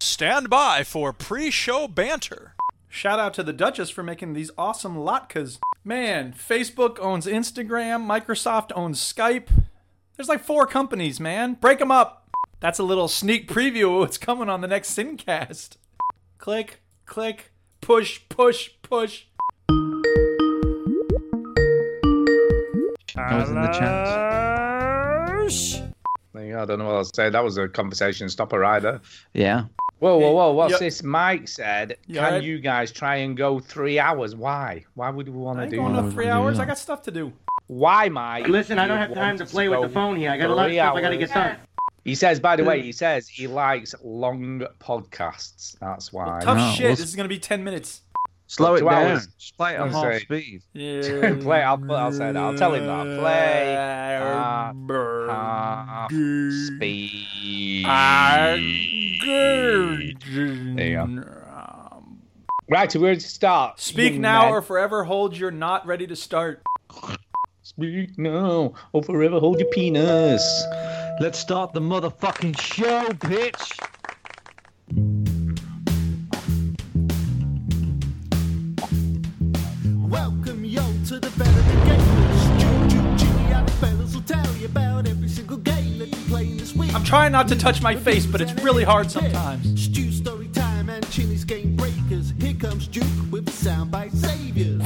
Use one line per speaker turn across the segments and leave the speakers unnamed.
Stand by for pre show banter.
Shout out to the Duchess for making these awesome latkes. Man, Facebook owns Instagram, Microsoft owns Skype. There's like four companies, man. Break them up. That's a little sneak preview of what's coming on the next Sincast. Click, click, push, push, push.
That was in the chat.
There you go. I don't know what I'll say. That was a conversation stopper either.
Yeah.
Whoa, whoa, whoa. What's
yeah.
this? Mike said,
You
can
alright?
you guys try and go three hours? Why? Why would we want
I
to
ain't
do
going
that?
to three hours. I got stuff to do.
Why, Mike?
Listen, I don't
you
have
want
time to
us
play with
go
the phone here. I got a lot of
three
stuff I got to get
hours?
done.
He says, by the way, he says he likes long podcasts. That's why.
Tough
know.
shit.
Well,
this is going to be 10 minutes.
Slow it
Two
down.
hours.
Just play it at
Let's
half
say-
speed.
Yeah.
Play- I'll- I'll say that. I'll tell him that. Play Uh, half-
Burger.
Half Ah, speed.
There
you Right, so we're to start.
Speak
Young
now
men.
or forever hold your not ready to start.
Speak now or forever hold your penis.
Let's start the motherfucking show, bitch.
Welcome, yo, to the better the game. Juju, G.I. fellas will tell you about every single game that you play this week.
I'm trying not to touch my face, but it's really hard sometimes.
Stew story time and Chili's game breakers. Here comes Duke with the soundbite saviors.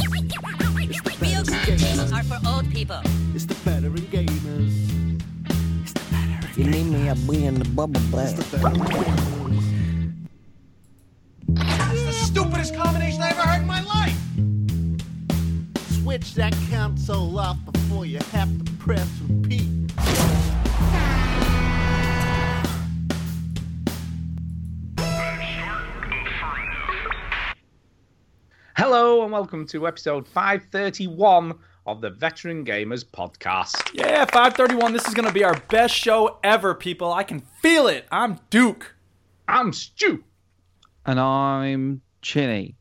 Real contests are for old people.
It's the veteran gamers. It's the veteran gamers. You need me, I'll be in the bubble bath. It's the veteran gamers. It's the stupidest combination I ever heard in my life. Switch that console off before you have to press repeat.
Hello and welcome to episode 531 of the Veteran Gamers Podcast.
Yeah, 531. This is going to be our best show ever, people. I can feel it. I'm Duke.
I'm Stu.
And I'm Chinny.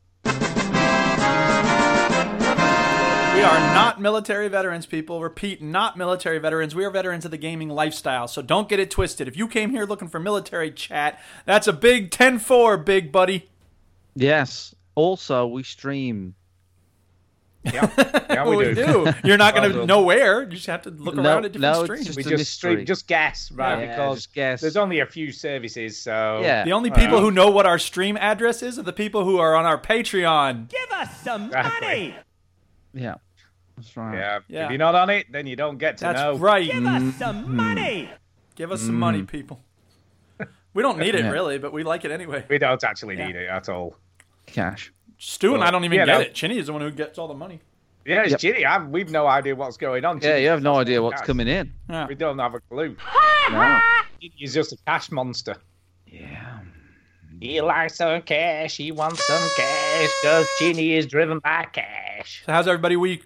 We are not military veterans, people. Repeat, not military veterans. We are veterans of the gaming lifestyle, so don't get it twisted. If you came here looking for military chat, that's a big 10 4, big buddy.
Yes. Also, we stream.
Yeah, yeah we,
Well,
do.
You're not going to
Well,
know where. You just have to look
No,
around at different
no, it's
streams.
just-
We
It's a
just stream,
mystery.
just guess, right?
Yeah,
because
just guess.
there's only a few services, so
Yeah.
The only people who know what our stream address is are the people who are on our Patreon.
Exactly.
Yeah. That's right.
Yeah.
Yeah.
If you're not on it, then you don't get to
That's
know.
right. Give us some money. Give us some
Mm-hmm.
money, people. We don't need it
Yeah.
really, but we like it anyway.
We don't actually need it at all.
Cash.
Stu and I don't even
yeah,
get
no.
it. Chinny is the one who gets all the money.
Yeah, it's
Yep.
chilly. I, we've no idea what's going on.
Yeah,
Chilly.
you have no idea what's
Cash.
coming in.
Yeah.
We don't have a clue.
No.
He's just a cash monster.
Yeah.
He likes some cash. He wants some cash. Because Ginny is driven by cash.
So how's everybody week?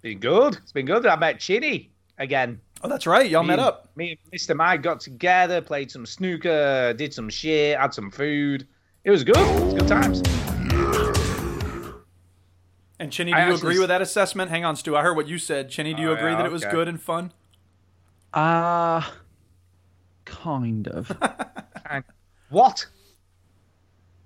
Been good. It's been good. I met Chinny again.
Oh, that's right. Y'all met
Me-
up.
Me and Mr. Mike got together, played some snooker, did some shit, had some food. It was good. It was good times.
And Chinny, do
I
you
actually
agree
s-
with that assessment? Hang on, Stu. I heard what you said. Chinny, do you
Oh,
agree
yeah,
that it was
okay.
good and fun?
Uh, kind of.
And what?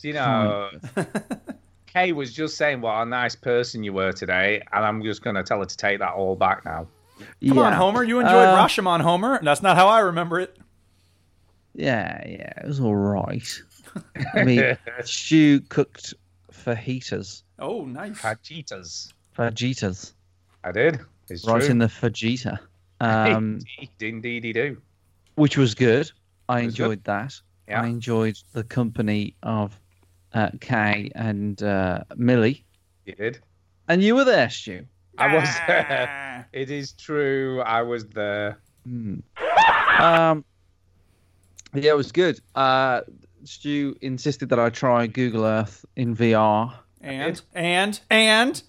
Do you know?
Hmm.
Kay was just saying what a nice person you were today, and I'm just going to tell her to take that all back now.
Come
yeah.
on, Homer. You enjoyed
Uh,
Rashomon, Homer. That's not how I remember it.
Yeah, yeah. It was all right. I mean, Stu cooked fajitas.
Oh, nice.
Fajitas.
Fajitas.
I did. It's
Right
true.
in the fajita. Um,
Indeed, indeed, he do.
which was good. I
was good.
enjoyed that.
Yeah.
I enjoyed the company of uh, Kay and uh, Millie.
He did.
And you were there, Stu.
Ah.
I was there. It is true. I was there.
Hmm. Um, yeah, it was good. Uh, Stu insisted that I try Google Earth in VR.
And and and.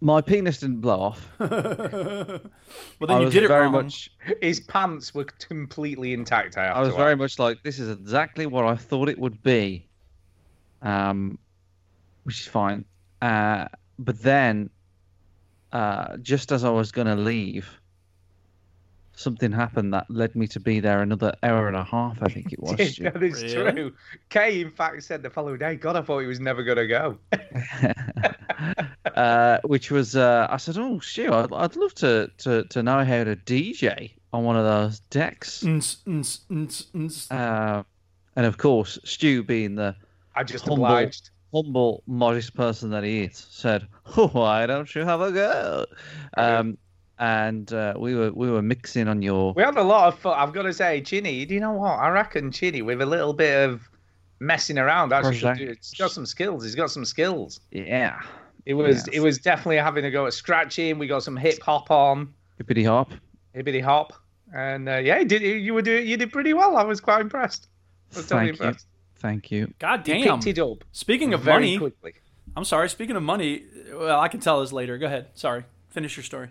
My penis didn't blow off.
Well,
I
then you
was
did it
very
wrong.
much.
His pants were completely intact. I, have
I was
to
very
add.
much like this is exactly what I thought it would be, um, which is fine. Uh, but then, uh, just as I was going to leave, something happened that led me to be there another hour and a half. I think it was. Stu.
that is
Really?
true. Kay, in fact, said the following day, God, I thought he was never going to go.
uh, which was uh, I said, "Oh, Stu, I'd, I'd love to, to to know how to DJ on one of those decks."
Ns, ns, ns, ns.
Uh, and of course, Stu, being the
I just
Humble.
obliged.
humble, modest person that he is, said, "Oh, why don't you have a go?" Um, and uh, we were we were mixing on your
We had a lot of fun. I've got to say, Chinny, do you know what? I reckon Chinny, with a little bit of messing around, actually, could do, he's got some skills. He's got some skills.
yeah,
It was
Yes.
it was definitely having a go at scratching. We got some hip hop on,
hippity hop.
hippity hop, and uh, yeah, you did you were doing you did pretty well. I was quite impressed. I was totally
Thank you,
impressed.
thank you.
God
You
damn.
picked it up
Speaking of
very
money,
quickly.
I'm sorry. Speaking of money, well, I can tell this later. Go ahead. Sorry. Finish your story.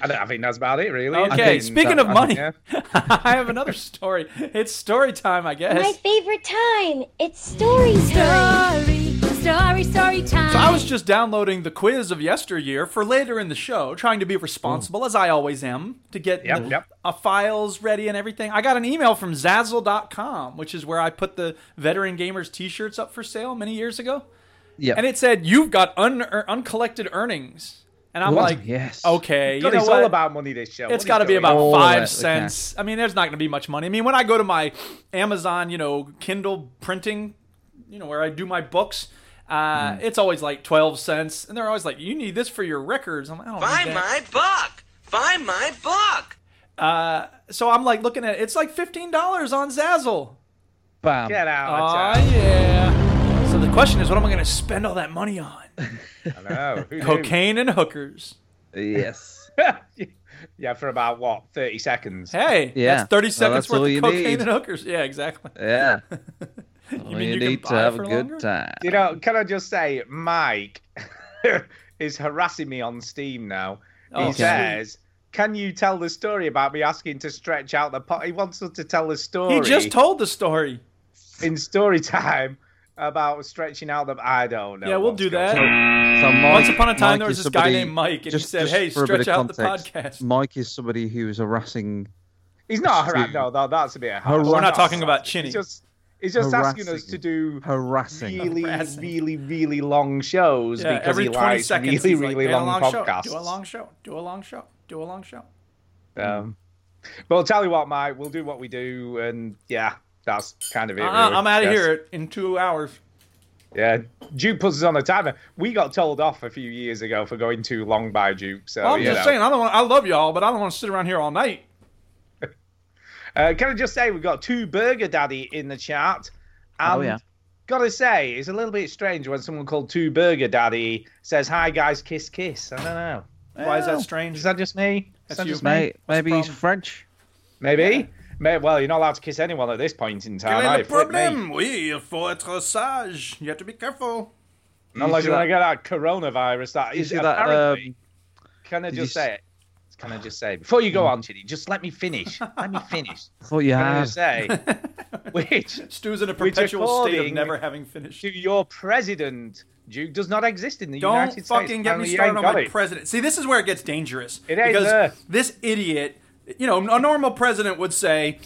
I, don't- I think that's about it, really.
Okay.
I think
speaking
that-
of money,
yeah.
I have another story. It's story time, I guess.
My favorite time. It's story time.
Story, story, story time.
So I was just downloading the quiz of yesteryear for later in the show, trying to be responsible as I always am to get
Yep,
the,
yep.
uh, files ready and everything. I got an email from Zazzle.com, which is where I put the veteran gamers T-shirts up for sale many years ago,
Yeah,
and it said you've got un- er, uncollected earnings, and I'm
What?
like,
Yes.
okay,
God,
you know
it's
what?
all about money. This show.
It's
What
got to
is
be
going
about
on?
All
five
that we can.
cents. I mean, there's not going to be much money. I mean, when I go to my Amazon, you know, Kindle printing, you know, where I do my books, uh,
Mm.
it's always like twelve cents, and they're always like, "You need this for your records." I'm like, I don't
Buy
need that.
my book! Buy my book!
Uh, So I'm like looking at it. it's like fifteen dollars on Zazzle.
bam.
Get out!
Oh yeah. So the question is, what am I going to spend all that money on?
of town. I know. Who knew?
Cocaine and hookers.
Yes,
yeah, for about what thirty seconds.
Hey,
Yeah.
that's thirty
Well,
seconds
that's all
worth
you
of cocaine
need.
and hookers. Yeah, exactly.
yeah.
You
Well,
mean you,
need
can
to
buy
have
for
a
longer?
good time.
You know, can I just say, Mike is harassing me on Steam now. He
Oh,
says, "Can you tell the story about me asking to stretch out the pot?" He wants us to tell the story.
He just told the story.
in story time about stretching out the. I don't know.
yeah, we'll
what's
do
going
that.
on.
So Mike,
Once upon a time,
Mike
there was
is
this guy
somebody-
named Mike, and he said, "Hey,
for a bit
stretch
of
out the
context,
podcast."
Mike is somebody who is harassing.
He's not harassing. No, no, that's a bit. harsh.
We're not
That's
talking about
harassing.
Chinny.
He's just, he's just asking us
Harassing.
to do
Harassing.
really,
Harassing.
really, really long shows
Yeah,
because
every
he
20
likes
seconds,
really,
he's like,
really
"Do a
long,
long
podcasts.
show. Do a long show. Do a long show. Do a long show.
Um, but I'll tell you what, Mike, we'll do what we do, and yeah, that's kind of it.
Uh-uh,
really.
I'm out of
Yes.
here in two hours.
Yeah, Duke puts us on a timer. We got told off a few years ago for going too long by Duke. So
I'm
you
just
know.
saying, I don't. Want, I love y'all, but I don't want to sit around here all night.
Uh, can I just say we've got two Burger Daddy in the chat?
Oh
and
yeah.
Gotta say, it's a little bit strange when someone called Two Burger Daddy says, "Hi guys, kiss kiss." I don't know.
Why is that
Is
strange?
that just me? Is
That's
that
you.
just me?
May, maybe he's
problem?
French.
Maybe. May- well, you're not allowed to kiss anyone at this point in time. are you? Flip me.
Oui, il faut être sage. You have to be careful.
Unless
see
you want
that-
to get that coronavirus. That
You
is
see that?
apparently.
Um,
can I
did you Mm.
just say it? Can I just say before you go on, Chitty? Just let me finish. Let me finish.
thought you
Can I
had.
just say, which
Stu's in a
We're
perpetual state of
recording.
never having finished.
to your president, Duke, does not exist in the
Don't
United States.
fucking get me
Apparently you
started
ain't
on
got
my
it.
president. See, this is where it gets dangerous.
It ain't
because
there.
this idiot, you know, a normal president would say,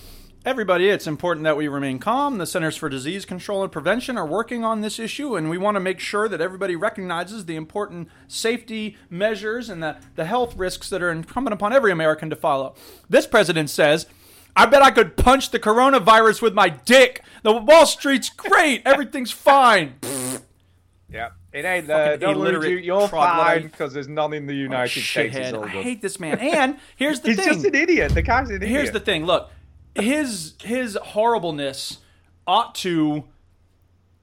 "Everybody, it's important that we remain calm. The Centers for Disease Control and Prevention are working on this issue, and we want to make sure that everybody recognizes the important safety measures and the, the health risks that are incumbent upon every American to follow." This president says. I bet I could punch the coronavirus with my dick. The Wall Street's great. Everything's fine.
Yeah, it ain't there.
Fucking
Don't worry,
illiterate
Duke. You're
troglodyte. Oh,
fine because there's none in the United States. It's all
Shithead. I
good.
hate this man. And here's the
He's
thing.
just an idiot. The guy's an idiot.
here's the thing. Look, his his horribleness ought to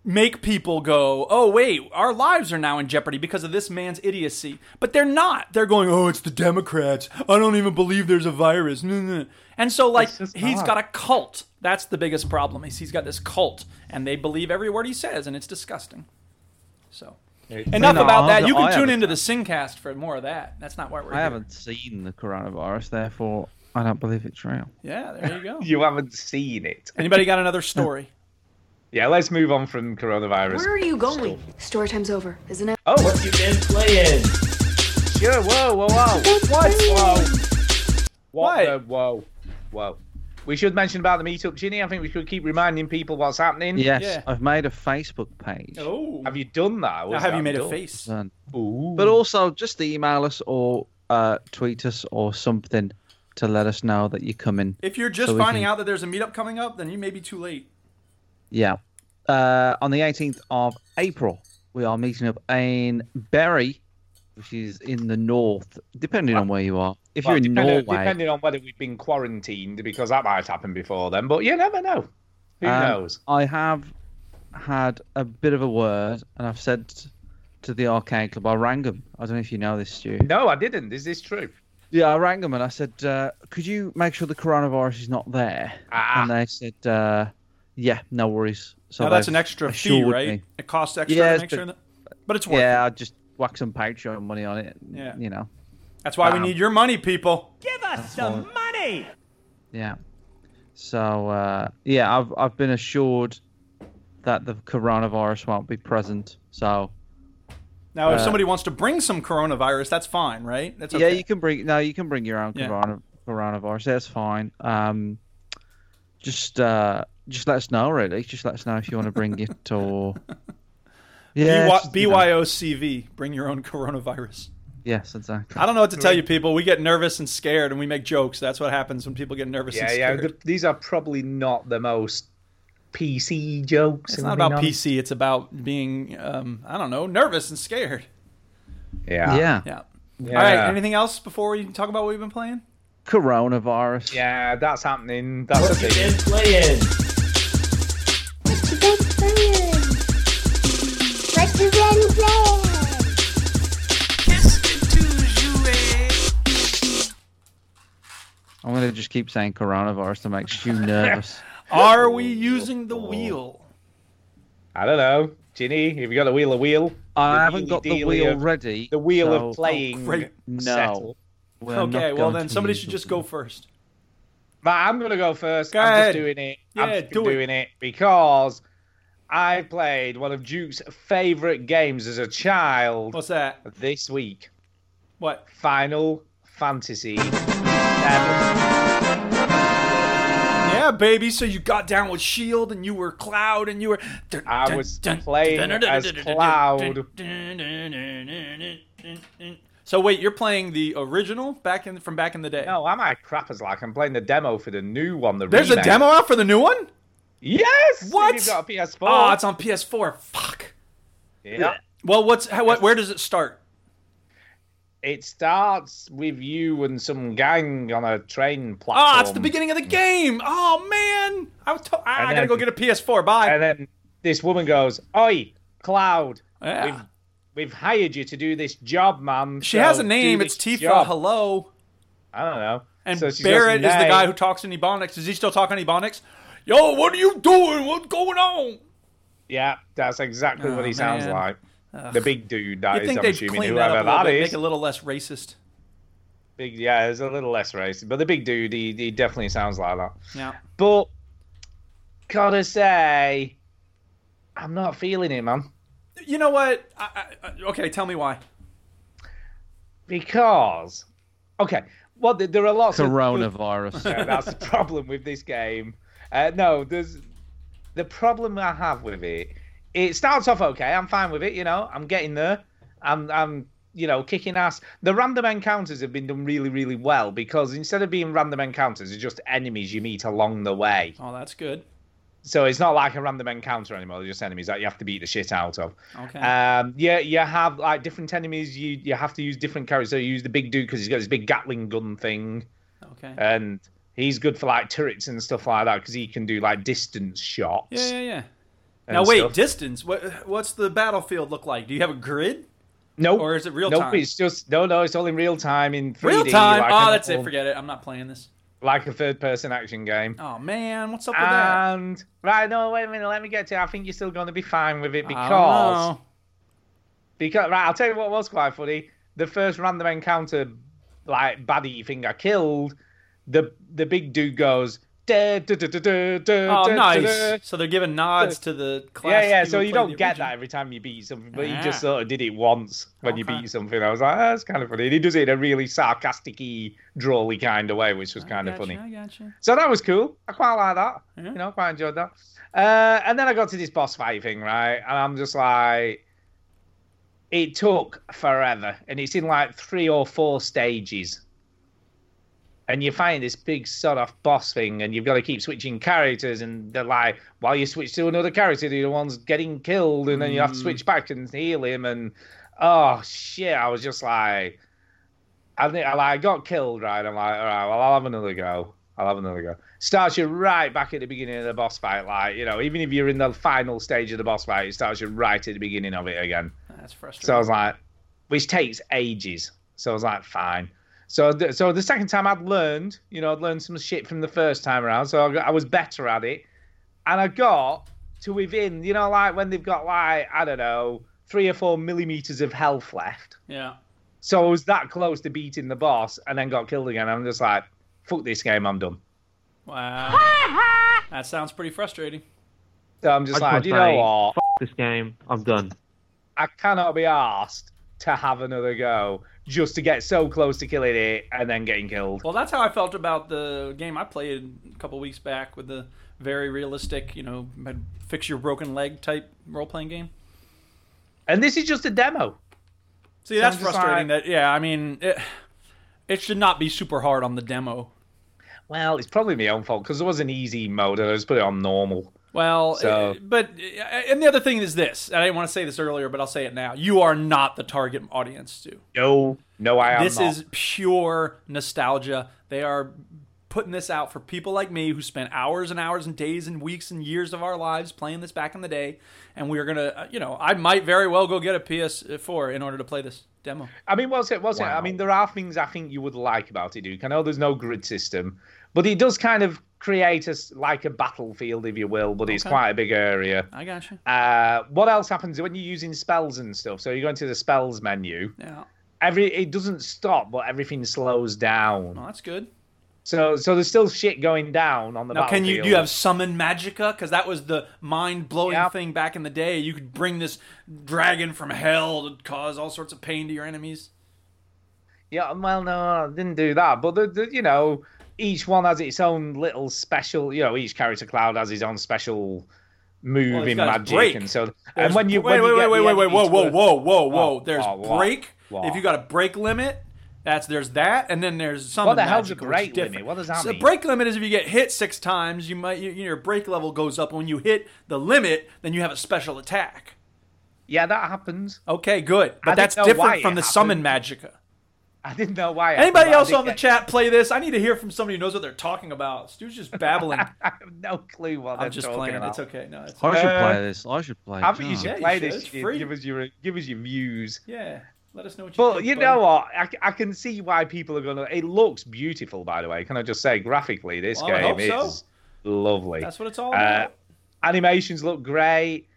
make people go, "Oh wait, our lives are now in jeopardy because of this man's idiocy." But they're not. They're going, "Oh, it's the Democrats. I don't even believe there's a virus." No, no. And so like
It's just
he's
not.
got a cult. That's the biggest problem. Is he's got this cult and they believe every word he says and it's disgusting. So Enough
No,
about
I
that.
haven't-
You can
I
tune
haven't.
into the Singcast for more of that. That's not why we're
I
here.
haven't seen the coronavirus, therefore I don't believe it's real.
Yeah, there you go.
You haven't seen it.
Anybody got another story?
Yeah, let's move on from coronavirus.
Where are you going? Story time's over, isn't it?
Oh, what you been playing? Yeah, whoa, whoa, whoa. What? Whoa. What
Why?
the whoa, whoa. We should mention about the meetup, Ginny. I think we should keep reminding people what's happening.
Yes,
Yeah.
I've made a Facebook page.
Oh.
Have you done that? Or
Now
is
have
that
you made a
done?
face?
Done.
Ooh.
But also, just email us or uh, tweet us or something to let us know that you're coming.
If you're just
So we
finding
can- Oh,
out that there's a meetup coming up, then you may be too late.
Yeah. Uh, on the 18th of April, we are meeting up in Berry, which is in the north, depending on where you are. If
Well,
you're in
depending,
Norway,
depending on whether we've been quarantined, because that might happen before then. But you never know. Who
um,
knows?
I have had a bit of a word, and I've said to the arcade club, I rang them. I don't know if you know this, Stu.
No, I didn't. Is this true?
Yeah, I rang them and I said, uh, "Could you make sure the coronavirus is not there?"
Ah.
And they said, uh, "Yeah, no worries." So
Now that's an
they've
extra fee,
assured
right?
me.
It costs extra
Yeah,
to
it's
make
been-
sure that. But it's worth
Yeah,
it.
I just whack some Patreon money on it.
Yeah.
you know.
That's why
um,
we need your money, people.
Yeah. So uh, yeah, I've I've been assured that the coronavirus won't be present. So
Now, if somebody wants to bring some coronavirus, that's fine, right? That's okay.
Uh, yeah, you can bring no, you can bring your own
Yeah.
corona, coronavirus. That's fine. Um, just uh, just let us know, really. Just let us know if you want to bring it or. Yeah, just,
BY-
you know.
BYOCV, bring your own coronavirus.
Yes, exactly.
I don't know what to tell you, people. We get nervous and scared, and we make jokes. That's what happens when people get nervous and
Yeah, yeah.
scared.
th- these are probably not the most PC jokes.
it's not about PC. It's about being, um, I don't know, nervous and scared.
Yeah.
yeah.
Yeah.
Yeah.
All right. Anything else before we talk about what we've been playing?
Coronavirus.
Yeah, that's happening. That's a thing.
What you been playing? What you been playing?
I'm gonna just keep saying coronavirus to make you nervous.
Are we using
Oh,
the wheel?
I don't know. Ginny, have you got the wheel of wheel?
I haven't
wheelie
got the
dealie
wheel
of-
ready.
The wheel
so
of playing.
Oh, great.
No.
settle.
we're not
Okay. Well,
going
then
to
somebody
use
should
the
just go
wheel.
first.
But I'm gonna go first.
Go
I'm
ahead.
just doing it.
Yeah,
I'm just
do it.
doing it. because I played one of Duke's favorite games as a child
What's that?
this week.
What?
Final Fantasy. VII.
Yeah, baby. So you got down with Shield, E and you were Cloud, and you were.
I was playing as Cloud.
So wait, you're playing the original back in from back in the day.
No, am I crap as like I'm playing the demo for the new one. The
There's a
remake.
demo out for the new one.
Yes. if
What?
You've got a PS4.
Oh, it's on PS4. Fuck.
yeah.
Well, what's how, what? Where does it start?
It starts with you and some gang on a train platform.
Ah, it's the beginning of the game. Oh man, I, was to- I, I
Um, And
gotta
then-
go get a PS4. Bye.
And then this woman goes, "Oi, Cloud,
Yeah.
we've we've hired you to do this job, man."
she
so
has a
do
name.
this
It's Tifa.
job."
Hello.
I don't know.
And
So she's got
Barrett
some
is the
name.
guy who talks in Ebonics. Is he still talking Ebonics? Yo, what are you doing? What's going on?
Yeah, that's exactly what he sounds
Oh, man.
like. The big dude
I
that is,
think
I'm
they'd
assuming,
clean that up a
whoever
little
that
bit,
is.
make it a little less racist.
Big, yeah, it's a little less racist, but the big dude, he, he definitely sounds like that.
Yeah.
But gotta say, I'm not feeling it, man.
You know what? I, I, I- okay, tell me why.
because okay well there, there are lots of
Coronavirus.
Yeah, that's the problem with this game uh, no there's the problem i have with it it starts off okay i'm fine with it you know i'm getting there i'm i'm you know kicking ass the random encounters have been done really really well because instead of being random encounters it's just enemies you meet along the way
Oh, that's good.
so it's not like a random encounter anymore. They're just enemies that you have to beat the shit out of.
Okay.
Um, yeah, you have like different enemies. You you have to use different characters. So you use the big dude because he's got his big Gatling gun thing,
Okay.
and he's good for like turrets and stuff like that because he can do like distance shots.
yeah, yeah, yeah.
and
Now wait,
stuff.
distance. What what's the battlefield look like? Do you have a grid?
no,
or is it real
no,
time?
it's just no, no. It's all in real time in 3D,
Real time.
Like
oh,
an
that's it.
old-
Forget it. I'm not playing this.
Like a third-person action game.
Oh man, what's up with that?
and right, no, wait a minute. Let me get to. it. I think you're still going to be fine with it
I don't
because.
know.
Because right, I'll tell you what was quite funny. The first random encounter, like baddie thing I killed, the the big dude goes, Da, da, da, da, da, da,
Oh,
da, da.
nice. So they're giving nods to the class.
Yeah, yeah.
who
So you
played
don't
the
get
original.
that every time you beat something, but he
Ah.
just sort of did it once when you
Okay.
beat something. I was like, "Ah, that's kind of funny. And he does it in a really sarcastic-y, drolly kind of way, which was kind of
Gotcha,
funny.
I gotcha.
So that was cool. I quite like that. You know, quite enjoyed that. Uh, and then I got to this boss fight thing, right? And I'm just like, it took forever, and it's in like three or four stages. And you find this big sort of boss thing, and you've got to keep switching characters, and they're like, while you switch to another character, the other one's getting killed, and then you have to switch back and heal him, and oh shit, I was just like, I think I like got killed, right? I'm like, all right, well, I'll have another go. I'll have another go. Starts you right back at the beginning of the boss fight, like you know, even if you're in the final stage of the boss fight, it starts you right at the beginning of it again.
That's frustrating.
So I was like, which takes ages. So I was like, fine. So, th- so the second time I'd learned, you know, I'd learned some shit from the first time around. So I, got, I was better at it, and I got to within, you know, like when they've got like I don't know, three or four millimeters of health left.
yeah.
So I was that close to beating the boss and then got killed again. I'm just like, fuck this game, I'm done.
Wow. that sounds pretty frustrating.
So I'm just
I
like,
just
you
wanna
know
say,
what?
"F- this game, I'm done.
I cannot be asked to have another go just to get so close to killing it and then getting killed.
Well, that's how I felt about the game I played a couple weeks back with the very realistic, you know, fix your broken leg type role playing game.
And this is just a demo.
See, that's
I'm just
frustrating. That yeah, I mean, it, it should not be super hard on the demo.
Well, it's probably my own fault because there was an easy mode and I just put it on normal.
Well,
So-
uh, but uh, and the other thing is this. And I didn't want to say this earlier, but I'll say it now. You are not the target audience, Stu.
No, no, I am
this
not.
is pure nostalgia. They are putting this out for people like me who spent hours and hours and days and weeks and years of our lives playing this back in the day. And we are gonna, uh, you know, I might very well go get a PS4 in order to play this demo.
I mean, what's it? What's it? I mean, there are things I think you would like about it, Duke. I know there's no grid system, but it does kind of create a s like a battlefield, if you will. But it's quite a big area.
I got you.
Uh, what else happens when you're using spells and stuff? So you go into the spells menu.
Yeah,
Every it doesn't stop, but everything slows down.
well, that's good.
So so there's still shit going down on the
Now, can
battlefield.
you do you have summon magica? Because that was the mind blowing
Yeah.
thing back in the day. You could bring this dragon from hell to cause all sorts of pain to your enemies.
Yeah, well, no, I didn't do that. But the, the, you know, each one has its own little special. You know, each character cloud has his own special move
Well, it's
in
got its
magic,
break.
and so.
There's-
and when you
wait,
when you
wait,
get
wait,
the
wait, wait, whoa,
enemy's
whoa,
worth-
whoa, whoa, whoa.
Oh,
There's
oh, what?
break.
What?
If you got a break limit, that's there's that, and then there's some.
What the hell's a
magical,
break
which is different.
limit? What does that
so
mean?
break limit is if you get hit six times, you might you, your break level goes up. When you hit the limit, then you have a special attack.
Yeah, that happens.
Okay, good,
I
but
didn't
that's
know why
different
it
from the summon magica.
I didn't know why. it happened,
Anybody
but I
else
did
on the
get-
chat play this? I need to hear from somebody who knows what they're talking about. Stu's just babbling.
I have no clue what
I'm
they're
just
talking
playing.
about.
It's okay. No, it's
I should
Uh,
play this. I should play. Hmm.
I think you
God.
should
Yeah, you
play
should.
this.
It's
shit.
free.
Give us your give us your views.
yeah. Let us know what you.
But
think,
you
buddy.
know uh, what? I, c- I can see why people are going to. It looks beautiful, by the way. Can I just say, graphically, this
Well, I
game
hope so.
is lovely.
That's what it's all
Uh,
about.
animations look great.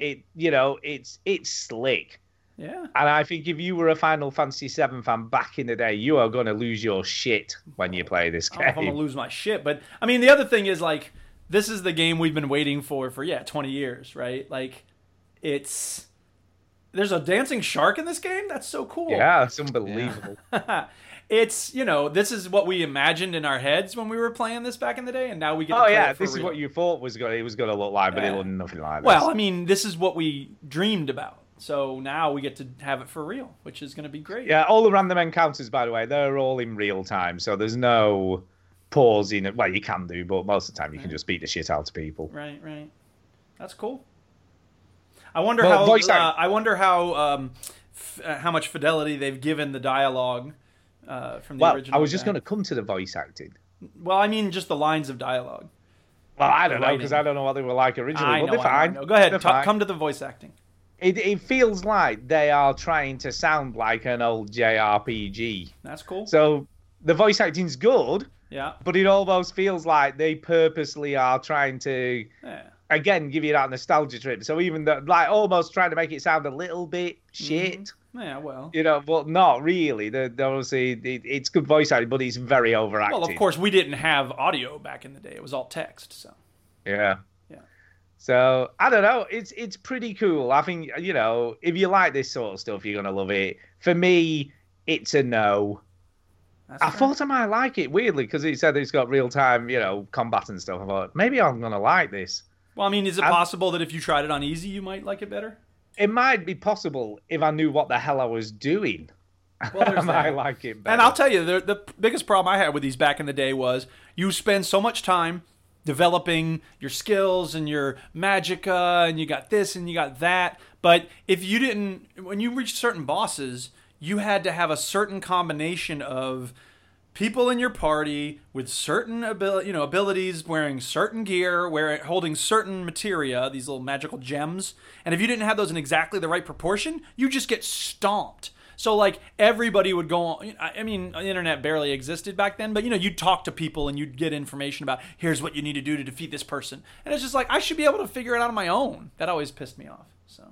It you know it's it's slick,
yeah.
and I think if you were a Final Fantasy VII fan back in the day, you are going to lose your shit when you play this
I don't know if I'm
game.
gonna lose my shit, but I mean, the other thing is like, this is the game we've been waiting for for yeah, 20 years, right? Like, it's there's a dancing shark in this game. That's so cool.
yeah, it's unbelievable.
it's you know this is what we imagined in our heads when we were playing this back in the day, and now we get. to
oh
play
yeah,
it for
this is
real.
what you thought was going it was going to look like, but
Yeah.
it looked nothing like this.
Well, I mean, this is what we dreamed about. So now we get to have it for real, which is gonna be great.
yeah, all the random encounters, by the way, they're all in real time, so there's no pausing. Well, you can do, but most of the time you can just beat the shit out of people.
Mm. Right, right. That's cool. I wonder
Well,
how.
voice
Uh,
act-
I wonder how um, f- uh, how much fidelity they've given the dialogue uh, from the
Well,
original.
I was just
game.
going to come to the voice acting.
Well, I mean, just the lines of dialogue.
Well, I don't know
Writing.
because I don't know what they were like originally,
I
but
know.
they're
I know, I
fine.
know. Go ahead.
They're
Ta-
fine.
come to the voice acting.
It, it feels like they are trying to sound like an old JRPG.
That's cool.
So the voice acting's good,
yeah.
but it almost feels like they purposely are trying to
Yeah. Mm-hmm.
again give you that nostalgia trip. So even though like almost trying to make it sound a little bit shit.
Yeah, well.
You know, but not really. The, the obviously, it, it's good voice acting, but he's very overacting.
Well, of course, we didn't have audio back in the day. It was all text. So
Yeah.
Yeah.
So I don't know. It's it's pretty cool. I think you know if you like this sort of stuff, you're gonna love it. For me, it's a no.
that's
I
fair.
thought I might like it weirdly because it said it's got real time, you know, combat and stuff. I thought maybe I'm gonna like this.
Well, I mean, is it
I'm-
possible that if you tried it on easy, you might like it better?
It might be possible if I knew what the hell I was doing.
Well,
I
there's
might
that.
like it better.
And I'll tell you, the, the biggest problem I had with these back in the day was you spend so much time developing your skills and your magica, and you got this and you got that. But if you didn't, when you reached certain bosses, you had to have a certain combination of people in your party with certain abil- you know abilities wearing certain gear wearing holding certain materia these little magical gems and if you didn't have those in exactly the right proportion you just get stomped so like everybody would go on i I mean the internet barely existed back then but you know you'd talk to people and you'd get information about here's what you need to do to defeat this person and it's just like i should be able to figure it out on my own that always pissed me off so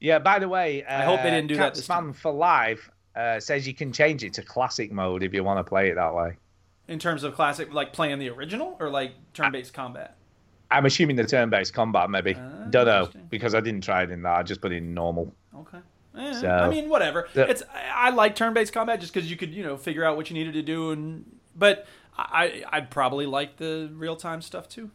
Yeah, by the way, uh,
hope they didn't do that this time.
Capsman for Life uh, says you can change it to classic mode if you want to play it that way.
in terms of classic like playing the original or like turn-based combat
I'm assuming the turn based combat, maybe.
Ah,
Don't know,
interesting.
because I didn't try it in that. I just put it in normal.
Okay. Eh,
So-
I mean, whatever.
The-
it's I I like turn-based combat just because you could you know figure out what you needed to do, and but I I'd probably like the real-time stuff too.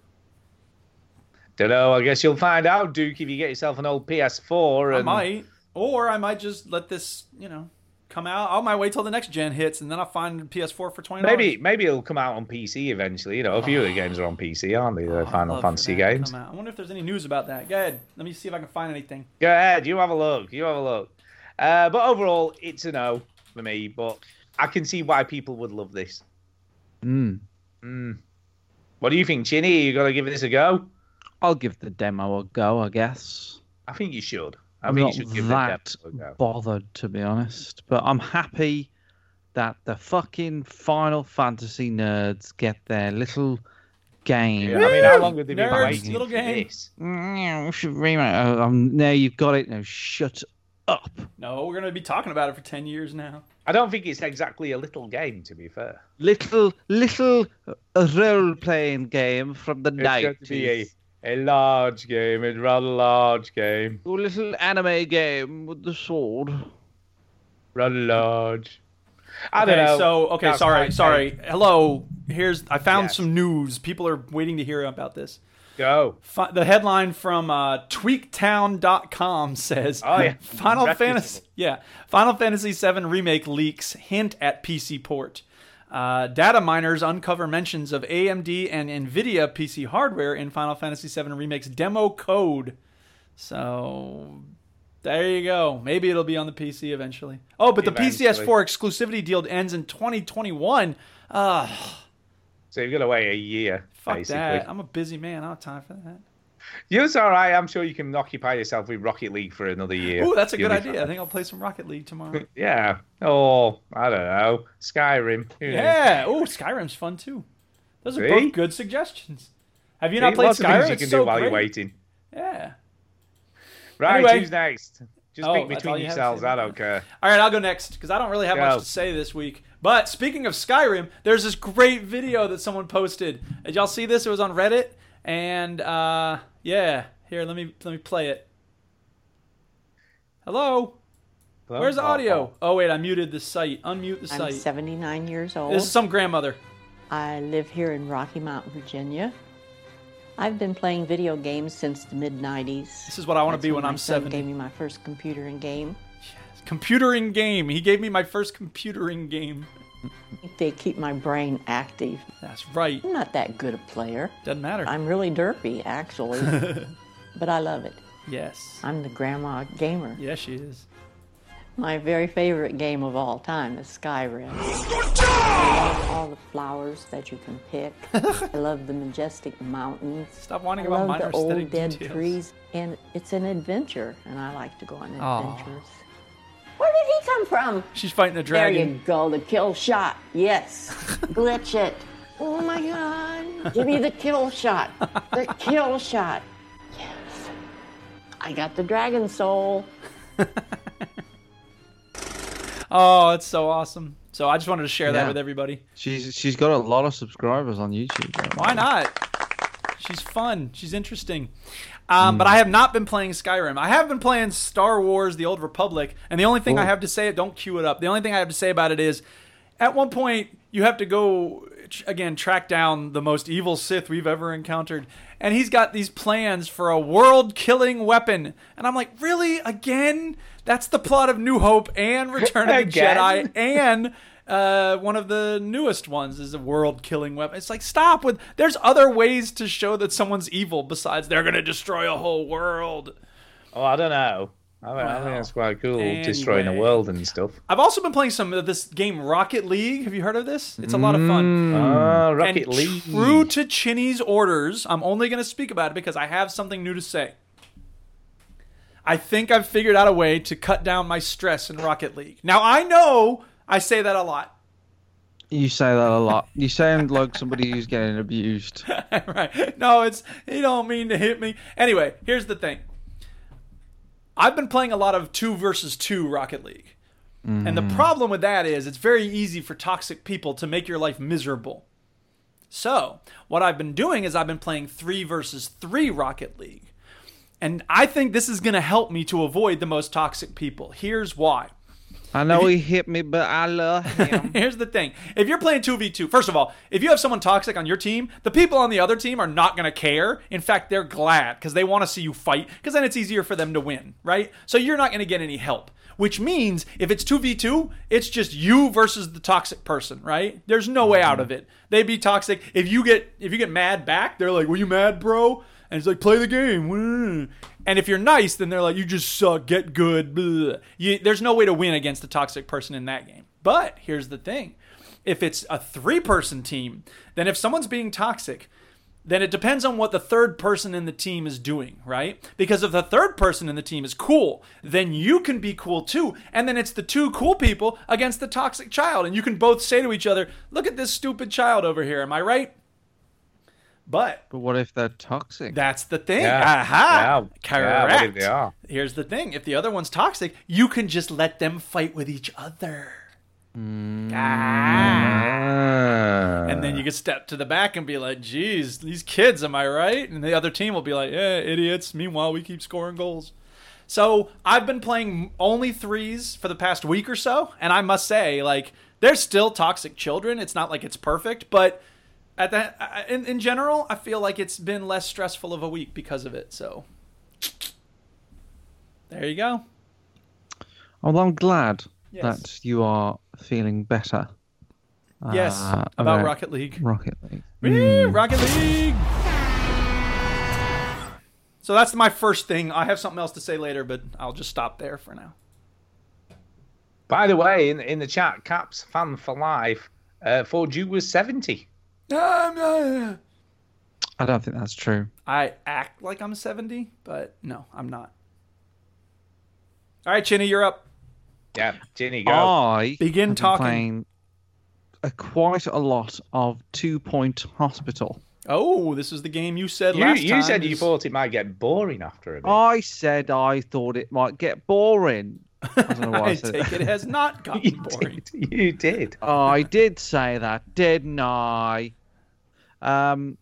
Don't know. I guess you'll find out, Duke, if you get yourself an old PS4.
I
And...
might, or I might just let this you know come out. I might wait till the next gen hits, and then I'll find a PS4 for twenty.
Maybe maybe it'll come out on PC eventually. You know, a few of the games are on PC, aren't they?
Oh,
The Final Fantasy games.
I wonder if there's any news about that. Go ahead. Let me see if I can find anything.
Go ahead, you have a look. You have a look. Uh, but overall, it's a no for me. But I can see why people would love this.
Mm.
Hmm. What do you think, Chinny? You got to give this a go.
I'll give the demo a go, I guess.
I think you should. I
I'm
think
not
you should give
that
the devil a go.
bothered, to be honest. But I'm happy that the fucking Final Fantasy nerds get their little game.
Yeah, I mean, how long would they be
Nerds,
waiting
little
for
game.
this?
Mm, we should remake- oh, um, now you've got it. Now shut up.
No, we're gonna be talking about it for ten years now.
I don't think it's exactly a little game, to be fair.
Little little role playing game from the
It's going to be a,
nineties.
a large game, a rather large game,
Your little anime game with the sword.
rather large. I
okay,
don't know.
So okay,
That's my
sorry,
take.
sorry. Hello. Here's I found
Yes.
some news. People are waiting to hear about this.
Go.
Fi- the headline from uh, tweaktown.com says
Oh, yeah.
Final
Reputable.
Fantasy yeah Final Fantasy 7 remake leaks hint at PC port. Uh, data miners uncover mentions of AMD and Nvidia PC hardware in Final Fantasy 7 remake's demo code. So there you go. Maybe it'll be on the PC eventually. Oh, but
Eventually.
the PCS4 exclusivity deal ends in 2021. Ah,
So you've got to wait a year,
fuck
basically.
that. I'm a busy man. I don't have time for that.
You're all right. I'm sure you can occupy yourself with Rocket League for another year.
Ooh, that's a
You'll
good
be
idea. I
fine.
think I'll play some Rocket League tomorrow.
Yeah. Oh, I don't know. Skyrim. Who knows?
yeah. Oh, Skyrim's fun too. Those are
See?
both good suggestions. Have you not
See,
played
lots of things
Skyrim?
you
It's
can
so
do while
great.
you're waiting.
Yeah.
Right,
Anyway.
who's next? Just
Oh,
pick
that's all
between
you have to
yourselves.
say
I
about
don't care.
All right, I'll go next because I don't really have
Go.
much to say this week. But speaking of Skyrim, there's this great video that someone posted. Did y'all see this? It was on Reddit, and uh, yeah, here let me let me play it. Hello, where's the audio? Oh wait, I muted the site. Unmute the
I'm
site.
79 years old.
This is some grandmother.
I live here in Rocky Mount, Virginia. I've been playing video games since the mid 90s.
This is what I want to
That's
be when
my
I'm
son
70.
gave me my first computer and game.
Computering game. He gave me my first computering game.
They keep my brain active.
That's right.
I'm not that good a player.
Doesn't matter.
I'm really derpy, actually, but I love it.
yes.
I'm the grandma gamer.
Yes, she is.
My very favorite game of all time is Skyrim. all the flowers that you can pick. I love the majestic mountains.
Stop whining
I
about
love
minor
the old
aesthetic
dead
details.
trees, and it's an adventure, and I like to go on
Aw.
adventures. Where did he come from?
She's fighting a
There
dragon.
you go, the kill shot. Yes, glitch it. Oh my God! Give me the kill shot. The kill shot. Yes, I got the dragon soul.
Oh, it's so awesome. So I just wanted to share that
Yeah.
with everybody.
She's she's got a lot of subscribers on YouTube.
Why not? She's fun. She's interesting.
Hmm.
Um, But I have not been playing Skyrim. I have been playing Star Wars: The Old Republic, and the only thing I
Ooh.
have to say, don't cue it up. The only thing I have to say about it is, at one point you have to go tr- again track down the most evil Sith we've ever encountered, and he's got these plans for a world-killing weapon, and I'm like, really again? That's the plot of New Hope and Return of the
Again?
Jedi and uh, one of the newest ones is a world-killing weapon. It's like stop with. There's other ways to show that someone's evil besides they're gonna destroy a whole world.
Oh, I don't know. I, don't, I think that's quite cool, destroying the
Anyway.
world and stuff.
I've also been playing some of this game Rocket League. Have you heard of this? It's a lot of fun.
Oh, Rocket
Hmm. and
League.
true to Chinny's orders, I'm only going to speak about it because I have something new to say. I think I've figured out a way to cut down my stress in Rocket League. Now I know I say that a lot.
You say that a lot. You sound like somebody who's getting abused.
right. No, it's he don't mean to hit me. Anyway, here's the thing. I've been playing a lot of two versus two Rocket League. And the problem with that is it's very easy for toxic people to make your life miserable. So, what I've been doing is I've been playing three versus three Rocket League. And I think this is going to help me to avoid the most toxic people. Here's why.
I know he hit me, but I love him.
Here's the thing. If you're playing 2v2, first of all, if you have someone toxic on your team, the people on the other team are not going to care. In fact, they're glad because they want to see you fight because then it's easier for them to win, right? So you're not going to get any help. Which means if it's 2v2, it's just you versus the toxic person, right? There's no way out of it. They'd be toxic. If you get if you get mad back, they're like, "Were you mad, bro?" And it's like, "Play the game." And if you're nice, then they're like, "You just suck. Get good." blah." You, there's no way to win against a toxic person in that game. But here's the thing if it's a three person team, then if someone's being toxic, then it depends on what the third person in the team is doing, right? Because if the third person in the team is cool, then you can be cool too. And then it's the two cool people against the toxic child. And you can both say to each other, look at this stupid child over here. Am I right? But
But what if they're toxic?
that's the thing.
Yeah.
Aha.
Yeah. Yeah,
Correct.
what if they are?
Here's the thing. If the other one's toxic, you can just let them fight with each other.
Uh,
And then you can step to the back and be like, geez, these kids, am I right? And the other team will be like, yeah, idiots. Meanwhile, we keep scoring goals. So I've been playing only threes for the past week or so. And I must say, like, they're still toxic children. It's not like it's perfect, but at that, I- in, in general, I feel like it's been less stressful of a week because of it. So there you go.
Well, I'm glad
Yes.
that you are feeling better.
Yes,
Uh,
about
about-
Rocket League.
Rocket League.
Whee, Rocket League. So that's my first thing. I have something else to say later, but I'll just stop there for now.
By the way, in, in the chat, Caps fan for life, uh, Ford you was 70.
I don't think that's true.
I act like I'm 70, but no, I'm not. All right, Chinny, you're up.
Yeah, Ginny, go.
Oh,
I
Begin
have been
talking.
Playing a, quite a lot of Two Point Hospital.
Oh, this is the game you said
you
last Oh,
you
time.
said you
is-
thought it might get boring after a bit.
I said I thought it might get boring. I don't know why I,
I
said
take it has not gotten
you
boring.
did. You did.
I did say that, didn't I? Um,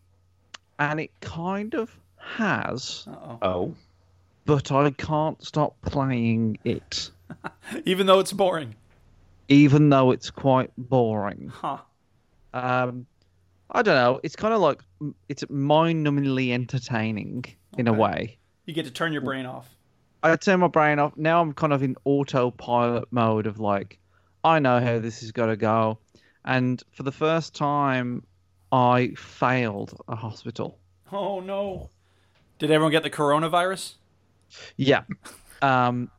and it kind of has,
Oh.
but I can't stop playing it,
Even though it's boring.
even though it's quite boring.
Huh.
Um, I don't know. It's kind of like it's mind-numbingly entertaining in a way.
You get to turn your brain off.
I turn my brain off. Now I'm kind of in autopilot mode of like, I know how this is going to go. And for the first time, I failed a hospital.
Oh, no. Did everyone get the coronavirus?
Yeah. Um,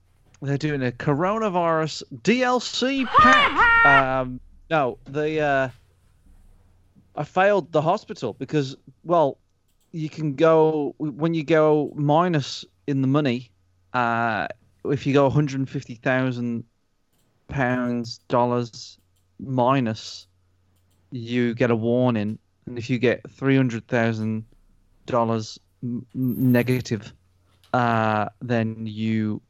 they're doing a coronavirus DLC pack. um, no, the uh, I failed the hospital because well, you can go when you go minus in the money. Uh, if you go one hundred and fifty thousand pounds dollars minus, you get a warning, and if you get three hundred thousand dollars negative, uh, then you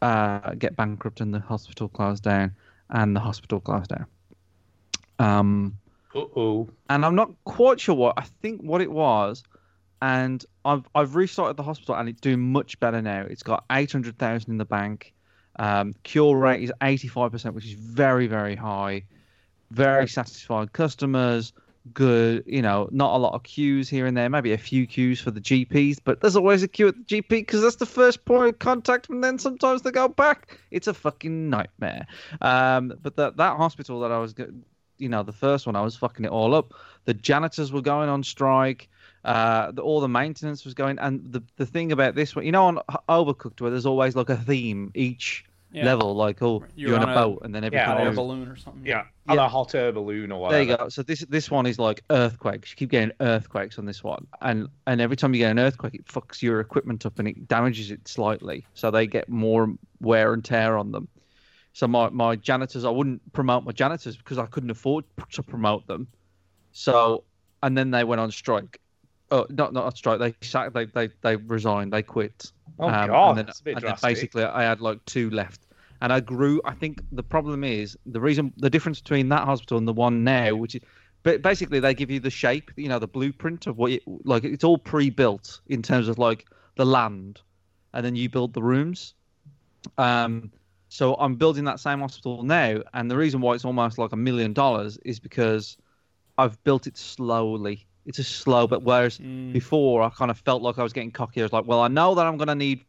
uh, get bankrupt and the hospital closed down. and the hospital closed down. Um,
Uh oh.
and I'm not quite sure what I think what it was. And I've I've restarted the hospital, and it's doing much better now. It's got eight hundred thousand in the bank. Um, cure rate is eighty five percent, which is very very high. Very satisfied customers. Good, you know, not a lot of queues here and there. Maybe a few queues for the GPs, but there's always a queue at the GP because that's the first point of contact, and then sometimes they go back. It's a fucking nightmare. Um, but that that hospital that I was go- you know the first one i was fucking it all up the janitors were going on strike uh the, all the maintenance was going and the the thing about this one you know on H- overcooked where there's always like a theme each
Yeah.
level like oh you're, on, a, boat and then everything
yeah,
Or a
else.
balloon or something.
Yeah. On a hot air balloon or
there
whatever.
you go so this this one is like earthquakes you keep getting earthquakes on this one and and every time you get an earthquake it fucks your equipment up and it damages it slightly so they get more wear and tear on them so my, my janitors, I wouldn't promote my janitors because I couldn't afford p- to promote them. So, and then they went on strike. Oh, not not on strike. They sacked. They they they resigned. They quit.
Oh, God,
Um, And then,
that's a bit
and then
drastic.
basically, I had like two left, and I grew. I think the problem is the reason the difference between that hospital and the one now, which is. But basically, they give you the shape, you know, the blueprint of what, you, like, it's all pre-built in terms of like the land, and then you build the rooms. Um, so I'm building that same hospital now, and the reason why it's almost like a million dollars is because I've built it slowly. It's a slow, but whereas before I kind of felt like I was getting cocky. I was like, well, I know that I'm going to need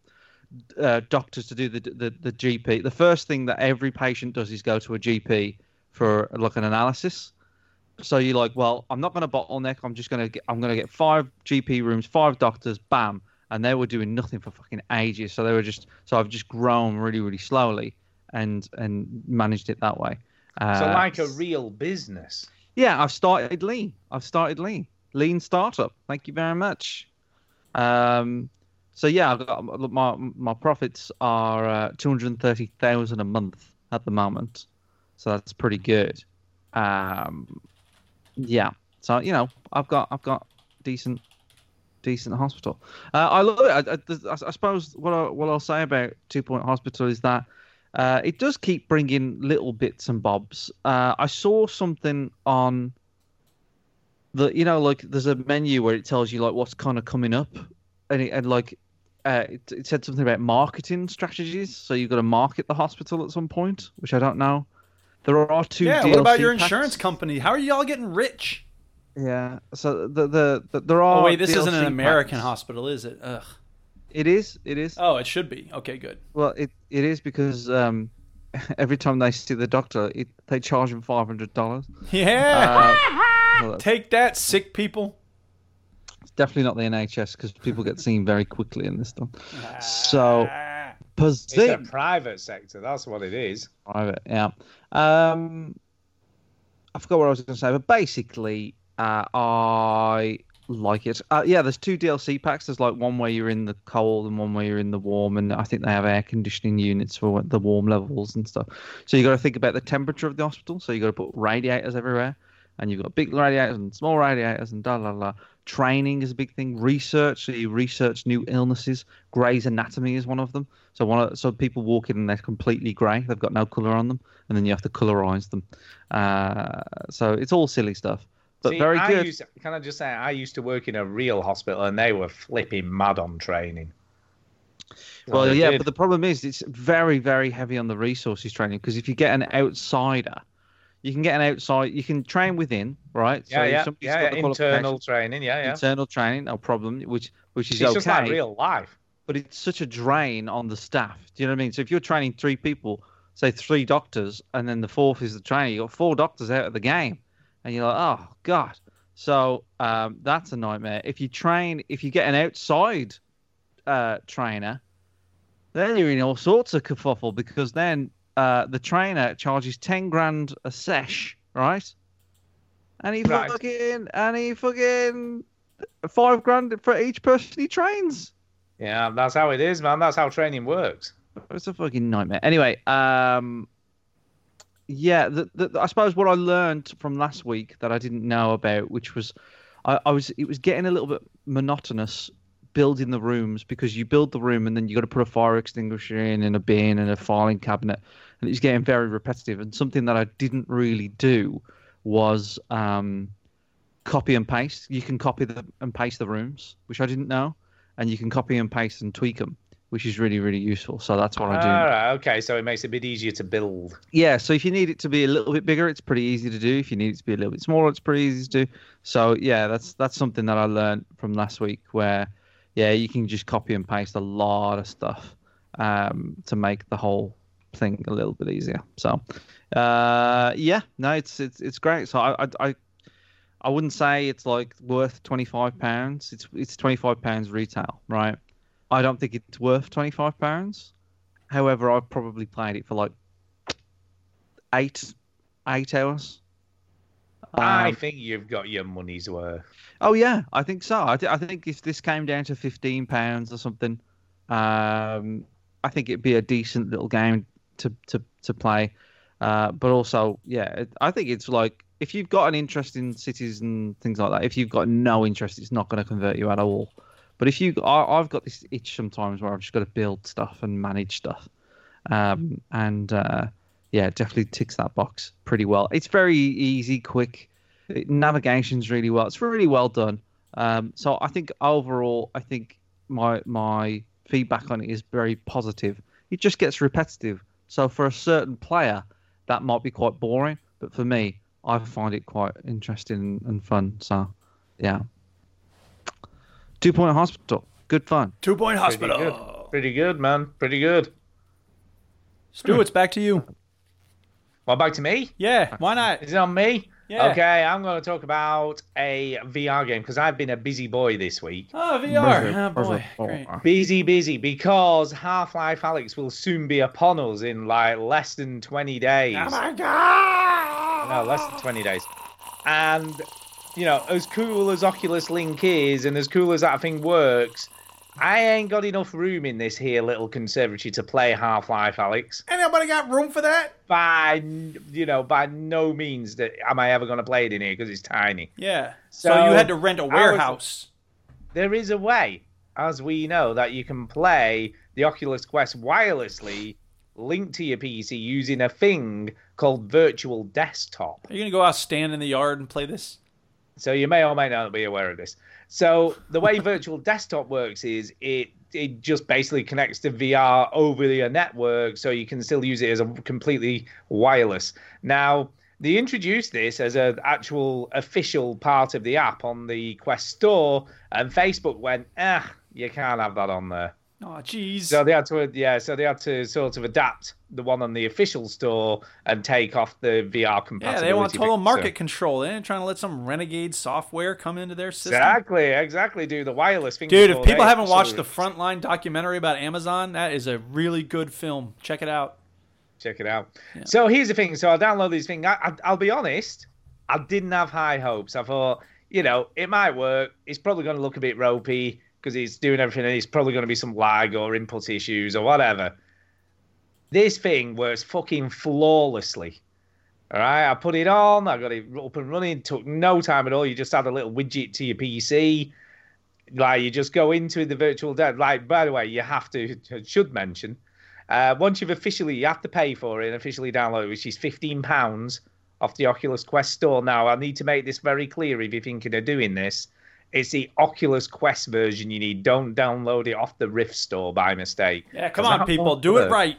uh, doctors to do the, the the GP. The first thing that every patient does is go to a GP for like an analysis. So you're like, well, I'm not going to bottleneck. I'm just going to I'm going to get five GP rooms, five doctors, bam, and they were doing nothing for fucking ages. So they were just so I've just grown really really slowly and and managed it that way. Uh,
So like a real business.
yeah, I've started lean. I've started lean. Lean startup. Thank you very much. Um, so yeah, I've got look, my my profits are uh, two hundred thirty thousand a month at the moment, so that's pretty good. Um, yeah, so you know, I've got I've got decent decent hospital. Uh, I love it. I, I, I suppose what I, what I'll say about Two Point Hospital is that uh, it does keep bringing little bits and bobs. Uh, I saw something on the you know like there's a menu where it tells you like what's kind of coming up, and it, and like uh, it, it said something about marketing strategies. So you've got to market the hospital at some point, which I don't know. There are two.
Yeah, what about
DLC
your
packs.
insurance company? How are y'all getting rich?
Yeah. So the the, the there are.
Oh, wait, this isn't an
DLC
American
packs.
hospital, is it? Ugh.
It is. It is.
Oh, it should be. Okay, good.
Well, it, it is because um, every time they see the doctor, it, they charge him five hundred dollars.
Yeah.
well, that's
Uh, Take that, sick people.
definitely not the NHS because people get seen very quickly in this stuff.
Ah.
So,
It's a
Pazim,
private sector. That's what it is.
private, yeah. Um, I forgot what I was going to say, but basically, uh, I like it. Uh, yeah, there's two DLC packs. There's like one where you're in the cold and one where you're in the warm, and I think they have air conditioning units for the warm levels and stuff. So you got to think about the temperature of the hospital. So you got to put radiators everywhere, and you've got big radiators and small radiators and da da da. Training is a big thing. Research, so you research new illnesses. Grey's anatomy is one of them. So one, of, so people walk in and they're completely grey. They've got no colour on them, and then you have to colorise them. Uh, so it's all silly stuff, but
See,
very
I
good.
Used, can I just say, I used to work in a real hospital and they were flipping mad on training.
Well,
they
yeah,
did.
but the problem is it's very, very heavy on the resources training because if you get an outsider, you can get an outside, you can train within, right?
Yeah,
if
yeah,
somebody's
yeah,
got
yeah,
the
internal
qualifications,
training. Yeah, yeah.
internal training, no problem, which which is
it's
okay
just like real life.
but it's such a drain on the staff. Do you know what I mean? So if you're training three people, say three doctors, and then the fourth is the trainer, you got four doctors out of the game, and you're like, oh god. So um, that's a nightmare. If you train, if you get an outside uh, trainer, then you're in all sorts of kerfuffle because then uh, the trainer charges ten grand a sesh, right? And he
Right.
fucking and he fucking five grand for each person he trains.
Yeah, that's how it is, man. That's how training works.
It's a fucking nightmare. Anyway, um, yeah, the, the, I suppose what I learned from last week that I didn't know about, which was, I, I was, it was getting a little bit monotonous building the rooms because you build the room and then you got to put a fire extinguisher in and a bin and a filing cabinet, and it was getting very repetitive. And something that I didn't really do was um, copy and paste. You can copy the, and paste the rooms, which I didn't know, and you can copy and paste and tweak them, which is really really useful. So that's what I do.
All right, okay, so it makes it a bit easier to build.
Yeah, so if you need it to be a little bit bigger, it's pretty easy to do. If you need it to be a little bit smaller, it's pretty easy to do. So yeah, that's that's something that I learned from last week where yeah, you can just copy and paste a lot of stuff um, to make the whole thing a little bit easier. So uh, yeah, no, it's it's it's great. So I I, I I wouldn't say it's like worth twenty five pounds. It's it's twenty five pounds retail, right? I don't think it's worth twenty five pounds. However, I've probably played it for like eight eight hours.
I
Um,
think you've got your money's worth.
Oh yeah, I think so. I, thi- I think if this came down to fifteen pounds or something, um, I think it'd be a decent little game to to to play. Uh, but also, yeah, it- I think it's like if you've got an interest in cities and things like that. If you've got no interest, it's not going to convert you at all. But if you, I, I've got this itch sometimes where I've just got to build stuff and manage stuff, um, and uh, yeah, it definitely ticks that box pretty well. It's very easy, quick. It- navigation's really well. It's really well done. Um, so I think overall, I think my my feedback on it is very positive. It just gets repetitive. So for a certain player, that might be quite boring, but for me, I find it quite interesting and fun. So, yeah. Two Point Hospital, good fun.
Two Point
Pretty good.
Hospital.
Pretty good, man. Pretty good.
Stu, it's back to you.
Well, back to me.
Yeah, why not?
Is it on me?
Yeah.
Okay, I'm going to talk about a VR game because I've been a busy boy this week.
Oh, VR. Oh, boy. Great.
Busy, busy, because Half Life Alex will soon be upon us in like less than 20 days. Oh my God! No, less than 20 days. And, you know, as cool as Oculus Link is and as cool as that thing works, I ain't got enough room in this here little conservatory to play Half Life Alex
Anybody got room for that?
by you know by no means that am I ever going to play it in here because it's tiny.
Yeah. So,
So,
you had to rent a
I was-
warehouse.
There is a way, as we know, that you can play the Oculus Quest wirelessly, linked to your PC using a thing called Virtual Desktop.
Are you going to go out, stand in the yard, and play this?
So you may or may not be aware of this. So the way Virtual Desktop works is it it just basically connects to VR over your network, so you can still use it as a completely wireless. Now they introduced this as an actual official part of the app on the Quest Store, and Facebook went, ah, you can't have that on there.
Oh, jeez.
So they had to, yeah. So they had to sort of adapt the one on the official store and take off the VR
yeah,
compatibility.
they want total
feature.
market control. They ain't trying to let some renegade software come into their system.
Exactly, exactly. Do the wireless thing.
Dude, if
before
people
they
haven't watched the
actually-
Frontline documentary about Amazon, that is a really good film. Check it out.
check it out. So here's the thing. So I download these things. I, I, I'll be honest. I didn't have high hopes. I thought, you know, it might work. It's probably going to look a bit ropey because it's doing everything. And it's probably going to be some lag or input issues or whatever. This thing works fucking flawlessly. All right, I put it on. I got it up and running. Took no time at all. You just add a little widget to your PC. Like you just go into the virtual dev. Like by the way, you have to should mention uh, once you've officially, you have to pay for it and officially download it, which is £15 off the Oculus Quest store. Now, I need to make this very clear if you're thinking of doing this. It's the Oculus Quest version you need. Don't download it off the Rift store by mistake.
Yeah, come
'Cause
on,
that
people.
won't
Do it
work.
right.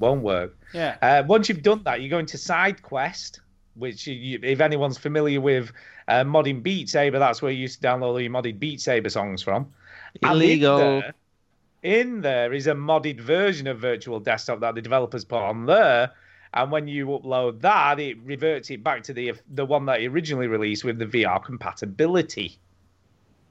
Won't work.
Yeah.
Uh, once you've done that, you go into side quest, which you- you, if anyone's familiar with uh, modding Beat Saber, that's where you used to download all your modded Beat Saber songs from. And in
Illegal.
there- In there is a modded version of Virtual Desktop that the developers put on there, and when you upload that, it reverts it back to the the one that it originally released with the VR compatibility.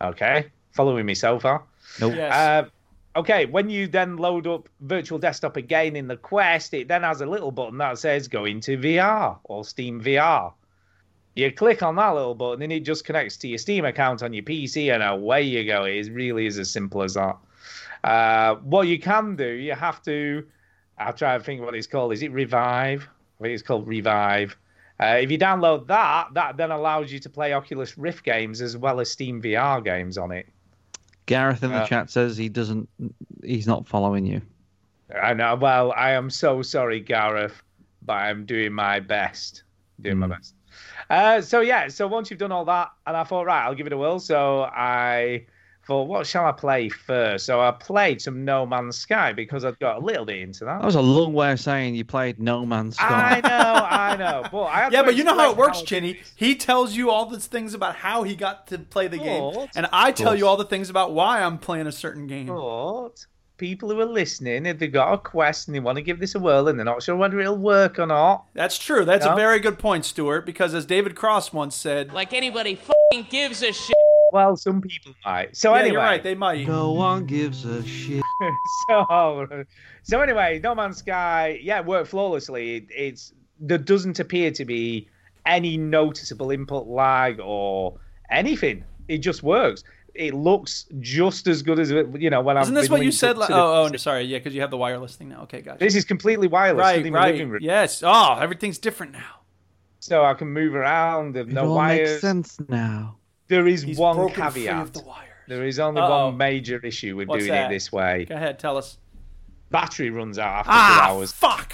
Okay, following me so far.
Nope.
Yes.
Uh, okay, when you then load up Virtual Desktop again in the Quest, it then has a little button that says go into VR or Steam VR. You click on that little button and it just connects to your Steam account on your PC and away you go. It is- really is as simple as that. Uh, what you can do, you have to. I'll try and think what it's called. Is it Revive? I think it's called Revive. Uh, if you download that, that then allows you to play Oculus Rift games as well as Steam VR games on it.
Gareth in the
Uh,
chat says he doesn't. He's not following you.
I know. Well, I am so sorry, Gareth, but I'm doing my best. Doing my best. Uh, so yeah. So once you've done all that, and I thought, right, I'll give it a whirl. So I thought, what shall I play first? So I played some No Man's Sky because I've got a little bit into that.
That was a long way of saying you played No Man's
I
Sky.
know, I know. But I had
Yeah,
to
but you know how it
explain
works,
I
Chinny. He tells you all the things about how he got to play the game,
What?
and I tell you all the things about why I'm playing a certain game.
But people who are listening, if they've got a quest and they want to give this a whirl and they're not sure whether it'll work or not,
That's true. That's a
Yeah.
very good point, Stuart, because as David Cross once said,
Like anybody fucking gives a shit.
well, some people might. So
yeah,
anyway,
you're right, "Oh, they might.
no one gives a shit.
so so anyway, No Man's Sky, yeah, it worked flawlessly. It, it's there doesn't appear to be any noticeable input lag or anything. It just works. It looks just as good as it, you know when I'm.
Isn't this what you said? Like, oh, oh, no, sorry. Yeah, because you have the wireless thing now. Okay, gotcha.
This is completely wireless.
Right,
sitting in my living
right.
room.
Yes. Oh, everything's different now.
So I can move around. There's
It
no
all makes
wires.
sense now.
There is
He's
one
broken free
caveat.
of the wire.
There is only
Uh-oh.
one major issue with
What's
doing
that?
it this way.
Go ahead, tell us.
Battery runs out after two
Ah,
hours.
fuck.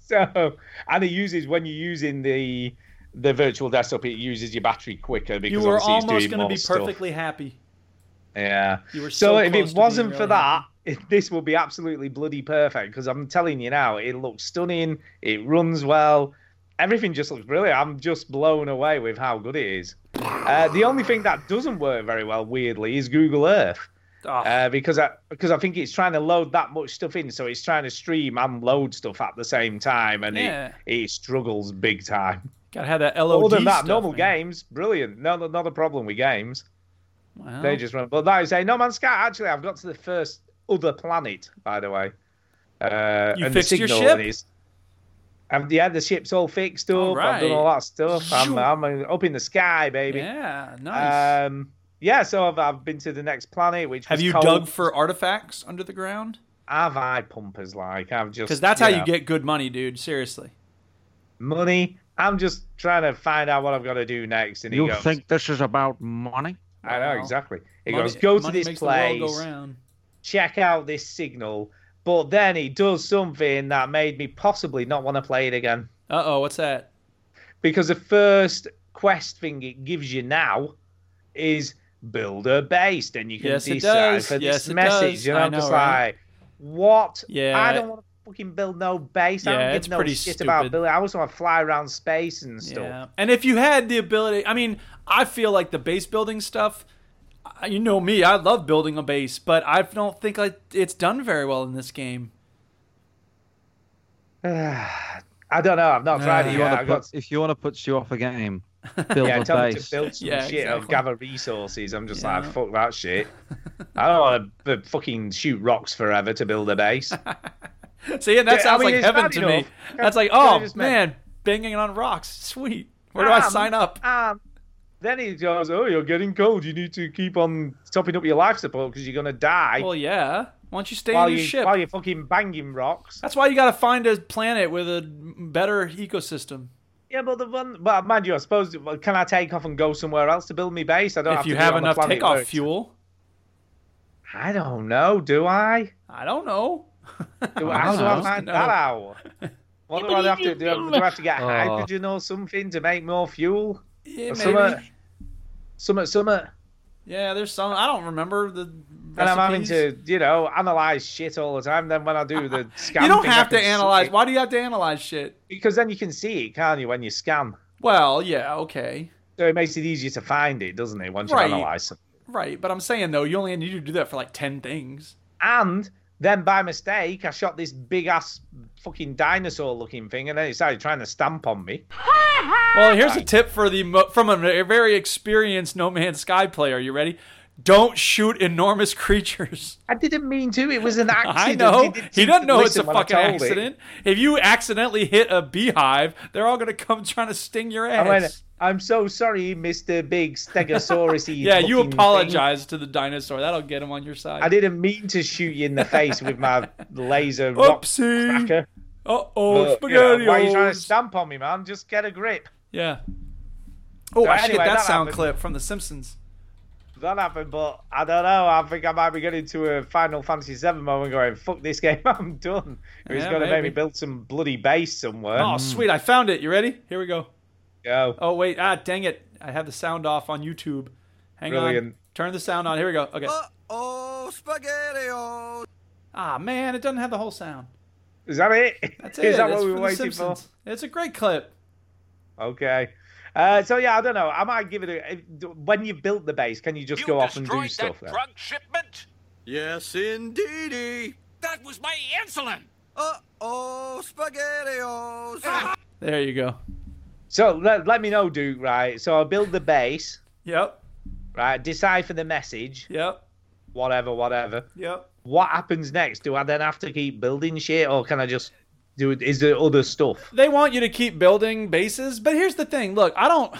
so and it uses when you're using the the virtual desktop it uses your battery quicker because
You were
obviously it's
almost
doing
going to
more
be
stuff.
perfectly happy.
yeah
You were
so,
so close
if
to
it
being
wasn't for
really
that it- this will be absolutely bloody perfect because i'm telling you now it looks stunning it runs well everything just looks brilliant i'm just blown away with how good it is uh, the only thing that doesn't work very well weirdly is google earth
Ah,
uh, because I because I think it's trying to load that much stuff in, so it's trying to stream and load stuff at the same time, and
Yeah.
it, it struggles big time.
gotta have that LOD
Other than that,
stuff, eh?
normal
man.
games, brilliant. No, no- not a problem with games.
Well,
They just run. But that is a No Man's Sky. Actually, I've got to the first other planet, by the way. Uh,
You
and the
fixed your
signal
ship?
Is, I've, yeah, the ship's all fixed up.
All
I've done
right.
all that stuff. I'm,
Shoo.
I'm uh, up in the sky, baby.
yeah, nice.
Um, yeah, so I've, I've been to the next planet, which
have
was
you
cold.
dug for artifacts under the ground?
have eye pumpers like I've just
Because that's how you
know,
get good money, dude. Seriously.
money. I'm just trying to find out what I've got to do next, and he
You
goes,
think this is about money?
"I know
Wow.
exactly." He
money,
goes, "Go to
money
this
makes the world
place,
go round.
check out this signal." But then he does something that made me possibly not want to play it again
Uh oh, what's that?
because the first quest thing it gives you now is build a base, then you can
Yes, it does.
decipher
Yes,
this
it
message.
does.
You know,
I
I'm just
know, right?
like, what?
Yeah.
I don't want to fucking build no base. I
Yeah,
don't give
it's
no
pretty
shit about
stupid.
building. I also want to fly around space and stuff.
Yeah. And if you had the ability, I mean, I feel like the base building stuff. I- You know me, I love building a base, but I don't think like it's done very well in this game.
I don't know. I've not tried
Nah.
If
it yet.
you wanna
I
put-
got
if you want to put you off a game, build
yeah,
a
tell me
base.
to build some
Yeah,
shit or
exactly.
gather resources. I'm just
Yeah.
like, fuck that shit. I don't want to b- fucking shoot rocks forever to build a base.
See, and that
Yeah, I
sounds
mean,
like
it's
heaven
bad
to
enough.
me. That's like,
I
oh
just meant-
man, banging on rocks, sweet. Where do I
Um,
sign up?
Um, then he goes, "Oh, you're getting cold. You need to keep on topping up your life support because you're gonna die
Well, yeah. Why don't you stay
while
in your
you
ship?
while you're fucking banging rocks."
That's why you got to find a planet with a better ecosystem.
Yeah, but the one, but mind you, I suppose well, can I take off and go somewhere else to build me base? I don't have
if you
to do it
have
on the
enough
planet
takeoff
where it's-
fuel,
I don't know. Do I?
I don't know.
Do, how do I
know.
find
No. Oh.
that out? What do I have to do? Do I have to get hydrogen or something to make more fuel?
Yeah,
Summer,
maybe.
summer, summer.
Yeah, there's some. I don't remember the.
And I'm having
recipes.
to, you know, analyze shit all the time. Then when I do the scan,
You don't
thing, I
have to
can see
analyze.
it.
Why do you have to analyze shit?
because then you can see it, can't you? When you scan,
Well, yeah, okay,
so it makes it easier to find it, doesn't it? Once you
Right.
analyze something.
right. But I'm saying though, you only need to do that for like ten things.
And then by mistake, I shot this big ass fucking dinosaur looking thing, and then it started trying to stamp on me.
Well, here's a tip for the mo- from a very experienced No Man's Sky player. You ready? Don't shoot enormous creatures.
I didn't mean to. It was an accident.
I know.
It didn't
He doesn't know it's a
listen when I
fucking
told it.
accident. If you accidentally hit a beehive, they're all gonna come trying to sting your ass.
I went, I'm so sorry, Mr. Big Stegosaurus.
yeah, you apologize to the dinosaur. That'll get him on your side.
I didn't mean to shoot you in the face with my laser rock
Oopsie.
cracker.
Uh
But,
oh,
you know,
spaghetti.
why are you trying to stamp on me, man? Just get a grip.
Yeah. Oh, I should
anyway,
get that,
that
sound
happened.
clip from The Simpsons.
that happened, but I don't know. I think I might be getting to a Final Fantasy VII moment going, fuck this game, I'm done. It's
Yeah,
going to make
maybe.
me build some bloody base somewhere.
Oh, sweet. I found it. You ready? Here we go.
Go.
Oh, wait. Ah, dang it. I have the sound off on YouTube. Hang on.
Brilliant.
Turn the sound on. Here we go. Okay.
Oh, spaghetti! Oh,
Ah, man. It doesn't have the whole sound.
Is that it?
That's it.
Is that
It's
what
from
we were
The
waiting for?
Simpsons. It's a great clip.
Okay. Uh, so yeah, I don't know. I might give it a. When you built the base, can you just go off and do stuff? then?
shipment?
yes, indeedy.
That was my insulin.
Uh oh, spaghetti! Oh,
There you go.
So let, let me know, Duke. Right. So I build the base.
Yep.
Right. Decipher the message.
Yep.
Whatever. Whatever.
Yep.
What happens next? Do I then have to keep building shit, or can I just do? it? Is there other stuff?
they want you to keep building bases but here's the thing look i don't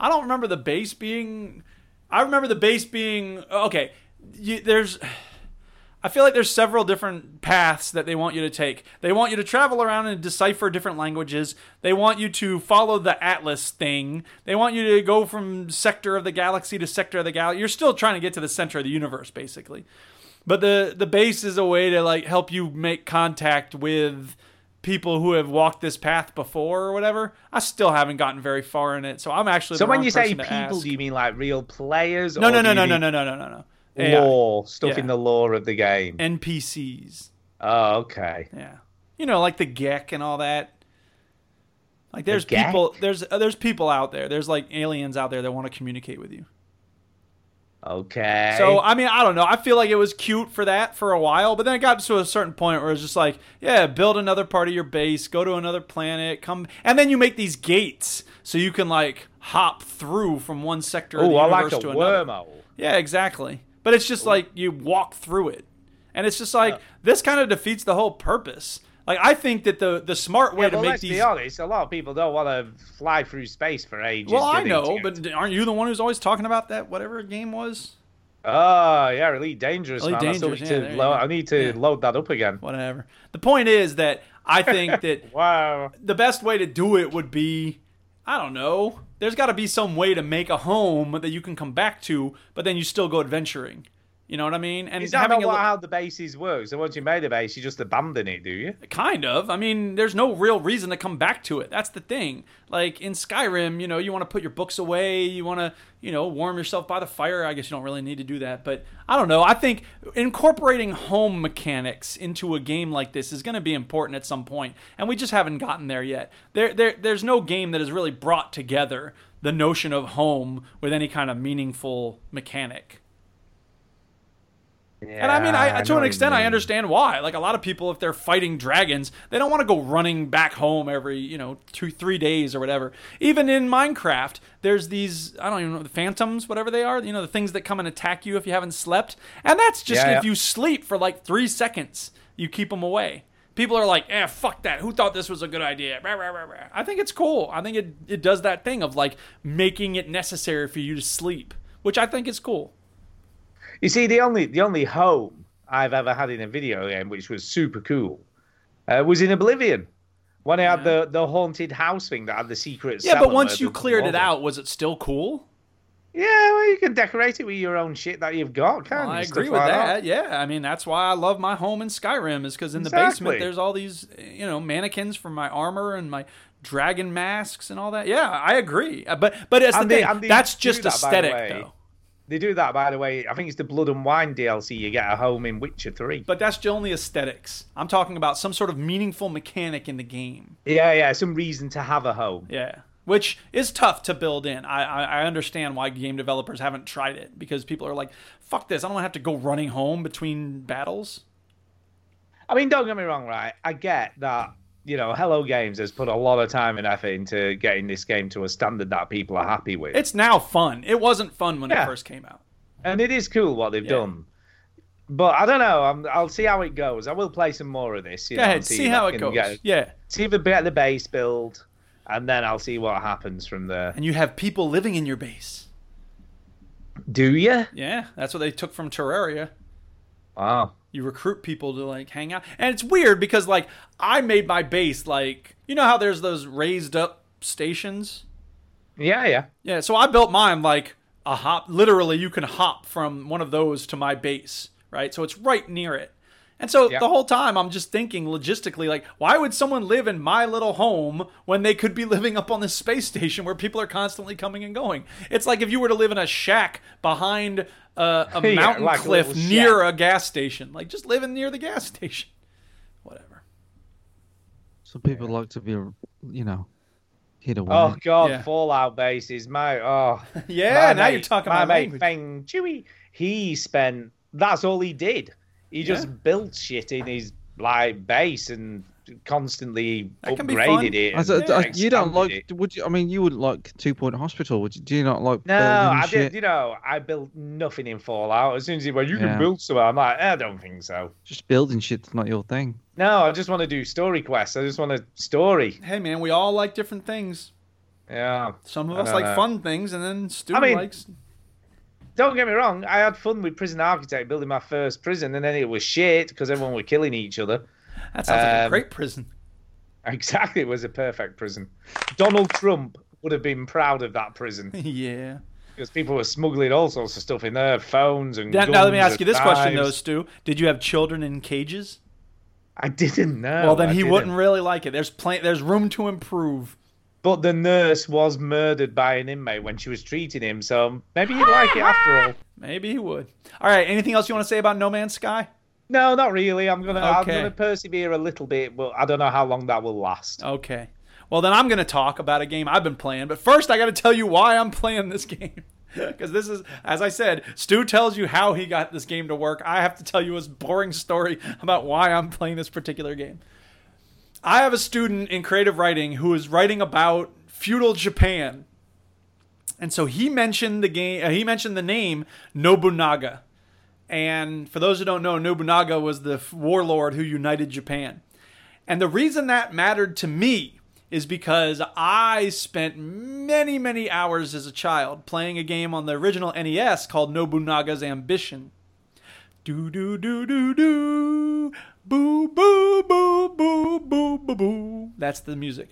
i don't remember the base being i remember the base being okay you, there's i feel like there's several different paths that they want you to take they want you to travel around and decipher different languages they want you to follow the atlas thing they want you to go from sector of the galaxy to sector of the galaxy you're still trying to get to the center of the universe basically but the the base is a way to like help you make contact with people who have walked this path before or whatever. I still haven't gotten very far in it, so I'm actually.
So
the
when
wrong
you say
person to
people,
ask.
do you mean like real players?
no,
or
no,
do
no,
you
no, no,
mean
no, no, no, no, no. AI.
Lore stuff
Yeah.
in the lore of the game.
NPCs.
Oh, okay.
Yeah, you know, like the Gek and all that. Like there's
Gek?
people, there's uh, there's people out there. There's like aliens out there that want to communicate with you.
Okay.
So I mean, I don't know. I feel like it was cute for that for a while, but then it got to a certain point where it's just like, yeah, build another part of your base, go to another planet, come, and then you make these gates so you can like hop through from one sector of
oh,
the
I
universe
like a
to another.
wormhole.
Yeah, exactly. But it's just like you walk through it, and it's just like this kind of defeats the whole purpose. Like I think that the the smart way
Yeah,
to
but
make
let's
these.
be honest, a lot of people don't want to fly through space for ages.
well,
do
I
they,
know,
Tim?
but aren't you the one who's always talking about that whatever game was?
oh yeah, really dangerous.
Elite
man. I still
Dangerous,
need
yeah,
to
there you
lo-
go.
I need to
Yeah.
load that up again.
Whatever. The point is that I think that
Wow.
the best way to do it would be I don't know. There's got to be some way to make a home that you can come back to, but then you still go adventuring. You know what I mean? And
Is that not
a
what,
li-
how the bases work? So once you made a base, you just abandon it, do you?
kind of. I mean, there's no real reason to come back to it. That's the thing. Like in Skyrim, you know, you want to put your books away, you want to, you know, warm yourself by the fire. I guess you don't really need to do that, but I don't know. I think incorporating home mechanics into a game like this is going to be important at some point, and we just haven't gotten there yet. There, there, there's no game that has really brought together the notion of home with any kind of meaningful mechanic. And I mean, I, to an extent, I understand why. Like a lot of people, if they're fighting dragons, they don't want to go running back home every you know two, three days or whatever. Even in Minecraft, there's these I don't even know the phantoms, whatever they are. You know the things that come and attack you if you haven't slept, and that's just
Yeah,
if
yeah.
you sleep for like three seconds, you keep them away. People are like, eh, fuck that. Who thought this was a good idea? Rah, rah, rah, rah. I think it's cool. I think it it does that thing of like making it necessary for you to sleep, which I think is cool.
You see, the only the only home I've ever had in a video game, which was super cool, uh, was in Oblivion. When I had the, the haunted house thing that had the secret
Yeah,
cellar
but once
where
you
the
cleared it
water-
out, was it still cool?
Yeah, well, you can decorate it with your own shit that you've got, can't you?
I
Stuff
agree with
like
that. Yeah, I mean that's why I love my home in Skyrim is because in the
Exactly.
basement there's all these you know mannequins for my armor and my dragon masks and all that. Yeah, I agree. Uh, But but that's the
And they-
thing.
and they
that's
do
just
that, by the
aesthetic
way.
though.
They do that, by the way. I think it's the Blood and Wine DLC. You get a home in Witcher Three.
But that's just only aesthetics. I'm talking about some sort of meaningful mechanic in the game.
yeah, yeah, some reason to have a home.
Yeah. Which is tough to build in. I, I, I understand why game developers haven't tried it because people are like, fuck this. I don't want to have to go running home between battles.
I mean, don't get me wrong, right? I get that. You know, Hello Games has put a lot of time and effort into getting this game to a standard that people are happy with,
It's now fun. It wasn't fun when it
Yeah.
first came out.
and it is cool what they've done. But I don't know. I'm, I'll see how it goes. I will play some more of this. You
Go
know,
ahead,
and
see
if
how
I
it
can
goes.
get-
Yeah.
See if I get the base build, and then I'll see what happens from there.
And you have people living in your base.
Do you?
Yeah, that's what they took from Terraria.
Wow.
You recruit people to like hang out. And it's weird because like I made my base like you know how there's those raised up stations?
Yeah, yeah.
Yeah, so I built mine like a hop. Literally, you can hop from one of those to my base, right? So it's right near it. And so
Yeah.
the whole time I'm just thinking logistically, like, why would someone live in my little home when they could be living up on this space station where people are constantly coming and going? It's like if you were to live in a shack behind uh, a
Yeah,
mountain
like a
cliff
little
near
shack.
a gas station, like just living near the gas station. Whatever.
Some people like to be, you know, hid away.
Oh God,
Mm-hmm. Yeah.
Fallout bases, my oh.
Yeah,
my
now
mate-
you're talking my
my mate
language.
Feng Chewy. He spent. That's all he did. He just
Yeah.
built shit in his like base and constantly
That can be fun.
upgraded it.
I
and
said- I- you don't
expanded
like?
it.
Would you? I mean, you wouldn't like Two Point Hospital. Would you? Do you not like?
No,
building
I
shit?
did. You know, I built nothing in Fallout. As soon as he went, you
Yeah.
can build something. I'm like, I don't think so.
Just building shit's not your thing.
No, I just want to do story quests. I just want a story.
Hey, man, we all like different things.
Yeah.
Some of
I
us
don't
like
know.
fun things, and then Stu
I mean-
likes.
Don't get me wrong. I had fun with Prison Architect building my first prison, and then it was shit because everyone were killing each other.
That sounds like a
Um,
great prison.
Exactly, it was a perfect prison. Donald Trump would have been proud of that prison
yeah.
because people were smuggling all sorts of stuff in there, phones and.
Now, now let me
guns
ask you
and
this question though,
knives.
Stu. Did you have children in cages?
I didn't know.
well, then
I
he
didn't.
wouldn't really like it. There's plenty. There's room to improve.
But the nurse was murdered by an inmate when she was treating him, so maybe he'd like it after all.
Maybe he would. All right. Anything else you want to say about No Man's Sky?
No, not really. I'm gonna I'm
Okay.
gonna persevere a little bit, but I don't know how long that will last.
Okay. Well, then I'm going to talk about a game I've been playing. But first, I got to tell you why I'm playing this game. Because this is, as I said, Stu tells you how he got this game to work. I have to tell you his boring story about why I'm playing this particular game. I have a student in creative writing who is writing about feudal Japan. And so he mentioned the game, uh, he mentioned the name Nobunaga. And for those who don't know, Nobunaga was the f- warlord who united Japan. And the reason that mattered to me is because I spent many, many hours as a child playing a game on the original NES called Nobunaga's Ambition. Do do do do do boo boo boo boo boo boo boo. That's the music.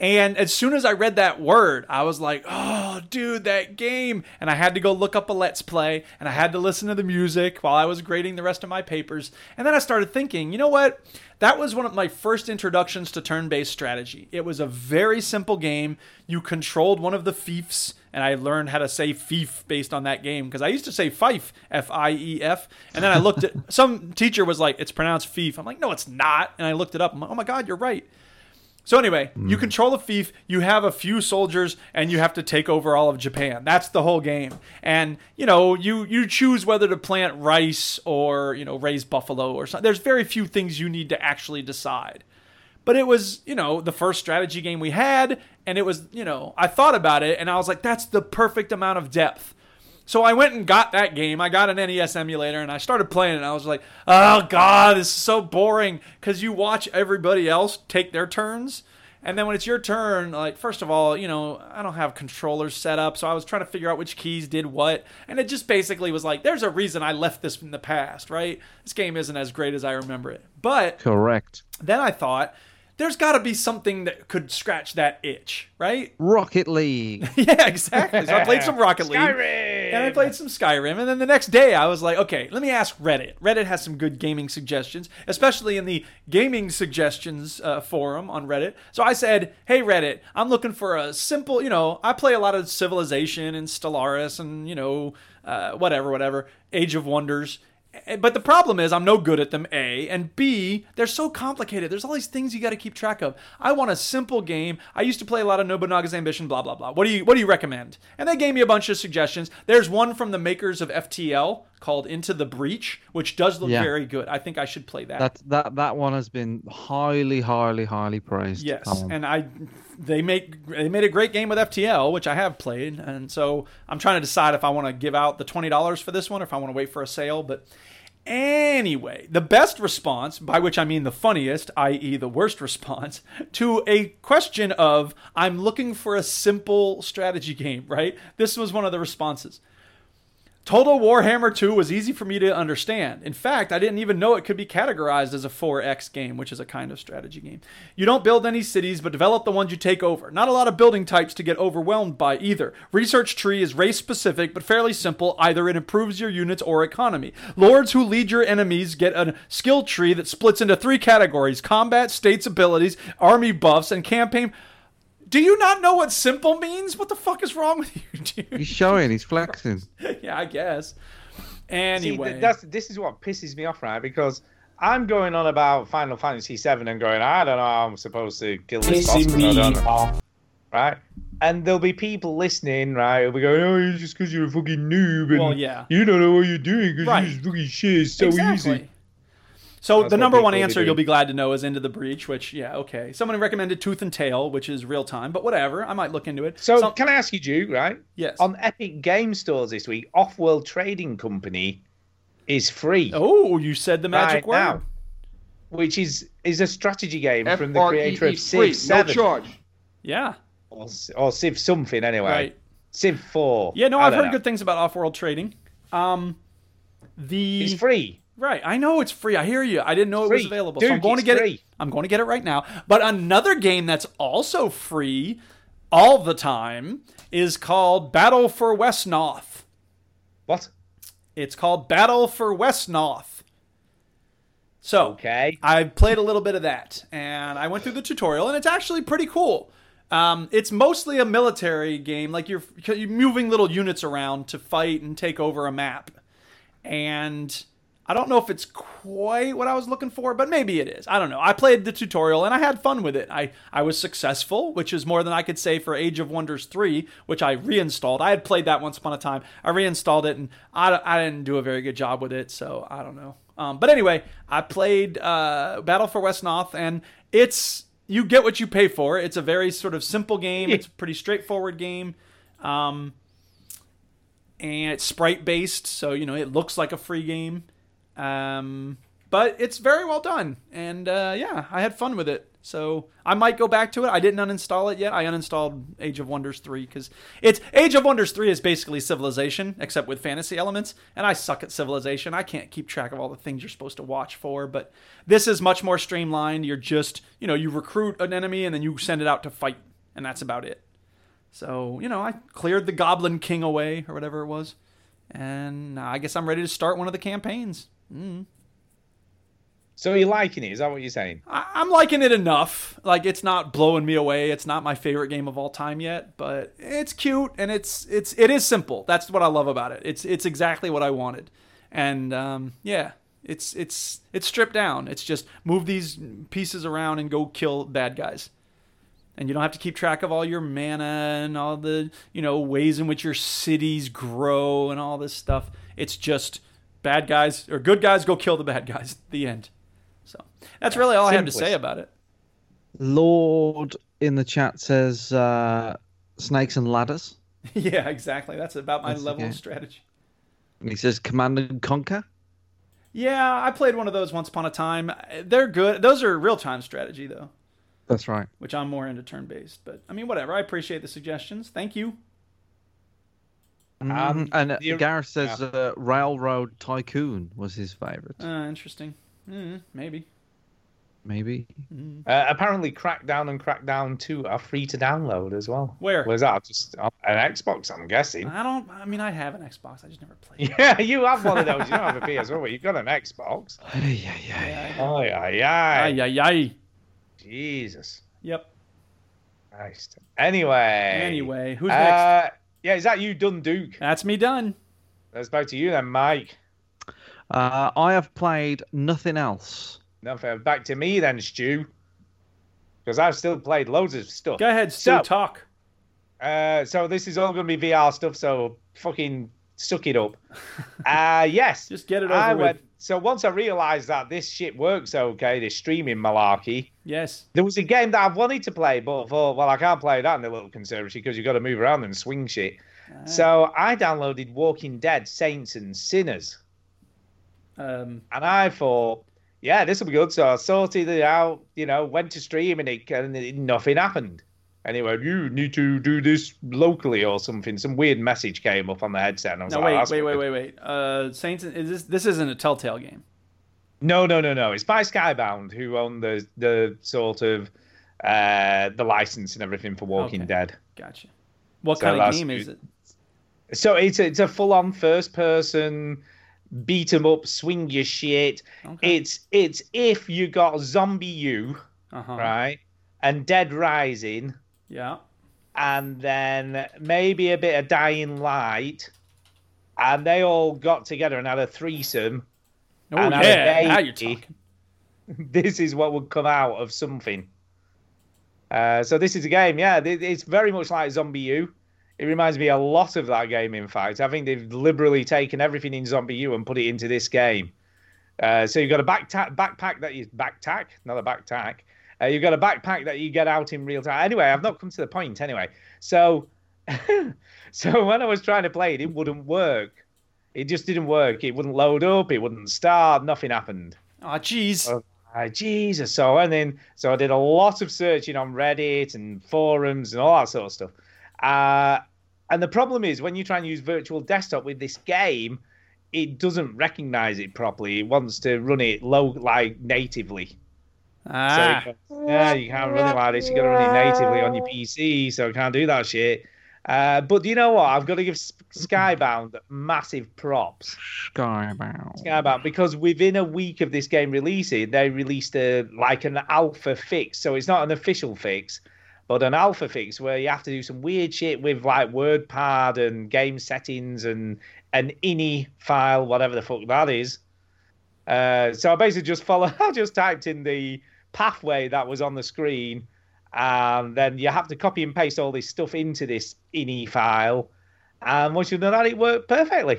And as soon as I read that word, I was like, "Oh, dude, that game!" And I had to go look up a Let's Play, and I had to listen to the music while I was grading the rest of my papers. And then I started thinking, you know what? That was one of my first introductions to turn-based strategy. It was a very simple game. You controlled one of the fiefs, and I learned how to say fief based on that game because I used to say fife, F I E F, and then I looked at some teacher was like, "It's pronounced fief." I'm like, "No, it's not," and I looked it up. I'm like, "Oh my god, you're right." So anyway, you control a fief, you have a few soldiers, and you have to take over all of Japan. That's the whole game. And you know, you you choose whether to plant rice or you know raise buffalo or something. There's very few things you need to actually decide. But it was you know the first strategy game we had, and it was you know I thought about it, and I was like, that's the perfect amount of depth. So I went and got that game. I got an NES emulator and I started playing it. And I was like, oh god, this is so boring because you watch everybody else take their turns, and then when it's your turn, like first of all, you know, I don't have controllers set up, so I was trying to figure out which keys did what, and it just basically was like, there's a reason I left this in the past, right? This game isn't as great as I remember it, but
Correct.
then I thought. There's got to be something that could scratch that itch, right?
Rocket League.
yeah, exactly. So I played some Rocket League.
Skyrim.
And I played some Skyrim, and then the next day I was like, okay, let me ask Reddit. Reddit has some good gaming suggestions, especially in the gaming suggestions uh, forum on Reddit. So I said, hey Reddit, I'm looking for a simple, you know, I play a lot of Civilization and Stellaris and you know, uh, whatever, whatever, Age of Wonders. Eh, But the problem is, I'm no good at them, A. And B, they're so complicated. There's all these things you got to keep track of. I want a simple game. I used to play a lot of Nobunaga's Ambition, blah, blah, blah. What do you, what do you recommend? And they gave me a bunch of suggestions. There's one from the makers of FTL called Into the Breach, which does look
Yeah.
very good. I think I should play that.
That that that one has been highly, highly, highly praised.
Yes,
That one.
and I they make they made a great game with FTL, which I have played, and so I'm trying to decide if I want to give out the twenty dollars for this one, or if I want to wait for a sale. But anyway, the best response, by which I mean the funniest, i.e., the worst response to a question of "I'm looking for a simple strategy game," right? This was one of the responses. Total Warhammer 2 was easy for me to understand. In fact, I didn't even know it could be categorized as a 4X game, which is a kind of strategy game. You don't build any cities, but develop the ones you take over. Not a lot of building types to get overwhelmed by either. Research tree is race specific, but fairly simple. Either it improves your units or economy. Lords who lead your enemies get a skill tree that splits into three categories combat, states abilities, army buffs, and campaign. Do you not know what simple means? What the fuck is wrong with you, dude?
He's showing. He's flexing.
yeah, I guess.
See, th-
Anyway,
that's this is what pisses me off, right? Because I'm going on about Final Fantasy VII and going, I don't know how I'm supposed to kill this boss.
Pissing
but I don't
me
know." Right? And there'll be people listening, right? Who'll be going, oh, it's just because you're a fucking noob. And
Well, yeah.
You don't know what you're doing because
Right.
you're just fucking shit. It's so easy.
So
That's
the
what
number
people
one
will be
answer
doing.
you'll be glad to know is Into the Breach, which yeah, okay. Someone recommended Tooth and Tail, which is real time, but whatever. I might look into it.
So,
Some-
can I ask you, Duke, right?
yes.
On Epic Game Stores this week, Off World Trading Company is free.
oh, you said the magic
right
word.
now, which is is a strategy game from
E
the
F.R.E.E.
creator of
free,
Civ
no
Seven
charge.
Yeah.
or, or Civ something anyway.
Right.
Civ Four.
Yeah. No,
I
I've
don't
heard
know.
good things about off-world trading. Um, the
It's free.
Right, I know it's free. I hear you. I didn't know it was
free.
available,
Dude,
so I'm going to
it's
get it.
free.
I'm going to get it right now. But another game that's also free all the time is called Battle for Westnoth.
What?
It's called Battle for Westnoth. So
Okay.
I played a little bit of that, and I went through the tutorial, and it's actually pretty cool. Um, it's mostly a military game, like you're, you're moving little units around to fight and take over a map. And I don't know if it's quite what I was looking for, but maybe it is. I don't know. I played the tutorial and I had fun with it. I, I was successful, which is more than I could say for Age of Wonders 3, which I reinstalled. I had played that once upon a time. I reinstalled it and I, I didn't do a very good job with it, so I don't know. Um, but anyway, I played uh, Battle for West Noth, and it's you get what you pay for. It's a very sort of simple game. It's a pretty straightforward game, um, and it's sprite based, so you know it looks like a free game. Um, but it's very well done, and uh, yeah, I had fun with it. So I might go back to it. I didn't uninstall it yet. I uninstalled Age of Wonders three because it's Age of Wonders three is basically Civilization except with fantasy elements, and I suck at Civilization. I can't keep track of all the things you're supposed to watch for, but this is much more streamlined. You're just you know you recruit an enemy and then you send it out to fight, and that's about it. So you know I cleared the Goblin King away or whatever it was, and I guess I'm ready to start one of the campaigns.
So you're liking it? Is that what you're saying?
I- I'm liking it enough. Like it's not blowing me away. It's not my favorite game of all time yet, but it's cute and it's it's it is simple. That's what I love about it. It's it's exactly what I wanted, and um, yeah, it's it's it's stripped down. It's just move these pieces around and go kill bad guys, and you don't have to keep track of all your mana and all the you know ways in which your cities grow and all this stuff. It's just bad guys or good guys go kill the bad guys. The end. So that's really all I have to
Simplest.
say about it.
Lord in the chat says uh, snakes and ladders.
yeah, exactly. That's about my
That's
level of
okay.
strategy.
And he says command and conquer.
Yeah, I played one of those once upon a time. They're good. Those are real time strategy though,
That's right.
which I'm more into turn based. But I mean, whatever. I appreciate the suggestions. Thank you.
Um,
Mhm. and uh,
the-
Gareth says uh, railroad tycoon was his favorite.
Uh, interesting. Mm, maybe.
Maybe.
Uh, apparently, Crackdown and Crackdown Two are free to download as well.
Where? Uh.
was that? Just on an Xbox, I'm guessing.
I don't. I mean, I have an Xbox. I just never played. it.
Yeah, you have one of those. You don't have a PS4, but you've got an Xbox.
Yeah, yeah.
Oh yeah, yeah.
Ay ay ay.
Jesus
Yep.
Christ. Anyway.
Anyway, who's next?
Uh, yeah, is that you done, Duke?
That's me done.
That's back to you then, Mike.
Uh, I have played nothing else.
Nothing. Back to me then, Stu. Because I've still played loads of stuff.
Go ahead, Stu.
So-
talk.
Uh, so this is all going to be VR stuff. So fucking suck it up. uh, yes.
Just get it over
I
with.
went. So once I realised that this shit works okay, this streaming malarkey,
Yes.
there was a game that I've wanted to play, but thought, well, I can't play that in the little conservatory because you've got to move around and swing shit. So I downloaded Walking Dead: Saints and Sinners.
Um.
And I thought, yeah, this will be good. So I sorted it out, you know, went to stream and, it, and it, nothing happened. And it went, you need to do this locally or something. Some weird message came up on the headset. And I was
No,
like, "Oh,
wait,
that's
wait, wait,
weird."
wait, wait. Uh, Saints. Is this this isn't a Telltale game?
No, no, no, no. It's by Skybound, who own the the sort of uh, the license and everything for Walking
Okay.
Dead.
Gotcha. What
So
kind of
that's
game is
good.
it?
So it's a, it's a full on first person beat 'em up, swing your shit.
Okay.
It's it's if you got zombie you
Uh huh.
right and Dead Rising,
Yeah.
and then maybe a bit of Dying Light, and they all got together and had a threesome.
Oh
And I'm
yeah.
a
Now you're
baby.
talking.
this is what would come out of something. Uh, so this is a game, yeah. th- It's very much like Zombie U. It reminds me a lot of that game. In fact, I think they've liberally taken everything in Zombie U and put it into this game. Uh, so you've got a backpack, backpack that you backpack, not a backpack. Uh, you've got a backpack that you get out in real time. Anyway, I've not come to the point. Anyway, so so when I was trying to play it, it wouldn't work. It just didn't work. It wouldn't load up. It wouldn't start. Nothing happened.
Oh jeez.
Oh. Uh, Jesus. So and then so I did a lot of searching on Reddit and forums and all that sort of stuff. Uh, and the problem is when you try and use virtual desktop with this game, it doesn't recognize it properly. It wants to run it low like natively.
Ah.
So it goes, yeah, you can't run it like this. You got to run it natively on your PC, so I can't do that shit. Uh, but you know what? I've got to give S- Skybound massive props.
Skybound.
Yeah, about because within a week of this game releasing, they released a like an alpha fix. So it's not an official fix, but an alpha fix where you have to do some weird shit with like WordPad and game settings and an ini file, whatever the fuck that is. Uh, so I basically just follow. I just typed in the pathway that was on the screen, and then you have to copy and paste all this stuff into this ini file. And once you've done that, it worked perfectly.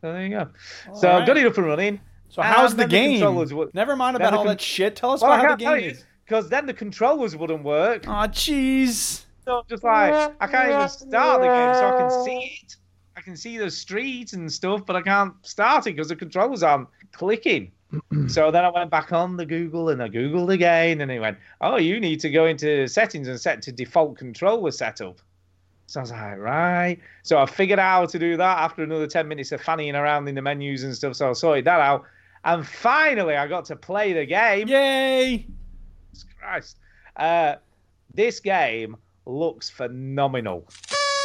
So there you go. so I've got
right.
it up and running.
So how's the
And then
game?
controllers would-
Never mind
then
about
the
all
con-
that shit. Tell us
Well, I
about how
can't
the
tell
game
you
is.
because then the controllers wouldn't work.
Oh jeez.
So I'm just like I can't even start the game, so I can see it. I can see the streets and stuff, but I can't start it because the controllers aren't clicking. so then I went back on the Google and I googled again, and it went, "Oh, you need to go into settings and set to default controller setup." So I was like, "Right." So I figured out how to do that after another ten minutes of fanning around in the menus and stuff. So I sorted that out, and finally I got to play the game.
Yay.
Christ. Uh, this game looks phenomenal.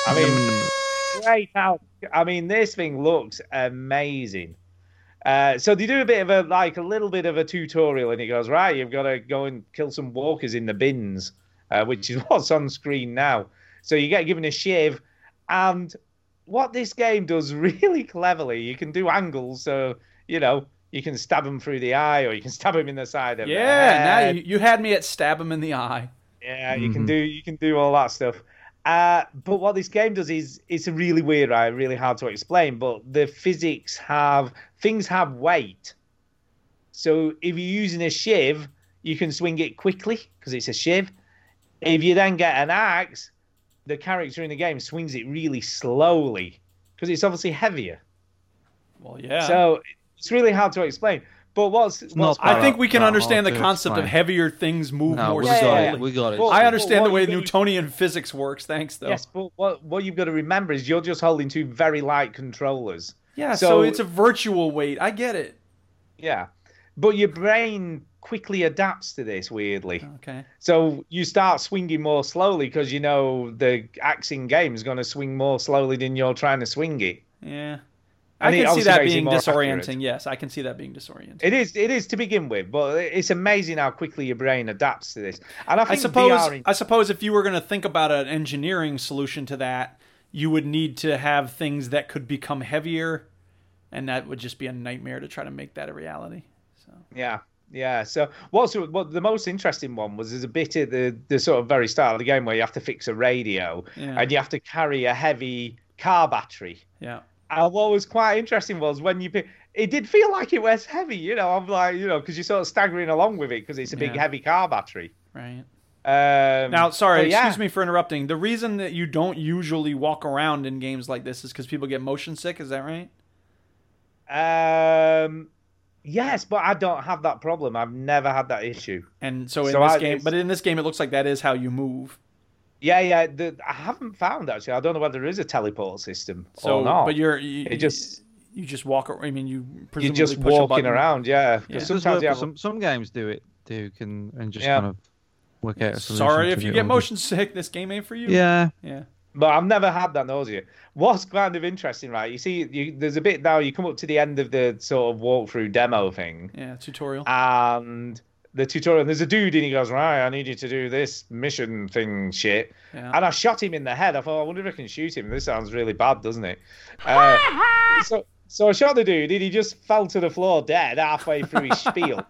I mean, great out. I mean, this thing looks amazing. Uh, so they do a bit of a like a little bit of a tutorial, and it goes right. You've got to go and kill some walkers in the bins, uh, which is what's on screen now. So you get given a shiv, and what this game does really cleverly, you can do angles. So you know you can stab them through the eye, or you can stab them in the side of the head.
Yeah. Now you, you had me at stab him in the eye.
Yeah, you
Mm-hmm.
can do you can do all that stuff. Uh, but what this game does is it's really weird, right? Really hard to explain. But the physics have things have weight. So if you're using a shiv, you can swing it quickly because it's a shiv. If you then get an axe, the character in the game swings it really slowly because it's obviously heavier.
Well, yeah.
So it's really hard to explain. But what's, what's
I think we can
No,
understand the
dude,
concept of
fine.
heavier things move
No,
more
we
yeah,
got
yeah.
it.
slowly.
We got it.
Well,
I understand the way
what you-
Newtonian physics works. Thanks, though.
Yes, but what what you've got to remember is you're just holding two very light controllers.
Yeah, so,
So-
it's a virtual weight. I get it.
Yeah. But your brain quickly adapts to this weirdly.
Okay.
So you start swinging more slowly because you know the axe in game is going to swing more slowly than you're trying to swing it.
Yeah. I
And it
can see
obviously
that
makes it
being
more
disorienting.
accurate.
Yes, I can see that being disorienting.
It is it is to begin with, but it's amazing how quickly your brain adapts to this. And I
I
think
suppose
VR in-
I suppose if you were going to think about an engineering solution to that, you would need to have things that could become heavier and that would just be a nightmare to try to make that a reality.
Yeah, yeah. So what's what the most interesting one was there's a bit at the the sort of very start of the game where you have to fix a radio
Yeah.
and you have to carry a heavy car battery.
Yeah.
And uh, what was quite interesting was when you pick, it did feel like it was heavy. You know, I'm like you know because you're sort of staggering along with it because it's a big
Yeah.
heavy car battery.
Right.
Um,
Now, sorry,
but yeah.
excuse me for interrupting. The reason that you don't usually walk around in games like this is because people get motion sick. Is that right?
Um, yes, but I don't have that problem. I've never had that issue.
And so in
So
this
I-
game, but in this game, it looks like that is how you move.
Yeah, yeah. The, I haven't found actually. I don't know whether there is a teleport system
So,
or not.
but you're you,
Oh, it just
you just walk. ar- I mean, you
you're
presumably
just
push a
walking
button.
around. Yeah, 'Cause
Yeah, it does
sometimes
work
you
for
have-
some some games do it too. Can and just
Yeah.
kind of work out. A solution
Sorry
to
if
it
you
or
get
just-
motion sick. This game ain't for you.
Yeah,
yeah.
But I've never had that nausea. What's kind of interesting, right? You see, you, there's a bit now. You come up to the end of the sort of walkthrough demo thing,
Yeah, tutorial.
and the tutorial. there's a dude, and he goes, "Right, I need you to do this mission thing shit."
Yeah.
And I shot him in the head. I thought, "I wonder if I can shoot him." This sounds really bad, doesn't it? Uh, so, so I shot the dude, and he just fell to the floor dead halfway through his spiel.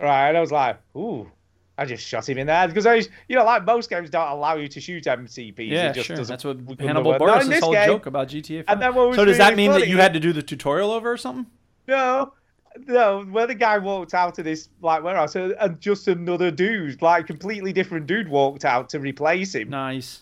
Right, and I was like, "Ooh." I just shot him in the head because I, you know, like most games don't allow you to shoot MCPs.
yeah,
it just
sure.
doesn't-
That's what
we couldn't
Hannibal
have- Not in
Buress'
this
whole
game.
joke about GTA. 5.
And then what was
so does that
really
mean that
funny
you
is-
had to do the tutorial over or something?
No, no. Where the guy walked out of this like warehouse, and uh, and just another dude, like completely different dude, walked out to replace him,
Nice.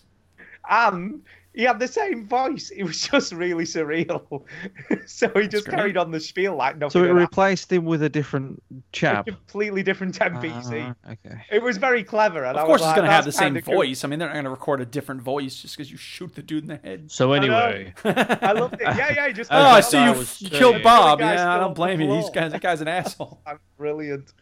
and he had the same voice. It was just really surreal. so he just
great.
carried on the spiel like nothing.
so it
had happened.
replaced him with a different chap.
A completely different NPC.
Ah, okay.
It was very clever, and I
Of
was
course, it's
like,
gonna have the
"That's
same
kinda cool."
voice. I mean, they're not gonna record a different voice just because you shoot the dude in the head.
So
know.
anyway,
I loved it. Yeah, yeah. he Just
Oh, I
I
see
thought
you,
I was
you
too.
killed Bob.
The guy's
Yeah, I
still
don't
on
blame
the
you. He's
floor.
guy, that guy's an asshole.
That's brilliant.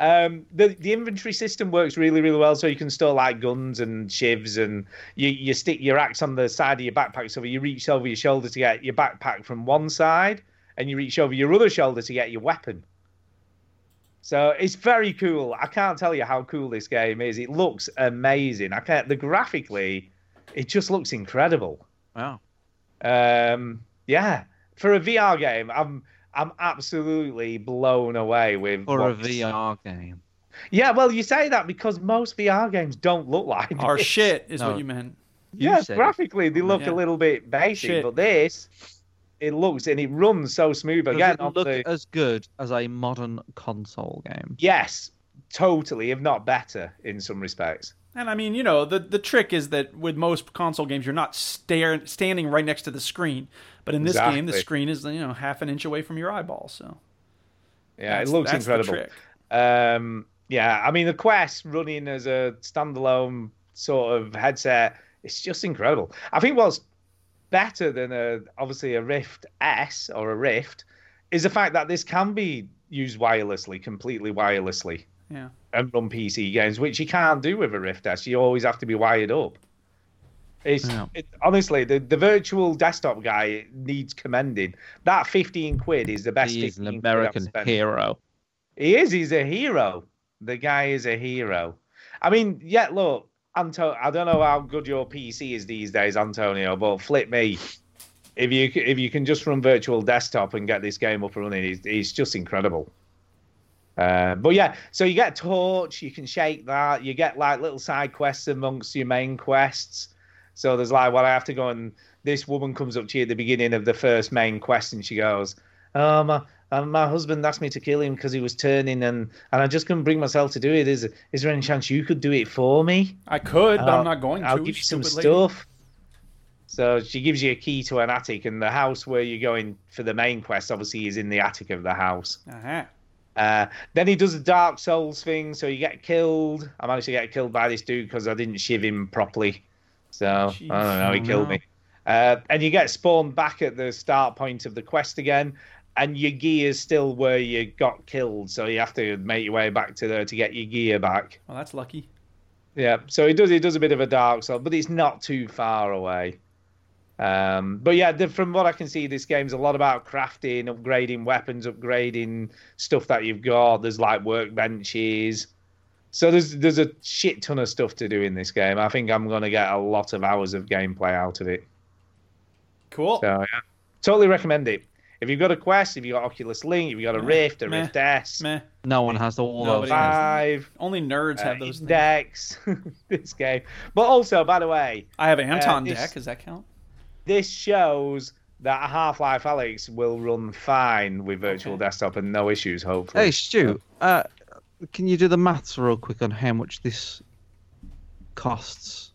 Um, the the inventory system works really really well, so you can store like guns and shivs, and you, you stick your axe on the side of your backpack, so you reach over your shoulder to get your backpack from one side, and you reach over your other shoulder to get your weapon. So it's very cool. I can't tell you how cool this game is. It looks amazing. I can't. The graphically, it just looks incredible.
Wow.
Um, yeah, for a VR game, I'm I'm absolutely blown away with.
Or a
what's-
VR game.
Yeah, well, you say that because most VR games don't look like
Our
this.
shit is
No.
what you meant.
You
Yeah,
said it.
graphically they look
Yeah.
a little bit basic,
Shit.
but this it looks and it runs so smooth
Does
again.
it
on
look
the-
as good as a modern console game?
Yes, totally, if not better in some respects.
And I mean, you know, the the trick is that with most console games, you're not stare, standing right next to the screen. But in this game, the
Exactly.
screen is you know half an inch away from your eyeball. So
Yeah,
that's-
it looks
that's the
incredible.
trick.
Um, yeah, I mean the Quest running as a standalone sort of headset, it's just incredible. I think what's better than a obviously a Rift S or a Rift is the fact that this can be used wirelessly, completely wirelessly,
Yeah.
and run PC games, which you can't do with a Rift S. You always have to be wired up. It's
Yeah.
it, honestly the, the virtual desktop guy needs commending. That fifteen quid is the best.
He is an
15 quid I've
American
spent.
hero.
He is. He's a hero. The guy is a hero. I mean, yeah. Look, Anto. I don't know how good your PC is these days, Antonio. But flip me, if you c- if you can just run virtual desktop and get this game up and running, it's, it's just incredible. Uh, but yeah, so you get torch, you can shake that, you get like little side quests amongst your main quests. So there's like, well, I have to go and this woman comes up to you at the beginning of the first main quest and she goes, "Oh my, uh, my husband asked me to kill him because he was turning and and I just couldn't bring myself to do it. Is is there any chance you could do it for me?
I could, but
Uh,
I'm not going to.
I'll give you some
stupid lady.
stuff." So she gives you a key to an attic, and the house where you're going for the main quest obviously is in the attic of the house.
Uh-huh.
Uh, then he does the Dark Souls thing, so you get killed. I managed to get killed by this dude because I didn't shiv him properly. So
Jeez.
I don't know, he
Oh,
killed
no.
me. Uh, and you get spawned back at the start point of the quest again, and your gear is still where you got killed, so you have to make your way back to there to get your gear back.
Well, that's lucky.
Yeah, so it does it does a bit of a Dark Souls, but it's not too far away. Um, but yeah, the, from what I can see, this game's a lot about crafting, upgrading weapons, upgrading stuff that you've got. There's like workbenches, so there's there's a shit ton of stuff to do in this game. I think I'm gonna get a lot of hours of gameplay out of it.
Cool.
So yeah, totally recommend it. If you've got a Quest, if you've got Oculus Link, if you've got a
Meh,
Rift, a
meh,
Rift S,
Meh.
No one has all
Nobody
those. things.
has-
Five,
Only nerds
uh,
have those. Things.
Index, this game. But also, by the way,
I have an Anton
it's-
deck. Does that count?
this shows that Half Life Alex will run fine with virtual
Okay.
desktop and no issues, hopefully.
Hey Stu, uh, can you do the maths real quick on how much this costs?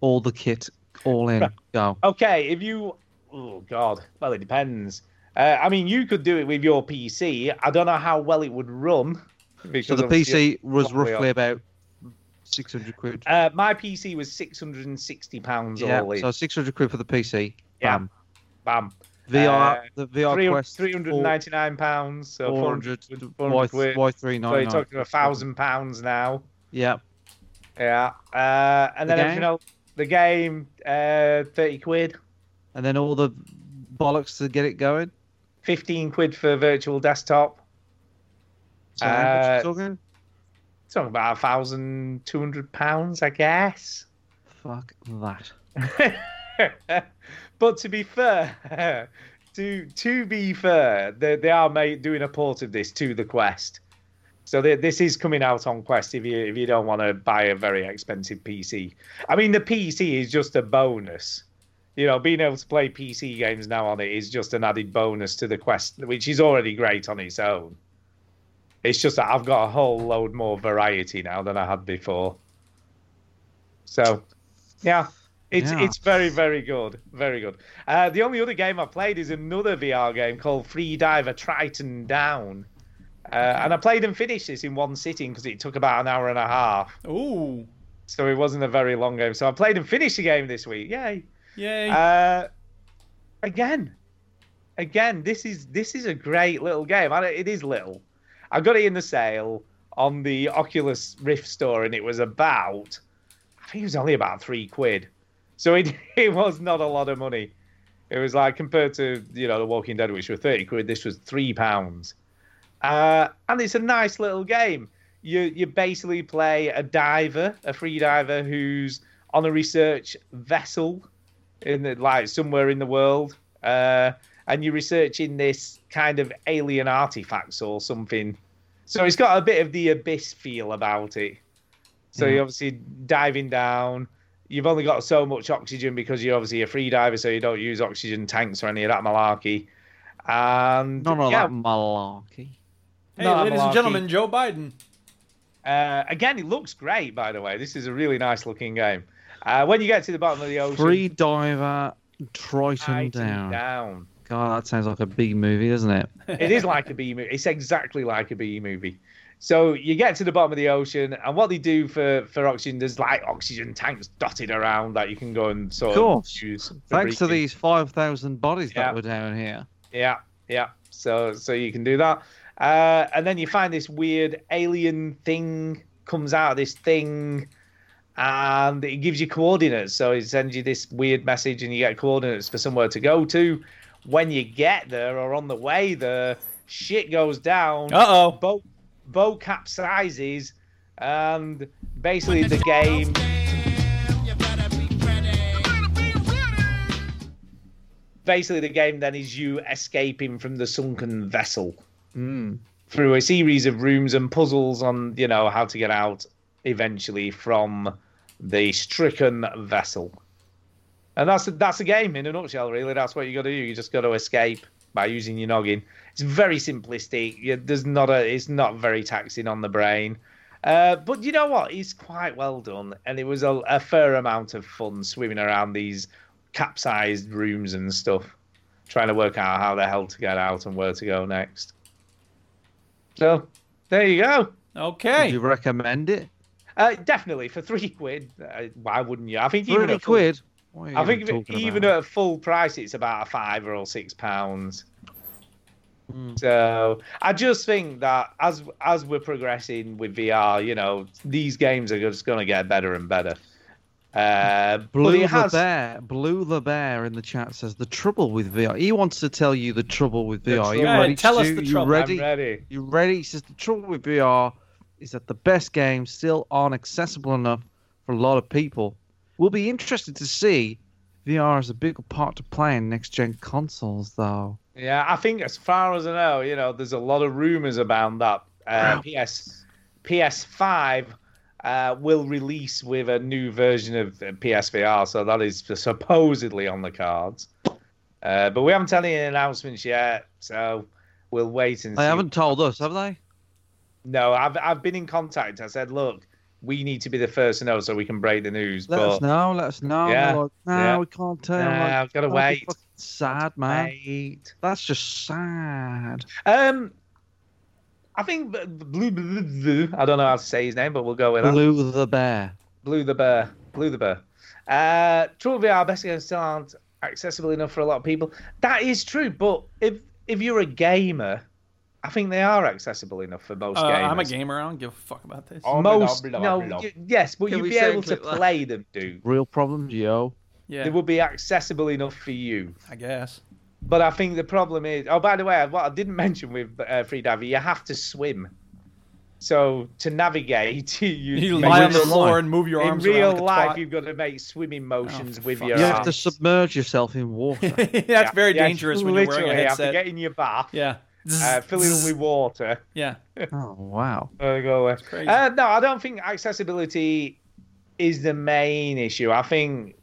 All the kit, all in. Go.
Okay, if you. Oh, God. Well, it depends. Uh, I mean, you could do it with your PC. I don't know how well it would run.
So
because
the
obviously
PC was
probably
roughly about Six hundred quid.
Uh, my PC was six hundred and sixty pounds
yeah,
all in.
so six hundred quid for the PC.
Yeah.
Bam.
Bam.
VR,
Uh,
the VR Quest,
Three hundred and ninety-nine pounds. So
400,
400
Y,
quid.
y three
So
nine
you're
nine.
talking a thousand pounds now.
Yeah,
Yeah. Uh, and
The
then you
game?
know the game, uh, thirty quid,
and then all the bollocks to get it going.
fifteen quid for virtual desktop.
So how much
Uh,
you talking?
talking about a thousand two hundred pounds, I guess.
Fuck that.
but to be fair, to to be fair, they, they are made, doing a port of this to the Quest. So they, this is coming out on Quest if you if you don't want to buy a very expensive PC. I mean, the PC is just a bonus. You know, being able to play PC games now on it is just an added bonus to the Quest, which is already great on its own. It's just that I've got a whole load more variety now than I had before. So, yeah, it's
Yeah.
it's very very good, very good. Uh, the only other game I played is another VR game called Free Diver Triton Down, uh, and I played and finished this in one sitting because it took about an hour and a half,
Ooh.
so it wasn't a very long game. So I played and finished the game this week. Yay!
Yay.
Uh, again, again, this is this is a great little game. I, it is little. I got it in the sale on the Oculus Rift store, and it was about, I think it was only about three quid. So it it was not a lot of money. It was like compared to you know The Walking Dead, which were thirty quid. This was three pounds, uh, and it's a nice little game. You you basically play a diver, a free diver who's on a research vessel in the, like somewhere in the world, uh, and you're researching this kind of alien artifacts or something. So it's got a bit of the abyss feel about it. So you're obviously diving down. You've only got so much oxygen because you're obviously a free diver, so you don't use oxygen tanks or any of that malarkey. And
Not all
yeah,
that malarkey.
hey,
not
ladies
malarkey.
and gentlemen, Joe Biden.
Uh, again, it looks great, by the way. This is a really nice looking game. Uh, when you get to the bottom of the ocean,
Free diver, Triton,
tighten
down.
down.
God, that sounds like a big movie, doesn't it?
it is like a B movie. It's exactly like a B movie. So you get to the bottom of the ocean, and what they do for, for oxygen, there's like oxygen tanks dotted around that you can go and sort
Of course.
use. for
Thanks to
breathing.
these five thousand bodies
Yeah.
that were down here.
Yeah, yeah. So so you can do that. Uh, and then you find this weird alien thing comes out of this thing and it gives you coordinates. So it sends you this weird message and you get coordinates for somewhere to go to. When you get there or on the way there, shit goes down.
Uh oh.
Boat boat capsizes and basically the game basically the game then is you escaping from the sunken vessel through a series of rooms and puzzles on you know how to get out eventually from the stricken vessel and that's that's a game in a nutshell really that's what you got to do you just got to escape by using your noggin it's very simplistic you, there's not a it's not very taxing on the brain uh, but you know what? It's quite well done, and it was a, a fair amount of fun swimming around these capsized rooms and stuff, trying to work out how the hell to get out and where to go next. So there you go.
Would you
Okay.
recommend it?
Uh, definitely for three quid. Uh, why wouldn't you? I think even
Thirty
at full-
quid. What are you
I think if-
talking
even
about?
at full price, it's about a five or six pounds.
Hmm.
So I just think that as as we're progressing with VR, you know, these games are just going to get better and better. Uh, but
Blue
it
the
has
bear, Blue the bear in the chat says the trouble with VR. He wants to tell you the trouble with VR. you
trouble.
ready?
Yeah, tell us
Stu?
the
You
trouble.
ready?
I'm ready.
You ready? He says the trouble with VR is that the best games still aren't accessible enough for a lot of people. We'll be interested to see VR is a bigger part to play in next gen consoles, though.
Yeah, I think as far as I know, you know, there's a lot of rumors about that. Uh, PS PS5 uh, will release with a new version of uh, PSVR, so that is supposedly on the cards. Uh, but we haven't had any announcements yet, so we'll wait and see.
They haven't told us, have they?
No, I've I've been in contact. I said, look, we need to be the first to know so we can break the news.
Let
but
us know. Let us know.
Yeah,
Like, no,
yeah.
we can't tell.
Nah,
like,
I've gotta
that'd be
wait.
fucking Sad man.
Wait.
That's just sad.
Um, I think B- Blue, Blue, Blue, I don't know how to say his name, but we'll go with that.
Blue the bear.
Blue the Bear. Blue the Bear. Uh, true VR best games still aren't accessible enough for a lot of people. That is true, but if if you're a gamer, I think they are accessible enough for most
Uh,
gamers.
I'm a gamer. I don't give a fuck about this.
Most no, you- yes, but
Can
you'd
we
be
say
able to
include that?
play them, dude.
Real problems, yo.
yeah,
They would be accessible enough for you.
I guess.
But I think the problem is. Oh, by the way, what I didn't mention with uh, free diving, you have to swim. So to navigate, you,
You
make
lie on the
sure-
floor and move your
in
arms
real
around like a Oh,
life,
twat.
you've got to make swimming motions with
fuck.
your.
You
Yeah.
have to
arms.
submerge yourself in water.
That's very
Yeah,
dangerous when you're wearing a
literally, After
headset.
getting your bath,
Yeah.
uh, filling it with water.
yeah.
oh wow.
There you go.
crazy.
Uh, no, I don't think accessibility is the main issue. I think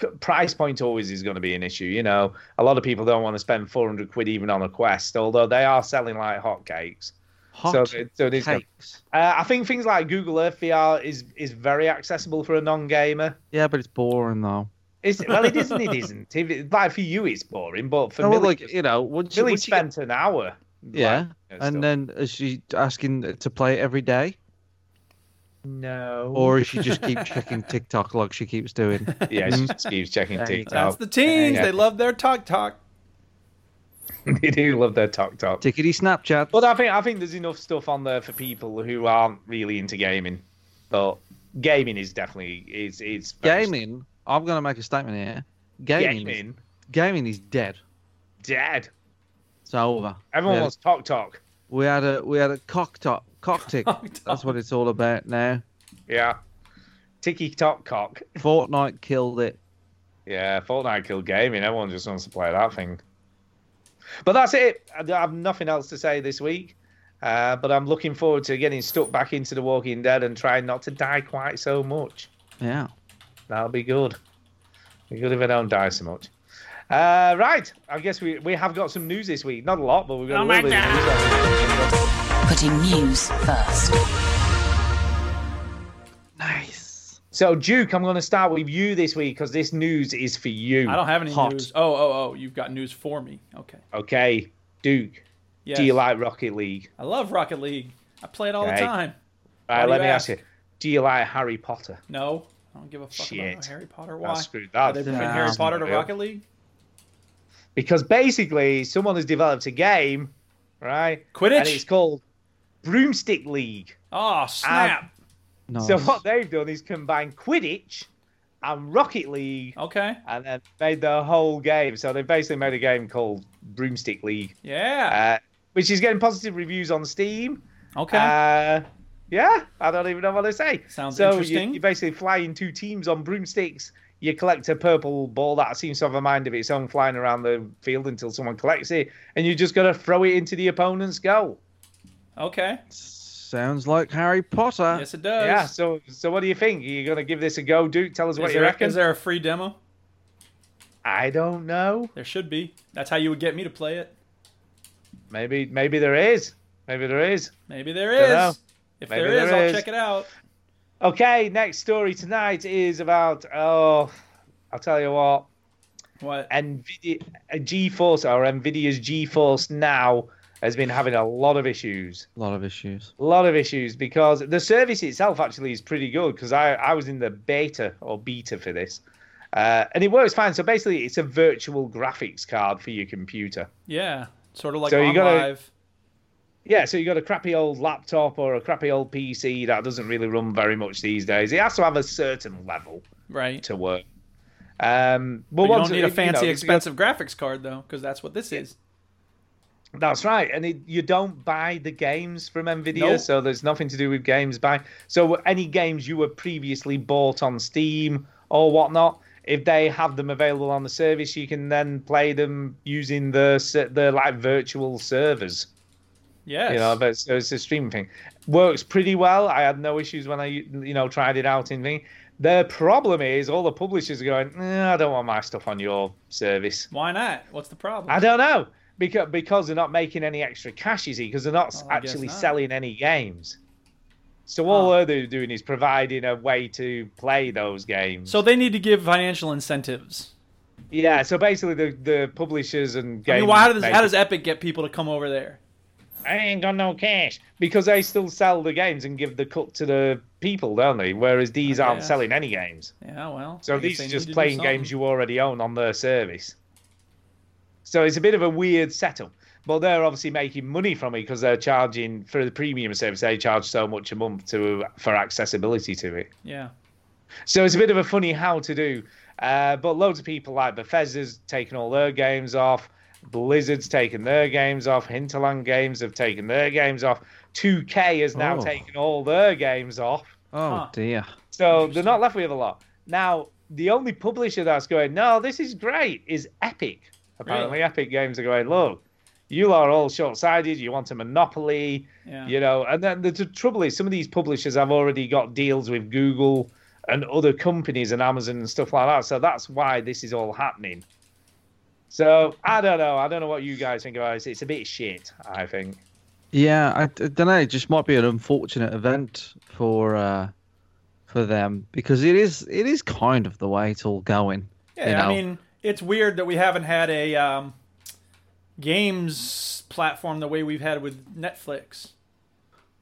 c- price point always is going to be an issue. You know, a lot of people don't want to spend 400 quid even on a quest, although they are selling like hotcakes.
Hot
it- so it is gonna-
cakes.
Uh, I think things like Google Earth VR is is very accessible for a non-gamer.
Yeah, but it's boring though.
It's, well, it isn't. It isn't. If it, like for you, it's boring, but for
No,
Millie,
well, like you know, once you,
Millie
once you get,
spent an hour.
yeah,
like, you know,
and
stuff.
then is she asking to play it every day,
no,
or is she just keep checking TikTok like she keeps doing?
yeah, she just keeps checking
There you go.
That's
TikTok.
the teens.
Yeah.
They love their talk talk.
they do love their TikTok.
Tickety Snapchat.
But I think I think there's enough stuff on there for people who aren't really into gaming. But gaming is definitely is it's
gaming. I'm gonna make a statement here. Gaming, is-
gaming
gaming is dead.
dead.
It's over.
Everyone
we had,
wants talk talk.
we had a we had a cock top cock tick.
Cock-top.
That's what it's all about now.
Yeah, ticky tock cock.
Fortnite killed it.
Yeah, Fortnite killed gaming. Everyone just wants to play that thing. But that's it. I I have nothing else to say this week. Uh, but I'm looking forward to getting stuck back into The Walking Dead and trying not to die quite so much.
Yeah.
That'll be good. Be good if I don't die so much. Uh, right, I guess we, we have got some news this week. Not a lot, but we've got a
Oh my
little bit of news.
Putting news first.
Nice.
So, Duke, I'm going to start with you this week because this news is for you.
I don't have any
Hot.
news. Oh, oh, oh. You've got news for me. Okay.
Okay, Duke,
Yes.
do you like Rocket League?
I love Rocket League. I play it all
Okay.
the time.
Right,
Why do
let
you
me
ask?
ask you. Do you like Harry Potter?
No. I don't give a fuck
Shit.
about Harry Potter.
I
Why?
screwed
Are
that.
they bringing
down.
Harry Potter to
Yeah.
Rocket League?
Because basically, someone has developed a game, right? And it's
Quidditch?
called Broomstick League. Uh,
Oh, snap.
Nice.
So, what they've done is combine Quidditch and Rocket League
okay.
and then made the whole game. So they basically made a game called Broomstick League,
Yeah.
uh, which is getting positive reviews on Steam.
Ah. okay.
Uh, yeah, I don't even know what to say.
Sounds
so you-
interesting.
You're basically flying two teams on broomsticks. You collect a purple ball that seems to have a mind of its own, flying around the field until someone collects it, and you just got to throw it into the opponent's goal.
okay.
Sounds like Harry Potter.
Yes, it does.
uh, Yeah. So, so what do you think? Are you going to give this a go, Duke? Tell us what
Is
you
there-
reckon.
is there a free demo?
I don't know.
There should be. That's how you would get me to play it.
Maybe, maybe there is. Maybe there is.
Maybe there
Dunno.
is. If
Maybe
there
there
is, I'll
is.
check it out.
Okay, next story tonight is about oh, I'll tell you what,
What?
Nvidia uh, GeForce or Nvidia's GeForce Now has been having a lot of issues,
A lot of issues.
a lot of issues because the service itself actually is pretty good because I I was in the beta or beta for this, uh, and it works fine. So basically, it's a virtual graphics card for your computer.
Yeah. Sort of like
So you
on
gotta-
live.
Yeah, so you got a crappy old laptop or a crappy old PC that doesn't really run very much these days. It has to have a certain level.
Right.
to work. Um, but
But you
once
don't need a
it- you know,
fancy,
it's-
expensive graphics card though, because that's what this is.
That's right, and it, you don't buy the games from Nvidia,
Nope.
so there's nothing to do with games buy. So any games you were previously bought on Steam or whatnot, if they have them available on the service, you can then play them using the se- the like virtual servers.
Yes.
You know, but so it's a streaming thing. Works pretty well. I had no issues when I you know tried it out in thing. The problem is all the publishers are going, "Nah, I don't want my stuff on your service.
Why not? What's the problem?
I don't know because because they're not making any extra cash, you see, because they're not s
Oh, I guess
actually
not. Ah.
selling any games. So all they're doing is providing a way to play those games.
so they need to give financial incentives.
yeah, so basically the the publishers and
I
game
mean, why how does how
makers-
does Epic get people to come over there?
I ain't got no cash because they still sell the games and give the cut to the people, don't they? Whereas these aren't
guess.
selling any games.
Yeah, well.
So
I guess
these
they
are
need to
just
do
playing
something.
games you already own on their service. So it's a bit of a weird setup. But they're obviously making money from it because they're charging for the premium service. They charge so much a month to for accessibility to it.
Yeah.
So it's a bit of a funny how to do. Uh, but loads of people like Bethesda's taken all their games off. Blizzard's taken their games off. Hinterland Games have taken their games off. 2K has now
Oh.
taken all their games off.
Oh
Huh.
dear.
So they're not left with a lot. Now, the only publisher that's going, no, this is great, is Epic. Apparently, Epic Games are going, look, you lot are all short sighted. You want a monopoly,
Yeah.
you know. And then the t- trouble is, some of these publishers have already got deals with Google and other companies and Amazon and stuff like that. So that's why this is all happening. So I don't know. I don't know what you guys think about this. It's a bit shit, I think.
Yeah, I, don't know. It just might be an unfortunate event for uh, for them because it is it is kind of the way it's all going.
Yeah,
you know?
I mean, it's weird that we haven't had a um, games platform the way we've had with Netflix.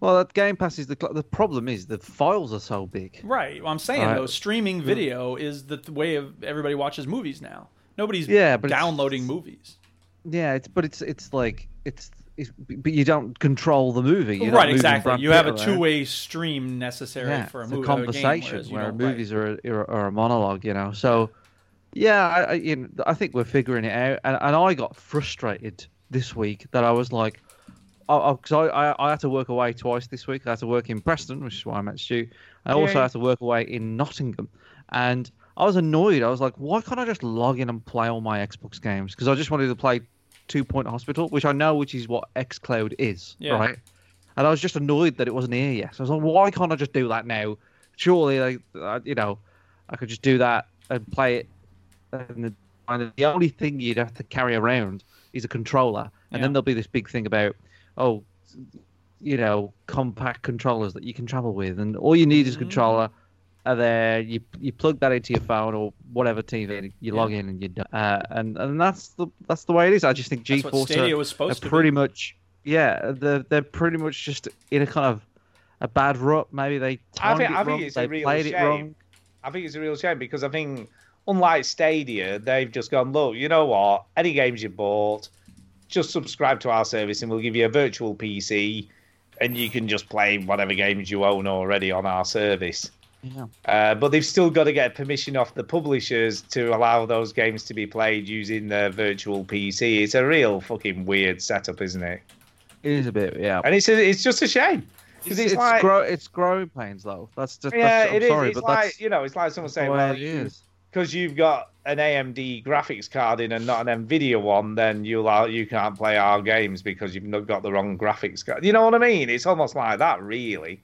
well, that Game Pass is the cl- the problem is the files are so big.
Right. Well, I'm saying
Right.
though, streaming video is the th- way of everybody watches movies now. Nobody's
Yeah, but it's-
downloading movies.
Yeah, it's but it's it's like it's, it's but you don't control the movie. You're not
right,
moving
exactly.
Brad
You have a
Pitt around.
two-way stream necessary for a
it's
movie, or a game,
conversation
whereas you
where
don't, right.
movies are, a, are are a monologue, you know. So, yeah, I, I, you know, I think we're figuring it out, and, and I got frustrated this week that I was like, because I, I I had to work away twice this week. I had to work in Preston, which is why I met Stu. I also had to work away in Nottingham, and I was annoyed. I was like, why can't I just log in and play all my Xbox games? Because I just wanted to play Two Point Hospital, which I know, which is what XCloud is,
Yeah.
right? and I was just annoyed that it wasn't here yet. So I was like, why can't I just do that now? Surely, like, I, you know, I could just do that and play it. And the, and the only thing you'd have to carry around is a controller. And
Yeah.
then there'll be this big thing about, oh, you know, compact controllers that you can travel with, and all you
Mm.
need is a controller. And then you you plug that into your phone or whatever TV, and you log in and you done. Uh, and and that's the that's the way it is. I just think G
That's what
Force
Stadia was supposed to be.
are pretty much yeah they're they're pretty much just in a kind of a bad rut. Maybe they
I
timed
think-
it
I think
wrong,
it's a
they
real
played it
shame.
wrong.
I think it's a real shame because I think, unlike Stadia, they've just gone, look, you know what? Any games you bought, just subscribe to our service and we'll give you a virtual PC and you can just play whatever games you own already on our service.
Yeah.
Uh, but they've still got to get permission off the publishers to allow those games to be played using their virtual PC. It's a real fucking weird setup, isn't it?
It is a bit yeah.
And it's a, it's just a shame. 'Cause
It's,
it's
it's,
like-
grow, it's growing pains though. That's just
Yeah,
that's, I'm
it is.
sorry,
It's
but
like
that's
you know, it's like someone
the
saying,
way
"Well,
it
you-
is.
because you've got an AMD graphics card in and not an Nvidia one, then you'll uh, you can't play our games because you've not got the wrong graphics card. You know what I mean? It's almost like that, really,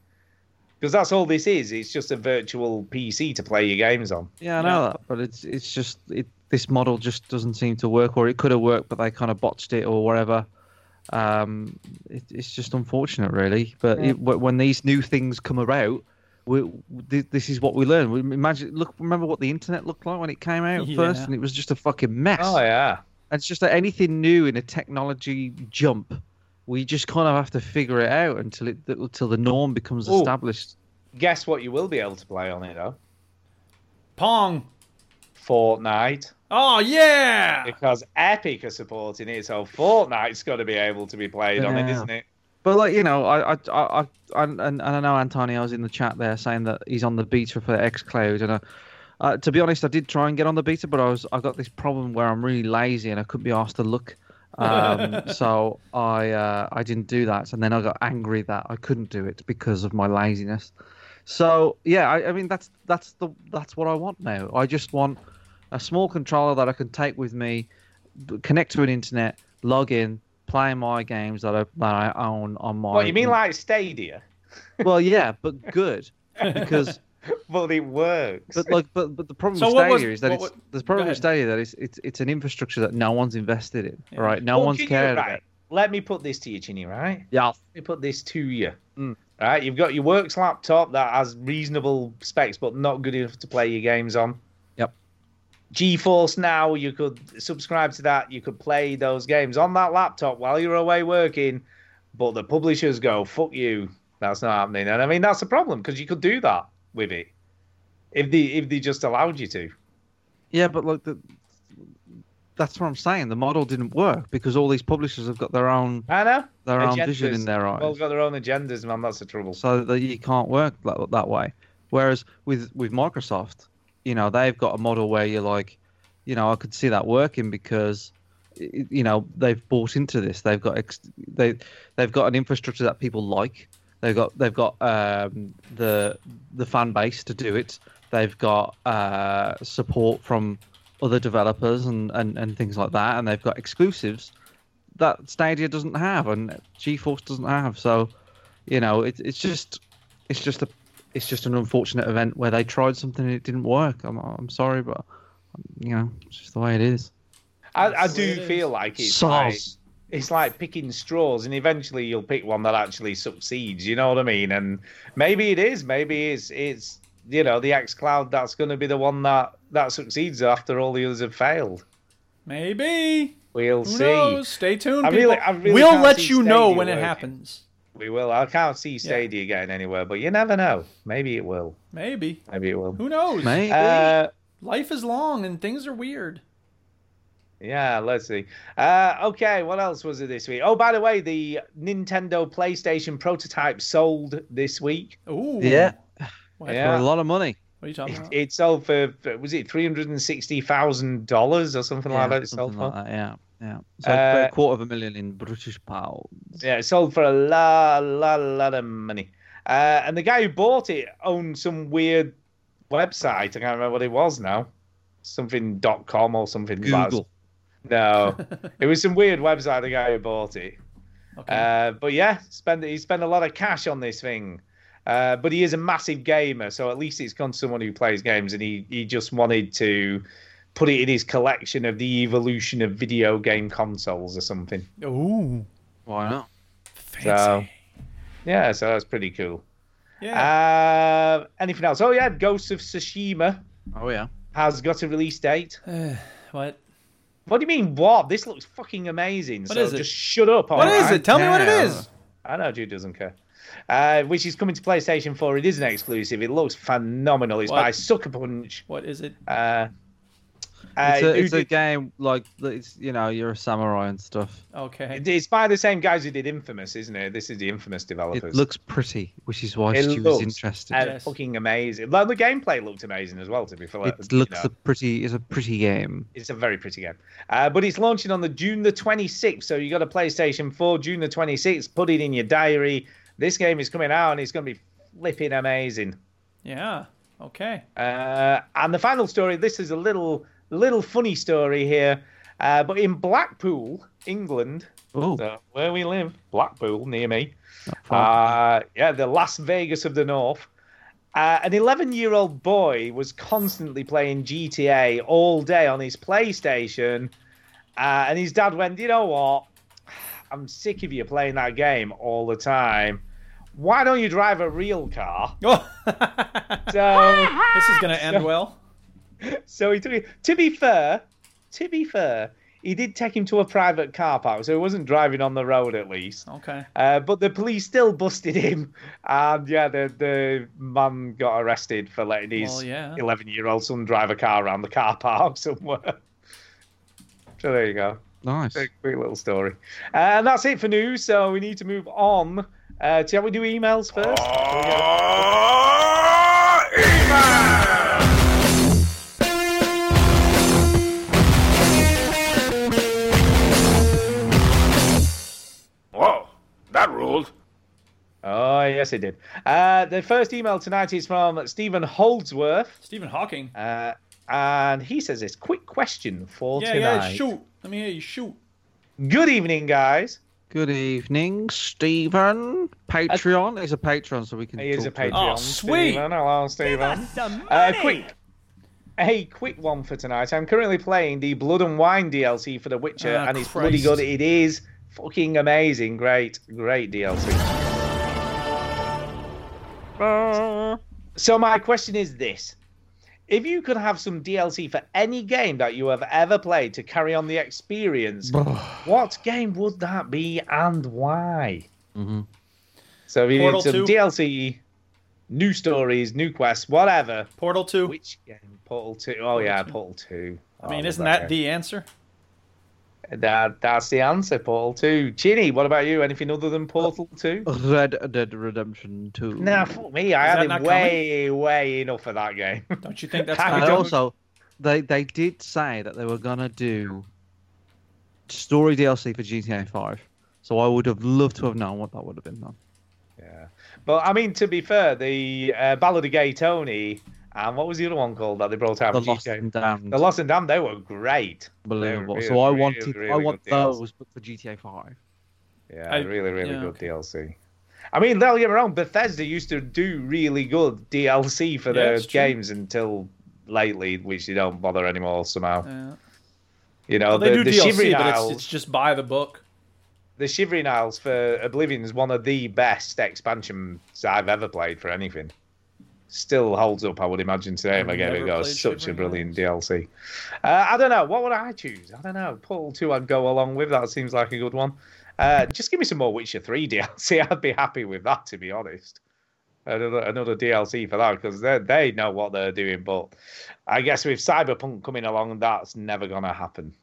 because that's all this is. It's just a virtual PC to play your games on.
Yeah, I know that, but it's it's just it, this model just doesn't seem to work, or it could have worked, but they kind of botched it or whatever. Um, it, it's just unfortunate, really. But it- wh- when these new things come about, we, th- this is what we learn. We imagine, look, remember what the internet looked like when it came out first,
Yeah.
and it was just a fucking mess.
Oh yeah,
And It's just that anything new in a technology jump, we just kind of have to figure it out until it until the norm becomes
Ooh.
established.
guess what? You will be able to play on it though.
Pong.
Fortnite,
Oh
Ah.
yeah.
because Epic are supporting it, so Fortnite's got to be able to be played on it,
Yeah.
isn't it?
But like you know, I I I, I and, and I know Antonio's in the chat there saying that he's on the beta for XCloud, and I, uh, to be honest, I did try and get on the beta, but I was I got this problem where I'm really lazy and I couldn't be asked to look, um, so I uh, I didn't do that, and then I got angry that I couldn't do it because of my laziness. So yeah, I, I mean that's that's the that's what I want now. I just want a small controller that I can take with me, b- connect to an internet, log in, play my games that I, that I own on my.
What you mean, like Stadia?
Well, yeah, but good because
But it works.
but like but but the problem
So
with
what
Stadia
was-
is that
what
it's
wa-
the
go
problem with
ahead.
Stadia that it's it's it's an infrastructure that no one's invested in, right? No
Well,
one's
can you-
cared
right,
about.
Let me put this to you, Chinny. Right.
Yeah,
Let me put this to you.
Mm.
Right, you've got your works laptop that has reasonable specs, but not good enough to play your games on.
Yep.
GeForce Now, you could subscribe to that. You could play those games on that laptop while you're away working, But the publishers go, fuck you. That's not happening. And I mean, that's a problem because you could do that with it if they if they just allowed you to.
Yeah, but look, the, that's what I'm saying. The model didn't work because all these publishers have got their own
I know.
their own vision in their eyes,
Well, got their own agendas, man. That's the trouble.
so that you can't work that, that way. Whereas with with Microsoft, you know, they've got a model where you're like, you know, I could see that working because, y- you know, they've bought into this. They've got ex- they they've got an infrastructure that people like. They've got they've got um, the the fan base to do it. They've got uh, support from other developers and, and, and things like that, and they've got exclusives that Stadia doesn't have and GeForce doesn't have. So, you know, it, it's just it's just a it's just an unfortunate event where they tried something and it didn't work. I'm I'm sorry, but you know, it's just the way it is.
I, I do feel like it's like,
Soz.
it's like picking straws, and eventually you'll pick one that actually succeeds. You know what I mean? And maybe it is. Maybe it's it's you know the X Cloud that's going to be the one that that succeeds after all the others have failed.
Maybe.
We'll
Who
see.
knows? Stay tuned.
I
people.
really- I really
we'll
can't
let
see
you know
Stadia
when it
working.
happens.
We will. I can't see Stadia getting anywhere, but you never know. Maybe it will.
Maybe.
Maybe it will.
Who knows?
Maybe.
Uh,
Life is long and things are weird.
Yeah, let's see. Uh, okay, what else was it this week? Oh, by the way, the Nintendo PlayStation prototype sold this week.
Ooh.
yeah,
What?
Yeah.
for a lot of money.
What are you talking
It,
about?
it sold for was it three hundred and sixty thousand dollars or something like
yeah,
that? It sold
something
for
like that, yeah, yeah. So
Uh,
a quarter of a million in British pounds.
yeah, it sold for a lot, lot, lot of money. Uh, and the guy who bought it owned some weird website. I can't remember what it was now. Something dot com or something. like that.
Google.
No, it was some weird website. The guy who bought it.
Okay.
Uh, but yeah, spend he spent a lot of cash on this thing. Uh, but he is a massive gamer, so at least it's gone to someone who plays games, and he, he just wanted to put it in his collection of the evolution of video game consoles or something.
Ooh.
Why not?
So
Fancy.
yeah, so that's pretty cool.
yeah.
Uh, anything else? Oh yeah, Ghost of Tsushima
Oh yeah.
has got a release date.
Uh, what?
What do you mean? What? This looks fucking amazing. so
is it?
just shut up.
What is
alright?
it? Tell me what it
Yeah.
is.
I know Jude doesn't care. Uh, which is coming to PlayStation 4. It is an exclusive. It looks phenomenal. It's
What?
by Sucker Punch.
What is it?
Uh, uh,
It's a,
who
it's a
did-
game like it's you know you're a samurai and stuff.
Okay.
it's by the same guys who did Infamous, isn't it? This is the Infamous
It
developers.
looks pretty, which is why
It
Stu is
looks-
interested.
uh,
Yes.
fucking amazing. Like, the gameplay looked amazing as well. To be fair,
it
you
looks
know.
a pretty. It's a pretty game.
It's a very pretty game. Uh, but it's launching on the June the 26th. So you got a PlayStation 4, June the 26th. Put it in your diary. This game is coming out and it's going to be flipping amazing.
Yeah. Okay.
Uh, and the final story. This is a little little funny story here, uh, but in Blackpool, England,
Oh,
so where we live, Blackpool near me.
far.
Uh, yeah, the Las Vegas of the North. Uh, an 11 year old boy was constantly playing GTA all day on his PlayStation. Uh, and his dad went, You know what? I'm sick of you playing that game all the time. Why don't you drive a real car?
Oh,
So.
this is gonna end well.
So he took it. To be fair, to be fair, he did take him to a private car park, so he wasn't driving on the road at least.
Okay.
Uh, but the police still busted him, and yeah, the the mum got arrested for letting his
Well, yeah.
eleven year old son drive a car around the car park somewhere. So there you go.
nice.
A quick little story, uh, and that's it for news. So we need to move on. Uh, shall we do emails first?
Whoa, that ruled.
Oh yes, it did. Uh, the first email tonight is from Stephen Holdsworth.
Stephen Hawking.
Uh, and he says this quick question for
yeah,
tonight.
yeah. Shoot. Let me hear you shoot.
Good evening, guys.
Good evening, Stephen. Patreon is a patron, so we can.
He is a
talk to him.
Patreon.
Oh, sweet.
Stephen. Hello, Stephen.
Some
Uh, quick. A quick one for tonight. I'm currently playing the Blood and Wine DLC for The Witcher,
Ah,
and it's
Christ.
bloody good. It is fucking amazing. Great, great DLC. So, my question is this If you could have some DLC for any game that you have ever played to carry on the experience, what game would that be and why? So we
Mm-hmm. Portal
need some
two.
DLC, new stories, new quests, whatever.
Portal 2.
Which game? Portal Two. Oh yeah, Portal Two. Oh,
I mean, isn't that the answer?
the that that's the answer? Portal Two. Chinny, what about you? Anything other than Portal Two?
Red Dead Redemption 2.
Nah, fuck me. I
Is that
had
not
him way, way enough for that game.
Don't you think that's
I
kind
And
of
don't-
also, they, they did say that they were going to do story DLC for GTA 5. So I would have loved to have known what that would have been done.
yeah. But I mean, to be fair, the uh, Ballad of Gay Tony and what was the other one called that they brought out?
The
for
Lost
GTA?
and Damned.
The Lost and Damned. They were great.
Unbelievable.
They're
so I
really,
wanted,
really
I want
good deals.
those, but for GTA 5.
Yeah,
I-
really, really
yeah,
good DLC. I mean, don't get me wrong, Bethesda used to do really good DLC for
Yeah,
their
it's true.
games until lately, which they don't bother anymore somehow.
Yeah.
you know,
They
the,
do
the
DLC,
Shivering
but
Isles,
it's, it's just by the book.
the Shivering Isles for Oblivion is one of the best expansions I've ever played for anything. Still holds up, I would imagine today if I gave it
never
a go.
played
It's Such a
Shivering
brilliant DLC. Uh, I don't know. What would I choose? I don't know. Portal 2 I'd go along with. That seems like a good one. Uh, just give me some more Witcher 3 DLC. I'd be happy with that, to be honest. Another, another DLC for that because they, they know what they're doing. But I guess with Cyberpunk coming along, that's never going to happen.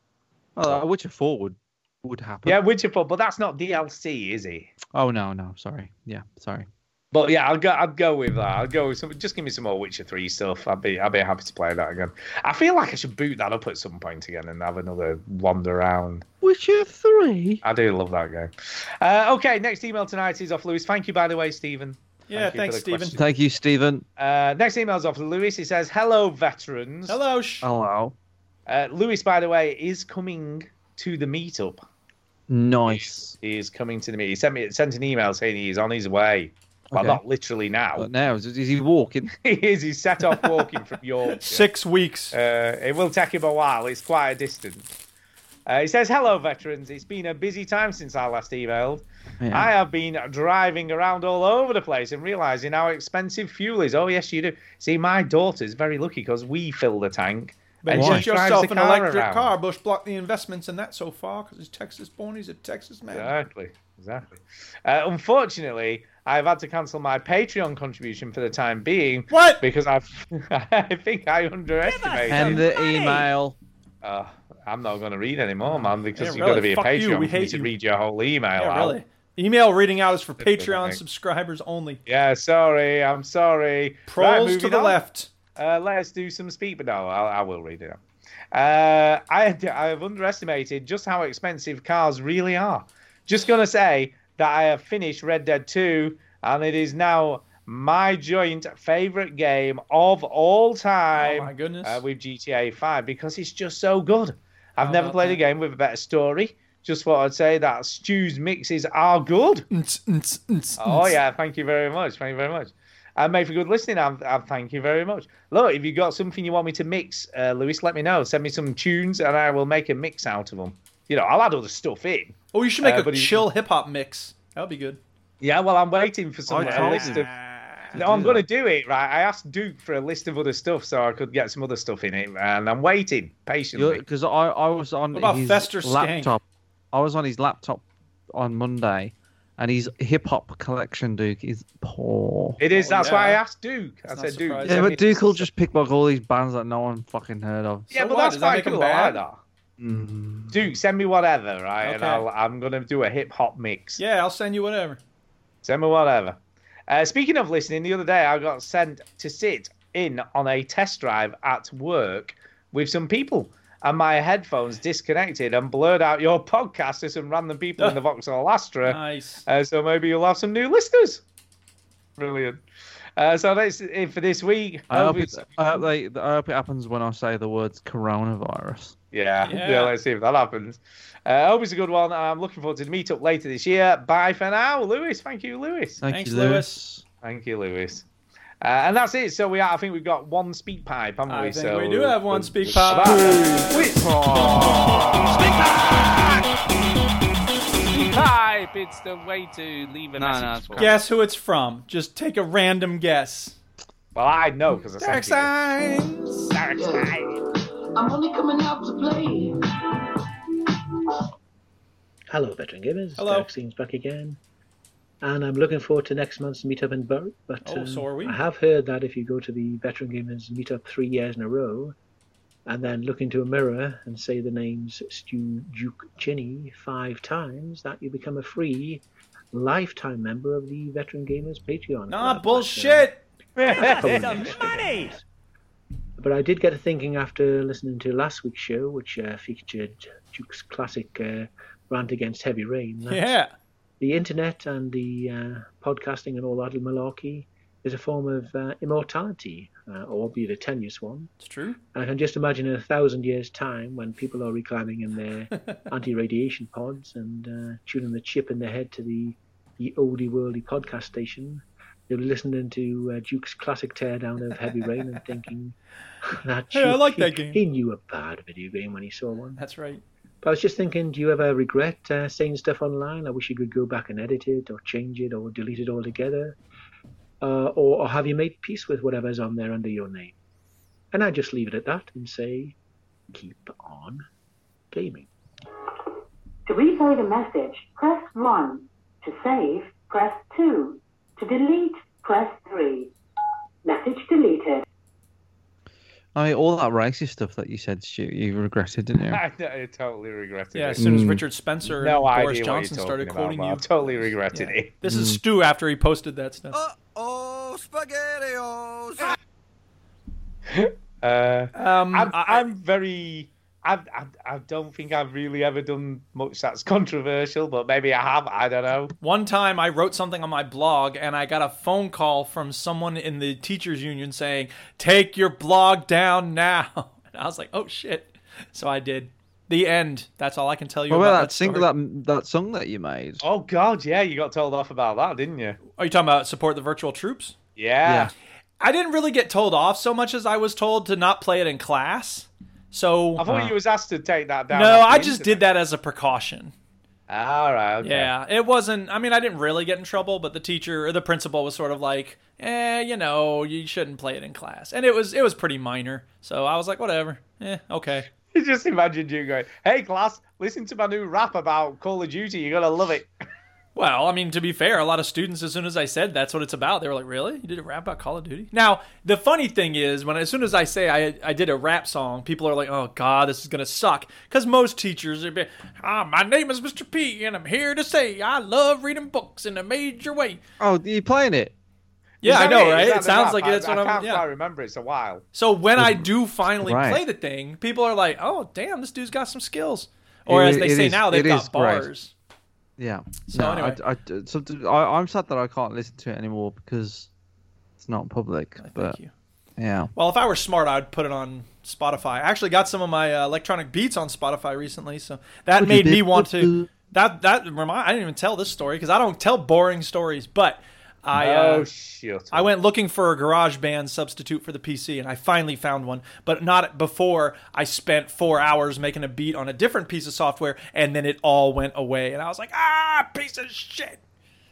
Oh, uh, Witcher 4 would, would happen.
Yeah, Witcher 4, but that's not DLC, is it?
Oh, no, no. Sorry. Yeah, sorry.
But yeah, I'll go. I'll go with that. I'll go with some. Just give me some more Witcher Three stuff. I'd be. I'd be happy to play that again. I feel like I should boot that up at some point again and have another wander around.
Witcher 3?
I do love that game. Uh, okay, next email tonight is off Lewis. Thank you, by the way, Stephen.
Yeah,
Thank you
thanks,
for the
Stephen.
question.
Thank you, Stephen.
Uh, next email is off Lewis. He says, "Hello, veterans.
Hello. Sh-
Oh,
Hello.
Uh, Lewis, by the way, is coming to the meetup.
Nice.
He is coming to the meet. He sent me sent an email saying he's on his way. Well,
Okay.
not literally now.
But now, is, is he walking?
he is. He's set off walking from Yorkshire.
Six weeks.
Uh, it will take him a while. It's quite a distance. Uh, he says, "Hello, veterans. It's been a busy time since I last emailed.
Yeah.
I have been driving around all over the place and realizing how expensive fuel is. Oh yes, you do. See, my daughter's very lucky because we fill the tank.
But
and she
get
drives
yourself
the
an electric
around.
car. Bush blocked the investments in that so far because he's Texas born. He's a Texas man.
Exactly. Exactly. Uh, unfortunately, I've had to cancel my Patreon contribution for the time being.
What?
Because I've, I think I underestimated.
and the email.
Uh, I'm not going to read anymore, man, because
Yeah,
you've
really,
got to be a
fuck
Patreon
you, we
for me
hate
to
you.
read your whole email
Yeah,
out.
really. Email reading out is for
I
Patreon
think.
subscribers only.
Yeah, sorry, I'm sorry. Right,
Pros to
moving
the
on.
left.
Uh, let's do some speed, but no, I, I will read it. out. Uh, I I have underestimated just how expensive cars really are. Just gonna say that I have finished Red Dead 2, and it is now my joint favorite game of all time.
Oh, my goodness.
Uh, with GTA 5 because it's just so good. I've never
about
played a
that?
game with a better story. Just what I'd say that Stu's mixes are good.
Nts, nts, nts,
Oh
nts.
yeah, thank you very much. Thank you very much. Uh, And made for good listening. I, I thank you very much. Look, if you got something you want me to mix, uh, Lewis, let me know. Send me some tunes, and I will make a mix out of them. You know, I'll add all the stuff in.
Oh, you should make
Uh,
a
but he-
chill hip hop mix. That would be good.
Yeah, well, I'm waiting for some
I
a
told
list
you.
of. No, I'm
do
going to do it. Right, I asked Duke for a list of other stuff so I could get some other stuff in it, and I'm waiting patiently.
Because I, I was on
What about
his
Fester Skank?
laptop. I was on his laptop on Monday, and his hip hop collection, Duke, is poor.
It is.
Oh,
That's
yeah.
why I ask Duke.
That's
I
not
said Duke.
surprising.
yeah,
send me
but Duke will
some-
just pick up all these bands that no one fucking heard of.
Yeah,
So
but
what?
that's
Does that
quite
make 'em
cool. I like
bad?
that.
Mm.
Duke, send me whatever, right? And
Okay.
I'll, I'm gonna do a hip hop mix.
Yeah, I'll send you whatever.
Send me whatever. Uh, speaking of listening, the other day I got sent to sit in on a test drive at work with some people, and my headphones disconnected and blurred out your podcast to some random people in the Vauxhall Astra.
Nice.
Uh, so maybe you'll have some new listeners. Brilliant. Uh, so that's it for this week.
I hope,
Hope
it, I, hope they, I hope it happens when I say the words coronavirus.
Yeah, yeah,
Yeah.
let's see if that happens. Uh, I hope it's a good one. I'm looking forward to the meetup later this year. Bye for now, Lewis. Thank you, Lewis.
Thank
Thanks,
you,
Lewis.
Lewis.
Thank you, Lewis. Uh, and that's it. So we are. I think we've got one speak pipe, haven't we?
I think
so
we do have one
we'll-
speak
we'll-
pipe.
That- Speak pipe. Speak pipe. It's the way to leave a message. for-
Guess who it's from. Just take a random guess.
Well, I know because I
Derek
sent you.
Sines.
Derek Stein.
I'm only coming out to play.
Hello, veteran gamers.
Hello.
Derek Seems back again. and I'm looking forward to next month's meetup in Bury. But
Oh, so are we.
I have heard that if you go to the Veteran Gamers meetup three years in a row, and then look into a mirror and say the names Stu Duke Chinny five times, that you become a free lifetime member of the Veteran Gamers Patreon.
Nah, bullshit.
Probably next year. But I did get to thinking after listening to last week's show, which uh, featured Duke's classic uh, rant against heavy rain. that
Yeah.
the internet and the uh, podcasting and all that malarkey is a form of uh, immortality, uh, albeit a tenuous one.
It's true.
And I can just imagine in a thousand years' time when people are reclining in their anti radiation pods and uh, tuning the chip in their head to the, the oldie worldy podcast station. They're listening to uh, Duke's classic teardown of Heavy Rain and thinking that
Hey, I
Duke,
like
he-
that game.
He knew a bad video game when he saw one.
That's right.
But I was just thinking, do you ever regret uh, saying stuff online? I wish you could go back and edit it, or change it, or delete it altogether. Uh, or, or have you made peace with whatever's on there under your name? And I just leave it at that and say, keep on gaming.
To replay the message, press 1. To save, press 2. To delete, press 3. Message deleted.
I mean, all that racist stuff that you said, Stu, you regretted, didn't you?
I, I totally regretted it.
Yeah, as soon as Richard Spencer
Mm. no
and Boris
idea
Johnson
what you're
started
talking
quoting
about,
you.
Mark. totally regretted
Yeah.
it.
This is Stu after he posted that stuff.
Uh,
Um,
I'm, I, am very. I, I, I don't think I've really ever done much that's controversial, but maybe I have. I don't know.
One time I wrote something on my blog and I got a phone call from someone in the teachers union saying, "Take your blog down now." And I was like, "Oh shit." So I did. The end. That's all I can tell you
What
about
about
that
that single,
story.
that that song that you made?
Oh God, yeah, you got told off about that, didn't you?
Are you talking about support the virtual troops?
Yeah.
I didn't really get told off so much as I was told to not play it in class. So
I thought you was asked to take that down.
Uh. No,
off the
I just
internet.
did that as a precaution.
All right. Okay.
Yeah, it wasn't. I mean, I didn't really get in trouble, but the teacher or the principal was sort of like, "Eh, you know, you shouldn't play it in class." And it was it was pretty minor, so I was like, "Whatever, eh, okay."
You just imagined you going, "Hey class, listen to my new rap about Call of Duty. You're gonna love it."
Well, I mean, to be fair, a lot of students, as soon as I said that's what it's about, they were like, "Really? You did a rap about Call of Duty?" Now, the funny thing is, when as soon as I say I I did a rap song, people are like, "Oh God, this is gonna suck," because most teachers are, be- "Ah, my name is Mr. P, and I'm here to say I love reading books in a major way."
Oh, you playing it?
Yeah,
Is
I
that
know,
Is
right?
that
It
the
sounds
rap?
like
I-
that's what
I
I'm-
can't
yeah.
quite remember. It's a while.
So when I do finally
Right.
play the thing, people are like, "Oh, damn, this dude's got some skills," or as
It-
they
it
say
is-
now, they've
it
got
is great.
bars.
Yeah.
So
No,
anyway.
I, I, so I, am sad that I can't listen to it anymore because it's not public. but
you.
yeah,
Well, if I were smart, I'd put it on Spotify. I actually got some of my uh, electronic beats on Spotify recently, so that made me want to. That that remind. I didn't even tell this story because I don't tell boring stories, but I.
oh
uh,
shit!
I went looking for a garage band substitute for the PC and I finally found one, but not before I spent four hours making a beat on a different piece of software and then it all went away. And I was like, ah, piece of shit.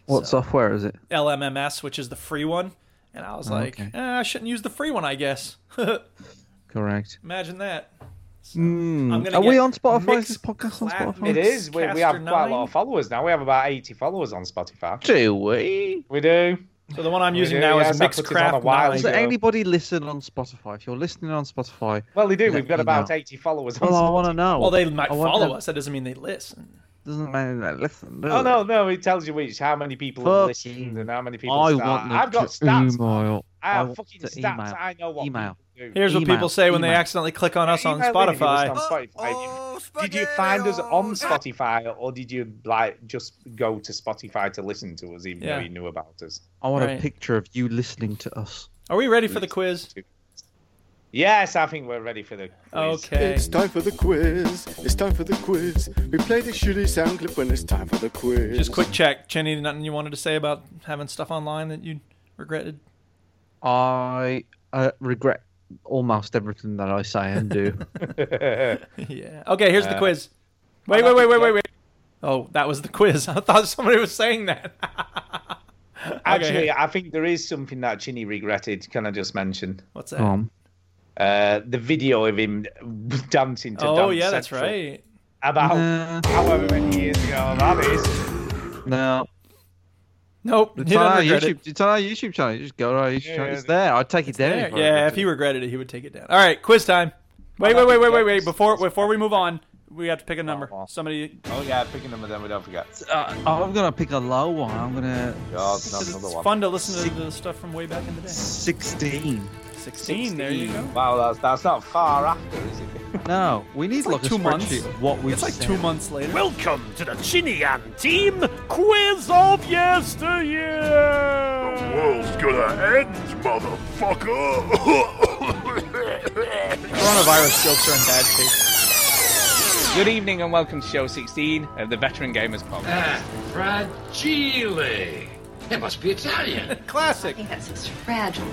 what software is it?
LMMS, which is the free one. And I was
Oh,
like,
okay.
eh, I shouldn't use the free one, I guess.
Correct.
Imagine that.
Hmm.
I'm gonna
Are we
get
on Spotify? Is
mixed
this podcast on
clap-
Spotify?
It is. We, we have
Caster
quite a lot
Nine?
of followers now. We have about 80 followers on Spotify.
Do we?
We do.
So the one I'm
We
using
do,
now is
yes, I put it on a
Mixcraft.
while
Nine.
Does
ago.
anybody listen on Spotify? If you're listening on Spotify,
Well, we do.
let
We've got
me
about
know.
80 followers on
Well, I
Spotify.
want to know.
Well, they might
I wanna
follow
know.
us. That doesn't mean they listen.
Doesn't mean they listen. do
Oh,
they?
no, no. It tells you which, how many people have
Fuck
listened and how many people
I
start.
want them
I've got
to
stats.
email.
I have
want
fucking
to
stats.
Email.
I know what
email.
people do.
Here's what
Email,
people say when they
email.
accidentally click on us on
Email in if you listen
Spotify.
on Spotify. Did you find us on Spotify or did you like just go to Spotify to listen to us even
Yeah.
though you knew about us?
I want
Right.
a picture of you listening to us.
Are we ready for the quiz?
Yes, I think we're ready for the quiz.
Okay.
It's time for the quiz. It's time for the quiz. We play the shitty sound clip when it's time for the quiz.
Just quick check, Chenny. Nothing you wanted to say about having stuff online that you regretted?
I uh, regret almost everything that I say and do.
yeah. Okay, here's the
Uh,
quiz. Wait, wait, wait, wait, wait, wait. Oh, that was the quiz. I thought somebody was saying that.
Actually, I think there is something that Chinny regretted. Can I just mention?
What's that?
um,
Uh, the video of him dancing to
oh,
Dance
yeah, that's
Central
right.
About
Nah.
however many years ago that is.
no,
Nope.
It's
you
on
don't
our
regret
YouTube.
it.
It's on our YouTube channel. You just go to our YouTube channel.
yeah,
It's there. I'd take it down.
Yeah,
if
yeah, if
I regret
he regretted it, he would take it down. All right, quiz time. Wait, wait, wait, wait, wait, wait. Before before we move on, we have to pick a number. Somebody.
Oh yeah, pick a number. Then we don't forget.
it. Uh, oh, I'm gonna pick a low one. I'm gonna.
God,
s-
no,
It's
another one.
fun to listen to the stuff from way back in the day.
Sixteen.
16, there you go.
Wow, that's that's not far after, is it?
No, we need
It's
like,
like
a
two months.
spreadsheet of What we?
It's like two months later.
Welcome to the Chinian Team Quiz of Yesteryear! The world's gonna end, motherfucker!
Coronavirus jokes are in bad taste.
Good evening and welcome to show 16 of the Veteran Gamers Podcast.
Fragile. It must be Italian.
Classic.
Yes, it's fragile.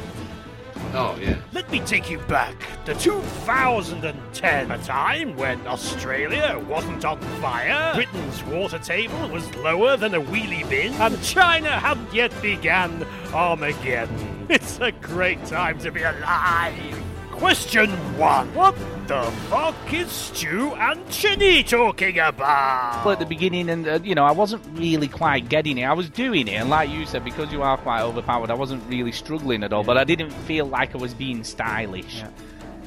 oh, yeah.
Let me take you back to 2010, a time when Australia wasn't on fire, Britain's water table was lower than a wheelie bin, and China hadn't yet began Armageddon. It's a great time to be alive. Question one What the fuck is Stu and Chinny talking about?
Well, at the beginning, and uh, you know, I wasn't really quite getting it. I was doing it, and like you said, because you are quite overpowered, I wasn't really struggling at all. But I didn't feel like I was being stylish.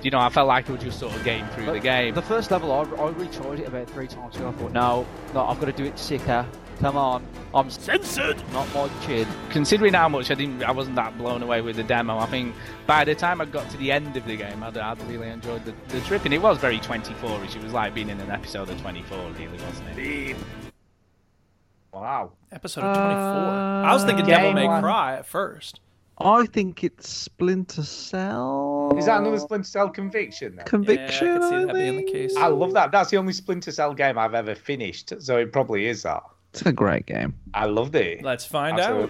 You know, I felt like I was just sort of getting through the game.
The first level, I, I retried it about three times because I thought, no, no, I've got to do it sicker. Come on, I'm
censored.
Not my chin.
Considering how much I didn't, I wasn't that blown away with the demo. I think by the time I got to the end of the game, I'd, I'd really enjoyed the, the trip, and it was very 24-ish. It was like being in an episode of 24, really, wasn't
it?
Wow.
Episode of 24. I was
Uh,
thinking Devil May Cry at first.
I think it's Splinter Cell.
Is that another Splinter Cell conviction? Then?
Conviction, Yeah, I could see I that being
the case.
I love that. That's the only Splinter Cell game I've ever finished, so it probably is that.
It's a great game.
I loved it.
Let's find
out.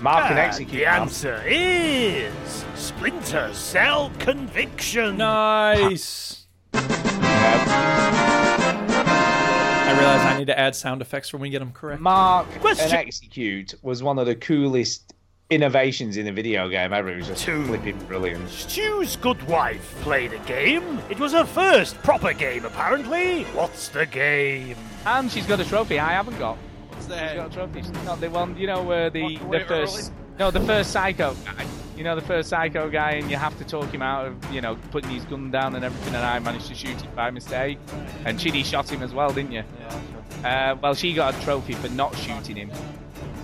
Mark and
Ah,
execute.
The answer is Splinter Cell Conviction. Nice.
I realize I need to add sound effects when we get them correct.
Mark
Question.
and execute was one of the coolest innovations in a video game ever. It was just flipping brilliant.
Stu's good wife played a game. It was her first proper game, apparently. What's the game?
And she's got a trophy I haven't got. What's that? She's got a trophy. She's not the one, you know, where the, the
away
first. No, the first psycho guy. You know, the first psycho guy, and you have to talk him out of, you know, putting his gun down and everything, and I managed to shoot it by mistake. And Chidi shot him as well, didn't you? Uh, well, she got a trophy for not shooting him.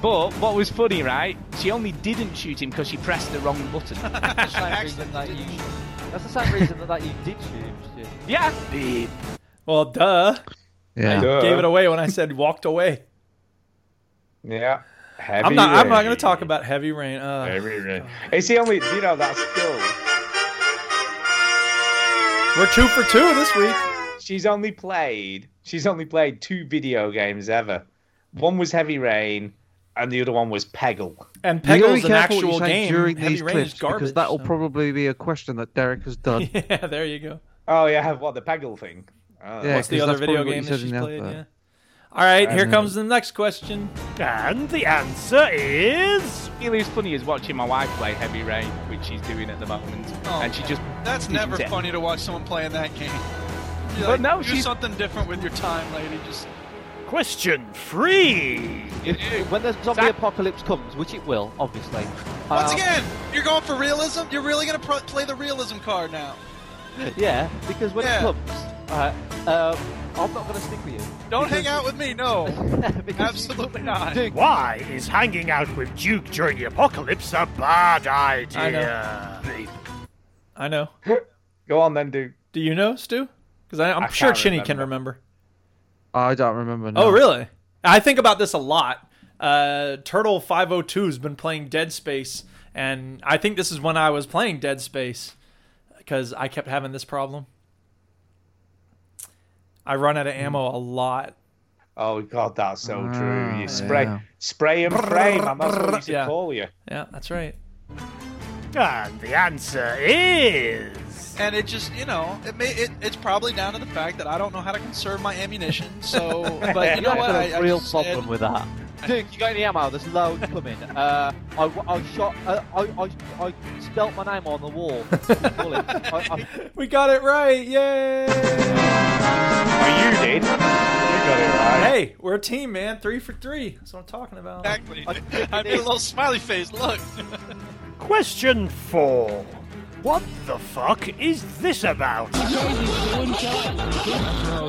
But what was funny, right? She only didn't shoot him because she pressed the wrong button.
That's the same reason that you. That's the same reason that, that you did choose.
yeah.
Well, duh.
Uh-huh.
Yeah.
I
Duh.
gave it away when I said walked away.
Yeah. Heavy
I'm not. I'm not
rain.
going to talk about heavy rain. Uh,
Heavy rain. It's the only, you know, that's still.
We're two for two this week.
She's only played. She's only played two video games ever. One was Heavy Rain, and the other one was Peggle.
And
You gotta
Peggle's an
be careful what you
actual
say
game.
during
Heavy
these
Rain
clips
is garbage.
because that will probably be a question that Derek has done.
yeah, there you go.
Oh yeah, what the Peggle thing? Oh.
Yeah,
What's the
'cause
other
that's
video
probably uh, what
game
you
that
said in
she's
the
played? Yeah.
advert.
All right,
I
here
know.
comes the next question.
And the answer is.
Really, it's funny is watching my wife play Heavy Rain, which she's doing at the moment, and she just
Oh, That's
didn't
never
it.
funny to watch someone playing that game. You,
But
like,
no,
do
she's-
something different with your time, lady. Just
Question free.
When the zombie apocalypse comes, which it will, obviously.
once
um,
again, you're going for realism. You're really gonna pro- play the realism card now.
Yeah, because when
Yeah.
it comes, uh, um, I'm not going to stick with you.
Don't hang out with me. No, absolutely not.
Why is hanging out with Duke during the apocalypse a bad idea?
I know. I know.
Go on then, dude.
Do you know, Stu? Because I'm
I
sure
can't
Chinny can remember.
I don't remember.
Oh,
now.
really? I think about this a lot. Uh, Turtle 502 has been playing Dead Space, and I think this is when I was playing Dead Space because I kept having this problem. I run out of ammo a lot.
Oh god, that's so
Ah,
true. You spray,
yeah.
spray and frame. and That's what we used to
Yeah.
call you.
Yeah, that's right.
And the answer is.
And it just, you know, it may it, it's probably down to the fact that I don't know how to conserve my ammunition. So, but you know what? I,
I've got a
I
real
just said-
problem with that. Duke, you got any ammo? There's loads coming. Uh, I, I shot. Uh, I, I, I spelt my name on the wall. I, I,
We got it right. Yay!
Oh, you did. You got it right.
Hey, we're a team, man. Three for three. That's what I'm talking about.
Exactly. I did a little smiley face. Look.
Question four. What the fuck is this about?
Well,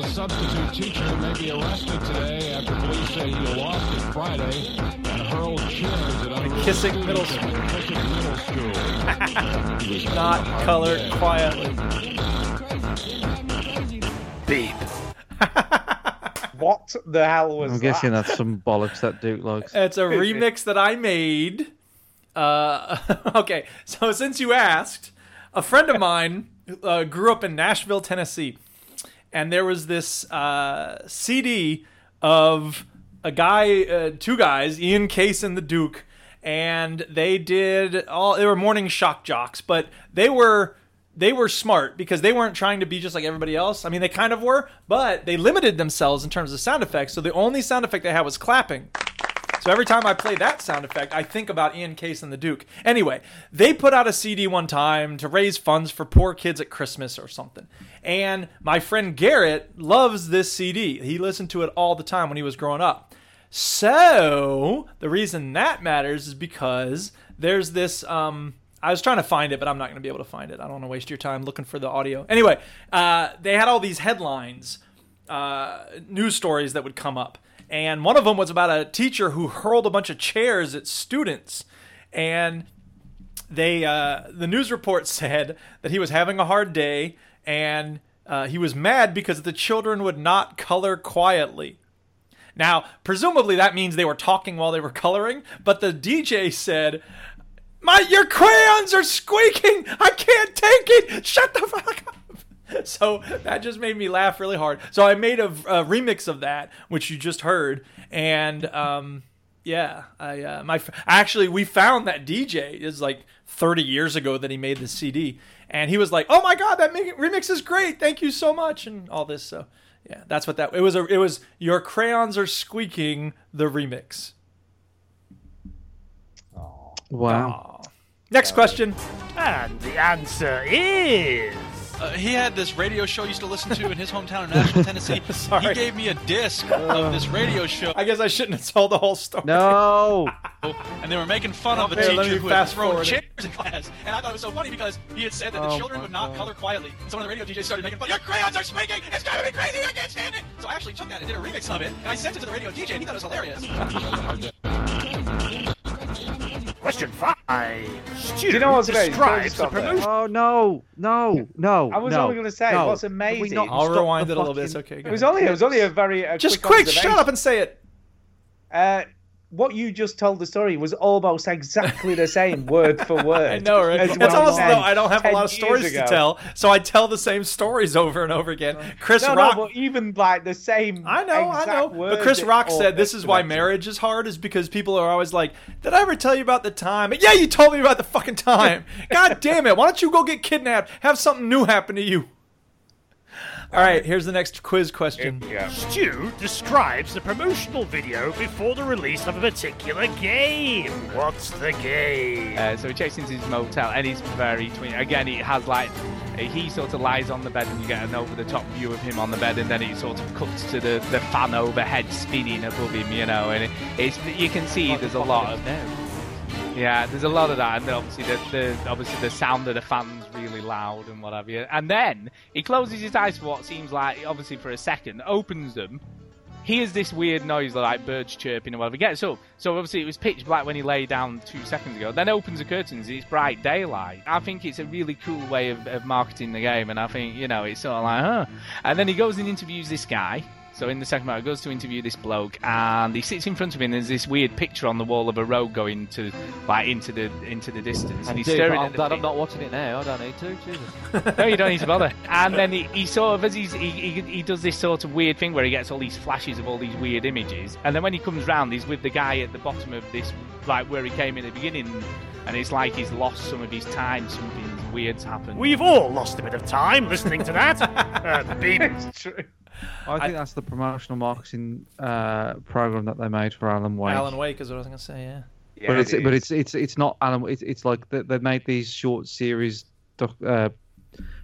substitute teacher may be arrested today after police say he lost it Friday and hurled chairs at unruly
Kissing middle
students at Kissick Middle School.
Not color quietly.
Beep.
What the hell was
I'm
that?
guessing that's some bollocks that Duke likes.
It's a remix that I made. Uh, okay, so since you asked, a friend of mine uh, grew up in Nashville, Tennessee, and there was this uh, CD of a guy, uh, two guys, Ian Case and the Duke, and they did all. They were morning shock jocks, but they were they were smart because they weren't trying to be just like everybody else. I mean, they kind of were, but they limited themselves in terms of sound effects. So the only sound effect they had was clapping. So every time I play that sound effect, I think about Ian Case and the Duke. Anyway, they put out a CD one time to raise funds for poor kids at Christmas or something. And my friend Garrett loves this CD. He listened to it all the time when he was growing up. So the reason that matters is because there's this. Um, I was trying to find it, but I'm not going to be able to find it. I don't want to waste your time looking for the audio. Anyway, uh, they had all these headlines uh, news stories that would come up. And one of them was about a teacher who hurled a bunch of chairs at students. And they, uh, the news report said that he was having a hard day and uh, he was mad because the children would not color quietly. Now, presumably that means they were talking while they were coloring, but the DJ said, my your crayons are squeaking. I can't take it. Shut the fuck up. So that just made me laugh really hard. So I made a, a remix of that, which you just heard, and um, yeah, I uh, my fr- actually we found that DJ is like 30 years ago that he made the CD, and he was like, "Oh my god, that mi- remix is great! Thank you so much!" and all this. So yeah, that's what that it was. A, it was your crayons are squeaking the remix.
Wow.
Next question.
And the answer is.
Uh, he had this radio show I used to listen to in his hometown of Nashville, Tennessee. He gave me a disc of this radio show,
Uh. I guess I shouldn't have told the whole story.
No.
and they were making fun of a
Here, let
teacher
me
who had
fast
thrown
forward it.
chairs in class. And I thought it was so funny because he had said that the
Oh
children
my
would not
God.
color quietly. And so one of the radio DJs started making fun. Your crayons are squeaking. It's gonna be crazy. I can't stand it. So I actually took that and did a remix of it, and I sent it to the radio DJ, and he thought it was hilarious.
Question five. Stu
you know what's great?
describes
Don't
the
stop there.
promotion.
Oh no, no, no.
I was
no,
only going to say,
no.
what's
Can we
amazing?
not
I'll
stop the
rewind it a little bit. It's
fucking-
okay. go
It was
ahead.
only. It was only a very uh, a
Just quick, shut
observation.
up and say it.
Uh, what you just told the story was almost exactly the same, word for word.
I know, right?
as
It's
what I
almost as
said
though I don't have a
10
lot of
years
stories
ago.
to tell, so I tell the same stories over and over again. Chris
No,
Rock.
no, but even like the same.
I know, I
exact
know. But
words
Chris
it
Rock
all
said this is why
connected.
marriage is hard is because people are always like, "Did I ever tell you about the time?" Yeah, you told me about the fucking time. God damn it! Why don't you go get kidnapped? Have something new happen to you. All right, here's the next quiz question.
Stu describes the promotional video before the release of a particular game. What's the game?
Uh, so he checks into his motel and he's very tween. Again, he has like he sort of lies on the bed and you get an over-the-top view of him on the bed and then he sort of cuts to the, the fan overhead spinning above him, you know, and it, it's you can see there's a lot of yeah, there's a lot of that, and obviously the, the obviously the sound of the fans really loud and what have you. And then he closes his eyes for what seems like obviously for a second, opens them, hears this weird noise like birds chirping or whatever. Gets up. So obviously it was pitch black when he lay down two seconds ago. Then opens the curtains. It's bright daylight. I think it's a really cool way of, of marketing the game, and I think you know it's sort of like, huh. And then he goes and interviews this guy. So in the second part, he goes to interview this bloke, and he sits in front of him. and There's this weird picture on the wall of a road going to like into the into the distance, and
And
he's
Duke,
staring
I'm
at the
glad I'm
pic-
not watching it now. I don't need to. Jesus.
no, you don't need to bother. And then he, he sort of, as he's, he, he, he does this sort of weird thing where he gets all these flashes of all these weird images. And then when he comes round, he's with the guy at the bottom of this, like where he came in at the beginning. And it's like he's lost some of his time. Something weird's happened.
We've all lost a bit of time listening to that. uh, beep.
it's true.
I think that's the promotional marketing uh, program that they made for Alan Wake.
Alan Wake is what I was gonna say. Yeah.
but it's but it's it's it's not Alan. It's it's like they, they made these short series, doc, uh,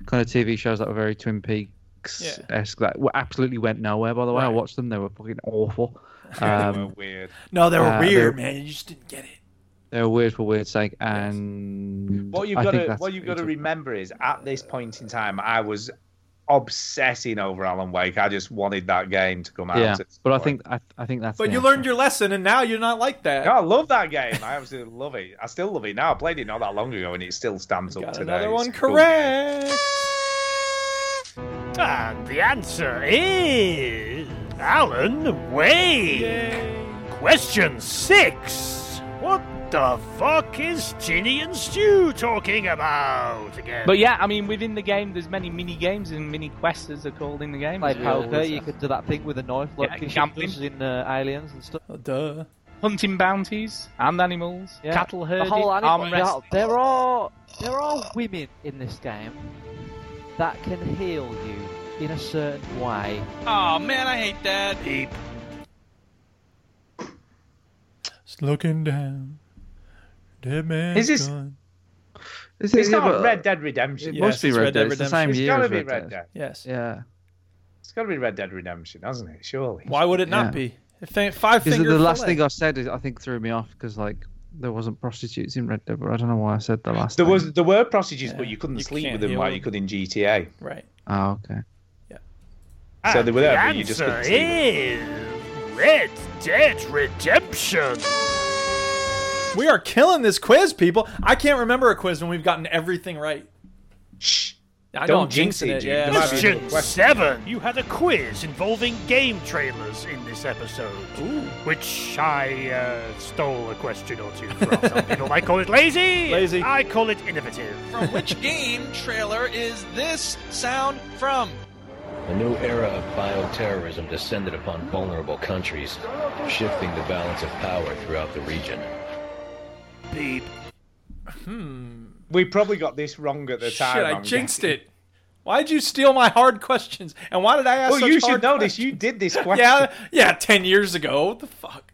kind of TV shows that were very Twin Peaks esque that were, absolutely went nowhere. By the way, I watched them; they were fucking awful. Um,
Yeah, they were weird.
No, they were
Ah,
uh,
weird,
they-
man. You just didn't get it.
They were weird for weird's sake, and
What you've
I
got
think
to
that's
what you've got to
it's-
remember is at this point in time, I was obsessing over Alan Wake. I just wanted that game to come out.
Yeah,
at this
but I think
point.
I, I think that's.
But
the
you learned your lesson, and now you're not like that.
No, I love that game. I absolutely love it. I still love it now. I played it not that long ago, and it still stands up today.
Another one
It's cool.
correct.
And the answer is Alan Wayne. Question six. What the fuck is Ginny and Stew talking about again?
But yeah, I mean, within the game, there's many mini games and mini quests, as they're called in the game.
Play
as well,
poker,
so-
you could do that thing with a knife, like
Yeah,
Bishop
gambling.
does in uh, Aliens and stuff.
duh.
Hunting bounties and animals,
Yeah.
cattle
The
herding,
whole animal-
arm wrestling.
yeah, There are there are women in this game that can heal you in a certain way.
Oh man, I hate that. Deep.
Just looking down. Dead man.
Is this-
gone.
Is it- It's yeah, not but- Red Dead Redemption.
It must be Red, Dead. It's the same
It's
year
gotta
as
be
Red,
Red
Dead.
Dead.
Yes.
Yeah.
It's got to be Red Dead Redemption, hasn't it? Surely.
Why would it not
Yeah.
be? If they, five
Because
finger.
the last
fillet.
thing I said is I think threw me off because like there wasn't prostitutes in Red Dead. But I don't know why I said the last.
There
thing.
was there were prostitutes, but you couldn't sleep
can't
with them
heal
like
them.
you could in GTA.
Right.
Oh okay.
So they were there,
the
but you just couldn't
answer
sleep. with them.
is Red Dead Redemption.
We are killing this quiz, people. I can't remember a quiz when we've gotten everything right.
Shh.
I know,
Don't
I'm
jinx
jinxing
it,
it.
dude.
Yeah.
There might be another Question seven. You had a quiz involving game trailers in this episode, which I uh, stole a question or two from. Some people might call it lazy.
Lazy.
I call it innovative.
From which game trailer is this sound from?
A new era of bioterrorism descended upon vulnerable countries, shifting the balance of power throughout the region.
Beep.
Hmm.
We probably got this wrong at the time.
Shit, I
I'm
jinxed
guessing.
it. Why'd you steal my hard questions? And why did I ask
Well,
such
you should
hard
know
questions?
this. You did this question.
Yeah, yeah, 10 years ago. What the fuck?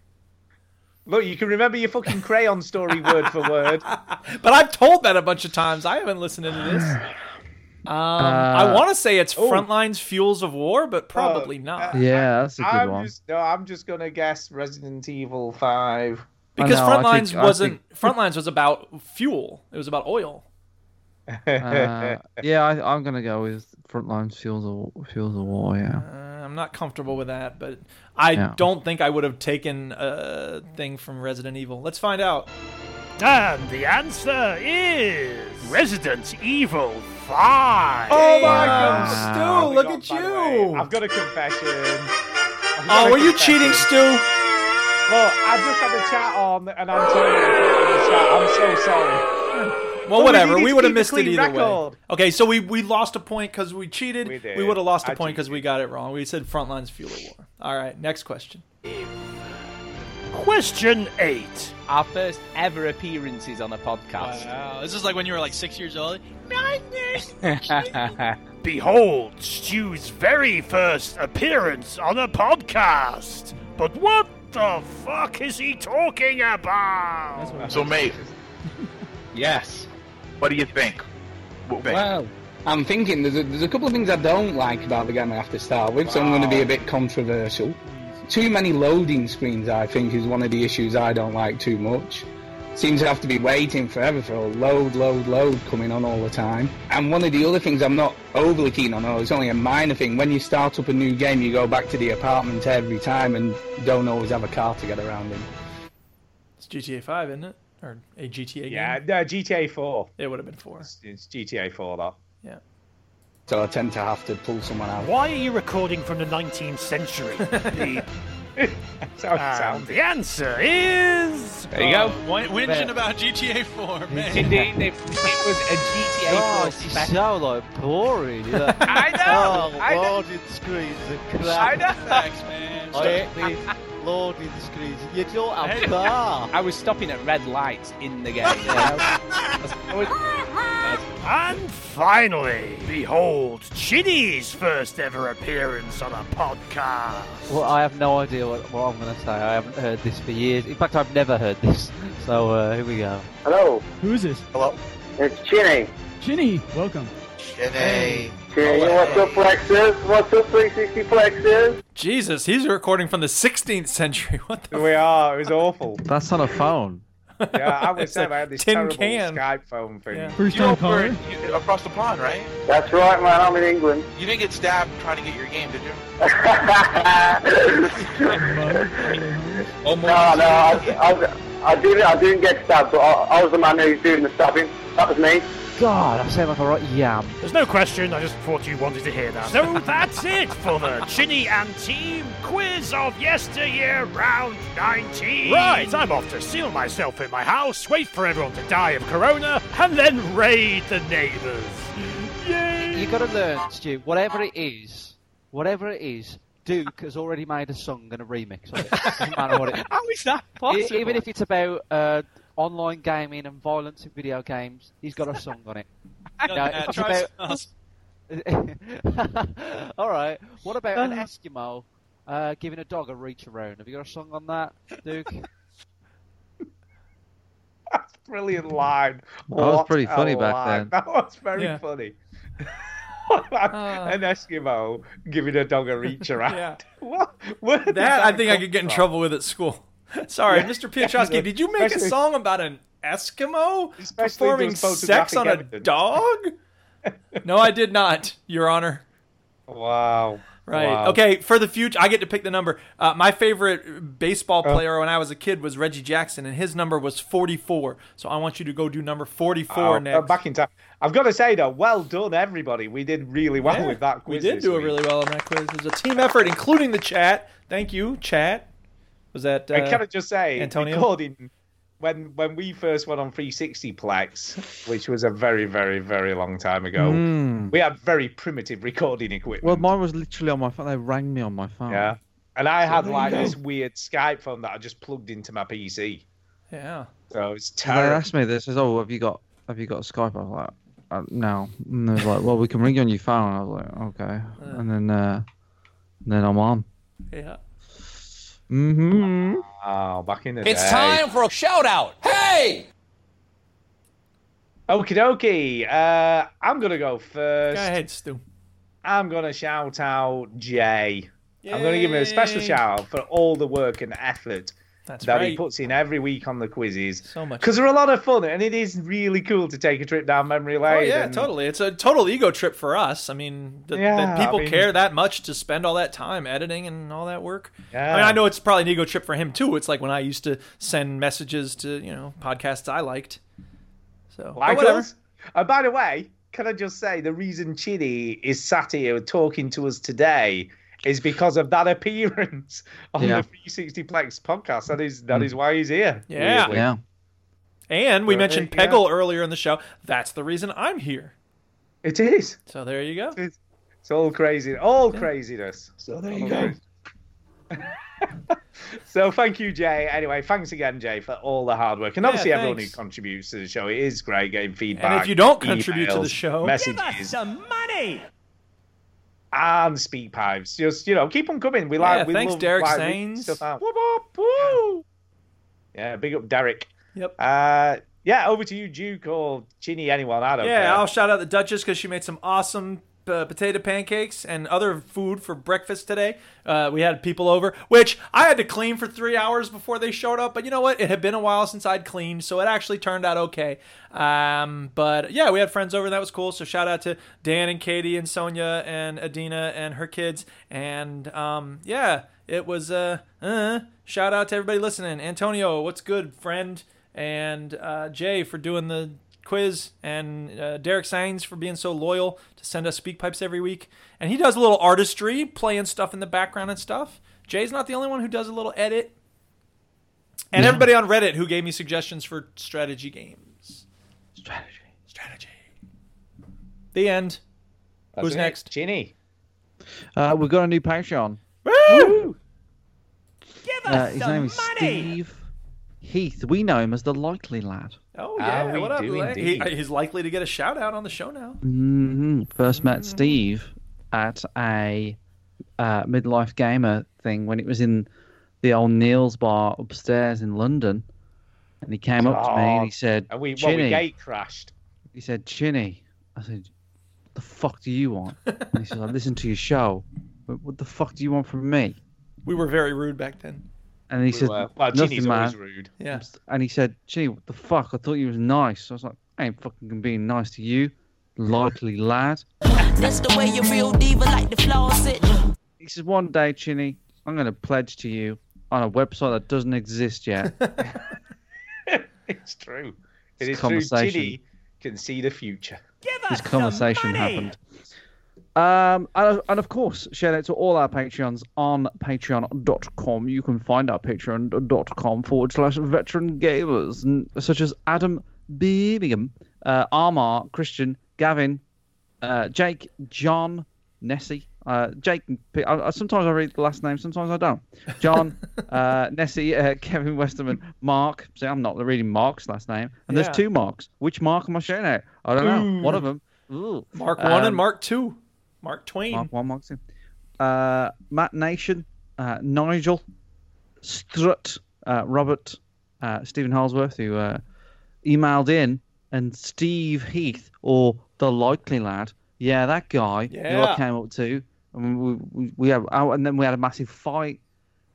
Look, you can remember your fucking crayon story word for word.
But I've told that a bunch of times. I haven't listened to this. Um, I
Uh,
want to say it's
oh.
Frontlines Fuels of War, but probably not.
Yeah, that's a good
I'm
one.
just no, I'm just gonna guess Resident Evil Five.
Because
I know, I
Frontlines
think- I
wasn't Frontlines was about fuel. It was about oil.
Uh, yeah, I, I'm gonna go with Frontline Fuels of Fuels of War. Yeah.
Uh, I'm not comfortable with that, but I
Yeah.
don't think I would have taken a thing from Resident Evil. Let's find out.
And the answer is Resident Evil 5.
Oh
my
Stu, Oh, look at you.
I've got a confession. I've got
Oh,
a
were you
confession.
cheating, Stu?
Look, I just had a chat on, and I'm telling you, the chat. I'm so
Well,
sorry. But
whatever.
need
We,
to
would have
keep a
missed it
clean
either
record.
way. Okay, so we, we lost a point because we cheated.
We
We,
did.
would have lost a
I
point because we got it wrong. We said Frontlines Fuel of War. All right, next question.
Question eight.
Our first ever appearances on a podcast.
Wow, Uh, this is like when you were like six years old.
Behold, Stu's very first appearance on a podcast. But what the fuck is he talking about?
So, mate. yes. What do you think?
Well, I'm thinking there's a, there's a couple of things I don't like about the game I have to start with, so I'm going to be a bit controversial. Too many loading screens, I think, is one of the issues I don't like too much. Seems to have to be waiting forever for a load, load, load coming on all the time. And one of the other things I'm not overly keen on, although it's only a minor thing, when you start up a new game, you go back to the apartment every time and don't always have a car to get around in.
It's GTA 5, isn't it? Or a GTA
Yeah,
game?
no, GTA Four.
It would have been four.
It's, it's GTA Four, though.
Yeah.
So I tend to have to pull someone out.
Why are you recording from the 19th century? Beep.
how it
Ah.
And
sounds.
the answer is.
There you go.
Why- Whinging about GTA 4, man.
Indeed,
it was a GTA
God, Oh, it's so like boring. you know.
I know,
Oh,
I know.
loading screens and crap.
Facts, man.
I hate these. loading screens. You don't have that.
I was stopping at red lights in the game. you know?
And finally, behold, Chinny's first ever appearance on a podcast.
Well,
uh,
I have no idea what, what I'm going to say. I haven't heard this for years. In fact, I've never heard this. So uh, here we go.
Hello.
Who's this?
Hello. It's Chinny.
Ginny, welcome.
Chinny. Chinny, what's up, Plexus? What's up, 360 Plexus?
Jesus, he's recording from the 16th century. What the?
We are. It was awful.
That's on a phone.
Yeah, I would
It's
say
a
I had this
tin
terrible
can.
Skype phone thing.
First time caller.
You- Across the pond, right?
That's right, man. I'm in England.
You didn't get stabbed trying to get your game, did you?
no, no,
Oh,
I, I, I, didn't, I didn't get stabbed, but I, I was the man who was doing the stabbing. That was me.
God, I sound like a right yam.
There's no question, I just thought you wanted to hear that. So that's it for the Chinny and Team quiz of yesteryear round 19. Right, I'm off to seal myself in my house, wait for everyone to die of corona, and then raid the neighbours.
You got to learn, Stu. Whatever it is, whatever it is, Duke has already made a song and a remix of it. Doesn't matter what it is.
How is that
E-
possible?
Even if it's about uh, online gaming and violence in video games, he's got a song on it.
No,
Now,
uh,
if it's
try
about- All right. What about an Eskimo uh, giving a dog a reach around? Have you got a song on that, Duke?
Brilliant line.
That was
What
pretty
a
funny back
line.
then.
That was very
Yeah.
funny. An Eskimo giving a dog a reach around.
Uh. Yeah.
What? Where did
That, I
that
think I
come
could get in
from?
trouble with at school. Sorry,
Yeah.
Mr. Piachowski, did you make a
Especially-
song about an Eskimo
Especially if
performing
there's photographic
sex on a
evidence.
dog? no, I did not, Your Honor.
Wow.
Right.
Wow.
Okay. For the future, I get to pick the number. Uh, my favorite baseball
Uh.
player when I was a kid was Reggie Jackson, and his number was 44. So I want you to go do number 44
Oh,
next.
uh, back in time. I've got to say though, well done everybody. We did really well
Yeah,
with that
we
quiz.
did
this
do it
week.
really well on that quiz. It was a team effort, including the chat. Thank you, chat. Was that? Uh,
And can I just say,
Antonio?
recording when when we first went on 360 Plex, which was a very, very, very long time ago,
Mm.
we had very primitive recording equipment.
Well, mine was literally on my phone. They rang me on my phone.
Yeah. And I had
There you
like
go.
this weird Skype phone that I just plugged into my PC.
Yeah.
So it's
And they
terrible.
asked me this. Says, "Oh, have you got have you got Skype?" I was like, uh, "No." And they was like, "Well, we can ring you on your phone." I was like, "Okay." And then uh, then I'm on.
Yeah.
Mm-hmm.
Oh, back in the
It's
day.
time
for a shout out. Hey! Okie dokie. Uh, I'm going to go first.
Go ahead, Stu.
I'm going to shout out Jay. I'm going to give him a special
Yay.
shout out for all the work and effort
That's
that he
right.
puts in every week on the quizzes.
So much.
Because they're a lot of fun, and it is really cool to take a trip down memory lane.
Oh yeah,
and-
totally. It's a total ego trip for us. I mean, that,
Yeah,
that
I
people
mean-
care that much to spend all that time editing and all that work. I mean,
Yeah.
I know it's probably an ego trip for him too. It's like when I used to send messages to you know podcasts I liked. So but
Like
Oh, whatever.
us. And by the way, can I just say the reason Chidi is sat here talking to us today is because of that appearance on
Yeah. Hmm.
the 360 Plex podcast. That is that is why he's here.
Yeah.
weirdly.
Yeah.
And we
There
mentioned
you go.
Peggle earlier in the show. That's the reason I'm here.
It is.
So there you go.
It's all crazy, all craziness. So there
you go.
so thank you, Jay. Anyway, thanks again, Jay, for all the hard work, and
Yeah,
obviously everyone who
thanks.
contributes to the show. It is great getting feedback.
And if you don't contribute to the
emails,
show,
messages,
some money.
and speak pipes. Just you know, keep them coming. We like.
Yeah,
we
thanks,
love,
Derek
like, reading
Sains.
Stuff out. Whoop, whoop, woo. Yeah, big up Derek.
Yep.
Uh, yeah, over to you, Duke or Ginny, anyone. I don't
yeah,
care.
I'll shout out the Duchess because she made some awesome uh, potato pancakes and other food for breakfast today. Uh, we had people over, which I had to clean for three hours before they showed up. But you know what? It had been a while since I'd cleaned, so it actually turned out okay. Um, but yeah, we had friends over, and that was cool. So shout out to Dan and Katie and Sonia and Adina and her kids. And um, yeah, it was uh, uh, shout out to everybody listening. Antonio, what's good, friend? And uh, Jay for doing the quiz and uh, Derek Sainz for being so loyal to send us speak pipes every week. And he does a little artistry, playing stuff in the background and stuff. Jay's not the only one who does a little edit. And everybody on Reddit who gave me suggestions for strategy games. Strategy. Strategy. The end.
That's
Who's
it.
next?
Ginny.
Uh, we've got a new Patreon.
Woo!
Give
Uh, his name is Steve Heath. We know him as the Likely Lad.
Oh
Ah,
yeah,
we
what up,
do
Lang? He, uh,
indeed.
he's likely to get a shout out on the show now.
hmm First met Steve at a uh, midlife gamer thing when it was in the old Neil's bar upstairs in London, and he came up to me and he said,
and we, well, we
"Chinny,"
gate crashed.
he said, "Chinny," I said, "The fuck do you want?" And he said, "I listened to your show. What what the fuck do you want from me?"
We were very rude back then.
And he
We
said,
were. Well,
"Nothing,
Ginny's
man."
always rude. Yeah.
And he said, "Gee, what the fuck? I thought you was nice." I was like, "I ain't fucking being nice to you, likely lad."
That's the way you real diva like the flaws sitting.
He says, "One day, Chinny, I'm going to pledge to you on a website that doesn't exist yet."
It's true. It
It's
is true.
conversation.
Ginny can see the future.
this conversation happened. Um, and, and of course, shout out to all our Patreons on patreon.com. You can find our patreon.com forward slash veteran gamers, n- such as Adam Birmingham, uh, Armar, Christian, Gavin, uh, Jake, John, Nessie. Uh, Jake, and P- I, I, sometimes I read the last name, sometimes I don't. John, uh, Nessie, uh, Kevin Westerman, Mark. See, I'm not reading Mark's last name. And
Yeah.
there's two Marks. Which Mark am I shouting out? I don't know.
Ooh.
One of them. Ooh. Um,
Mark one
Um,
and Mark two, Mark Twain.
Mark one, Mark two. Uh, Matt Nation, uh, Nigel, Strut, uh, Robert, uh, Stephen Halsworth, who uh, emailed in, and Steve Heath, or the likely lad. Yeah, that guy who I
Yeah.
came up to, and we, we, we had, oh, and then we had a massive fight,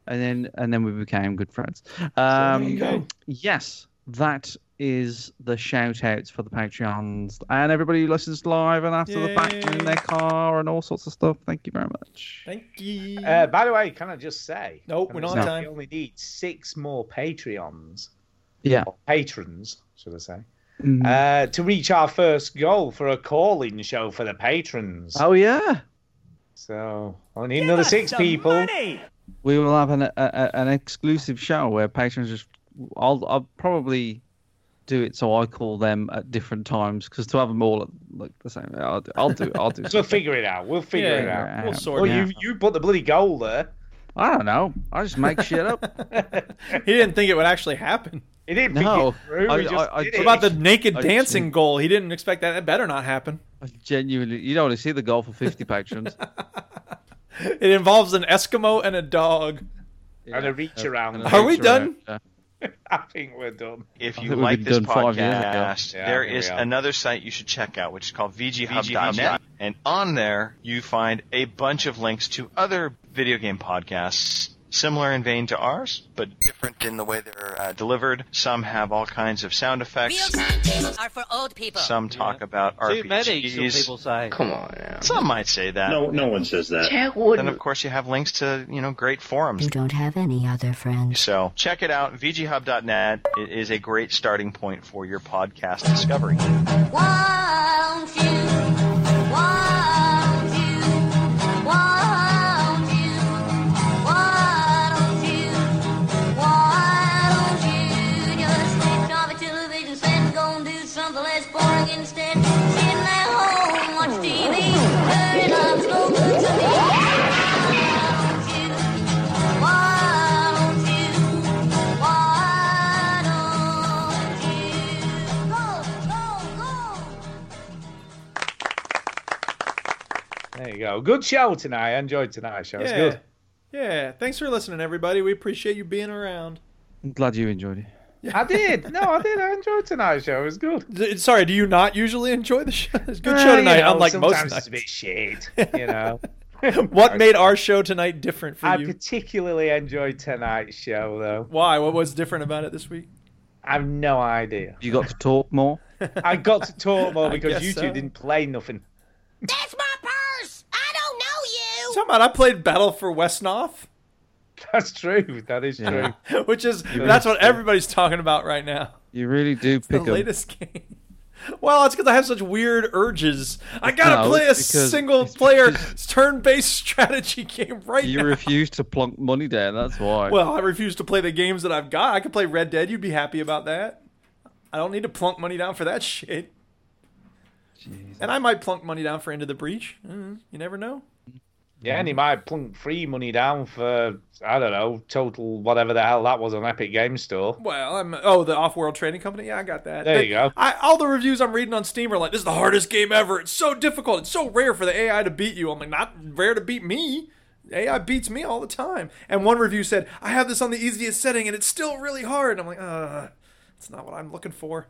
and then and then we became good friends. Um, yes, that is the shout outs for the Patreons and everybody who listens live and after the fact and in their car and all sorts of stuff. Thank you very much.
Thank you.
Uh, by the way, can I just say?
No,
can
we're
I
not
just
on
say
time.
We only need six more Patreons,
Yeah.
or patrons, should I say,
Mhm.
uh, to reach our first goal for a call-in show for the patrons.
Oh yeah.
So I need another six people.
We will have an a, a, an exclusive show where patrons just. I'll I'll probably do it so I call them at different times because to have them all at like the same. I'll, do- I'll do it. I'll do.
We'll
something.
figure it out. We'll figure
Yeah,
it out.
yeah. We'll sort
Well,
it
you you put the bloody goal there.
I don't know. I just make shit up.
he didn't think it would actually happen.
He didn't
No, I- I- I-
what about the naked
I-
dancing goal? He didn't expect that. That better not happen.
Genuinely, you don't want to see the goal for fifty patrons.
It involves an Eskimo and a dog.
and a reach around.
Are we done?
uh,
I think we're done.
If
I
you
think we've
like
been
this
done five years ago.
podcast,
Yeah,
there
here we
is
are.
another site you should check out, which is called VGHub.net.
VGHub.net.
And on there, you find a bunch of links to other video game podcasts similar in vein to ours, but different in the way they're uh, delivered. Some have all kinds of sound effects.
Are for old people.
Some talk about RPGs.
Too many, some people
say. Come on, now. Some might say that.
No- no
one says
that. Jack
Then, of course, you have links to you know great forums.
You don't have any other friends.
So check it out, VGHub.net. It is a great starting point for your podcast discovery.
Won't you? Won't you? Won't you? Won't you? Won't you just switch off the television set and go and do something less boring instead? Sitting at home, watch TV, turn up, smoke good to me. Won't you? Won't you? Won't you? Go, go, go!
There you go. Good show tonight. I enjoyed tonight's show. It's
yeah.
good.
Yeah. Thanks for listening, everybody. We appreciate you being around.
I'm glad you enjoyed it.
I did. No, I did. I enjoyed tonight's show. It was good.
D- Sorry, do you not usually enjoy the show? It's a good
Uh,
show
you
tonight,
know,
unlike most
sometimes
nights.
it's a bit shit, you know.
what made our show tonight different for
I
you?
particularly enjoyed tonight's show, though.
Why? What was different about it this week?
I've no idea.
You got to talk more.
I got to talk more
I
because
guess
you two
so.
didn't play nothing.
That's my purse. I don't know you.
Talking about I played Battle for Westnoff,
That's true. That is
Yeah.
true.
which is
Yeah.
that's what everybody's talking about right now.
You really do
The
pick up.
latest game. Well, it's because I have such weird urges. I gotta
No,
play a
it's because-
single player turn-based strategy game right
You
now.
refuse to plunk money down. That's why.
Well, I refuse to play the games that I've got. I could play Red Dead. You'd be happy about that. I don't need to plunk money down for that shit. And I might plunk money down for Into the Breach. Mm, You never know.
Yeah, and he might have plunked free money down for I don't know total whatever the hell that was on Epic Games Store.
Well, I'm oh the Off-World Trading Company. Yeah, I got that.
There you go.
I, all the reviews I'm reading on Steam are like, "This is the hardest game ever. It's so difficult. It's so rare for the AI to beat you." I'm like, "Not rare to beat me. AI beats me all the time." And one review said, "I have this on the easiest setting, and it's still really hard." And I'm like, "Uh, it's not what I'm looking for."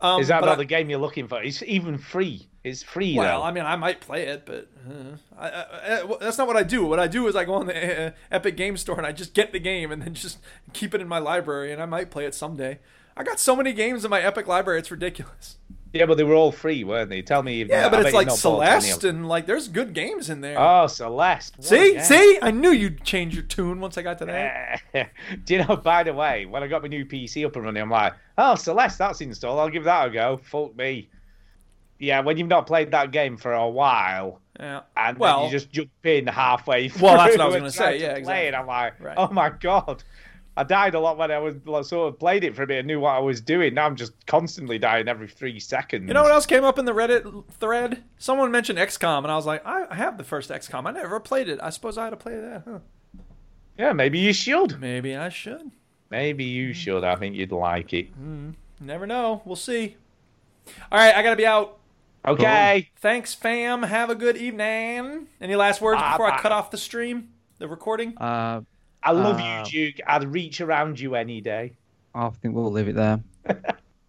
Um,
Is that
but
not
I-
the game you're looking for? It's even free. It's free
Well,
though.
I mean, I might play it, but uh, I, I, I, well, that's not what I do. What I do is I go on the uh, Epic Game Store and I just get the game and then just keep it in my library, and I might play it someday. I got so many games in my Epic library; it's ridiculous.
Yeah, but they were all free, weren't they? Tell me. If,
Yeah,
I
but
bet
it's
you've
like
not bought any of
Celeste
them.
and like there's good games in there.
Oh, Celeste. What a
see,
game.
see, I knew you'd change your tune once I got to that.
Do you know? By the way, when I got my new PC up and running, I'm like, oh, Celeste, that's installed. I'll give that a go. Fuck me. Yeah, when you've not played that game for a while,
Yeah.
and
Well-
then you just jump in halfway.
Well, that's what I was
through
gonna
and
say,
try
yeah,
play it. I'm like,
Right.
oh my god, I died a lot when I was like, sort of played it for a bit and knew what I was doing. Now I'm just constantly dying every three seconds.
You know what else came up in the Reddit thread? Someone mentioned XCOM, and I was like, I I have the first XCOM. I never played it. I suppose I had to play that, huh?
Yeah, maybe you should.
Maybe I should.
Maybe you should. I think you'd like it.
Never know. We'll see. All right, I gotta be out.
Okay.
Thanks, fam. Have a good evening. Any last words
Bye
before I
bye.
cut off the stream, the recording?
Uh,
I love
uh,
you, Duke. I'd reach around you any day.
I think we'll leave it there.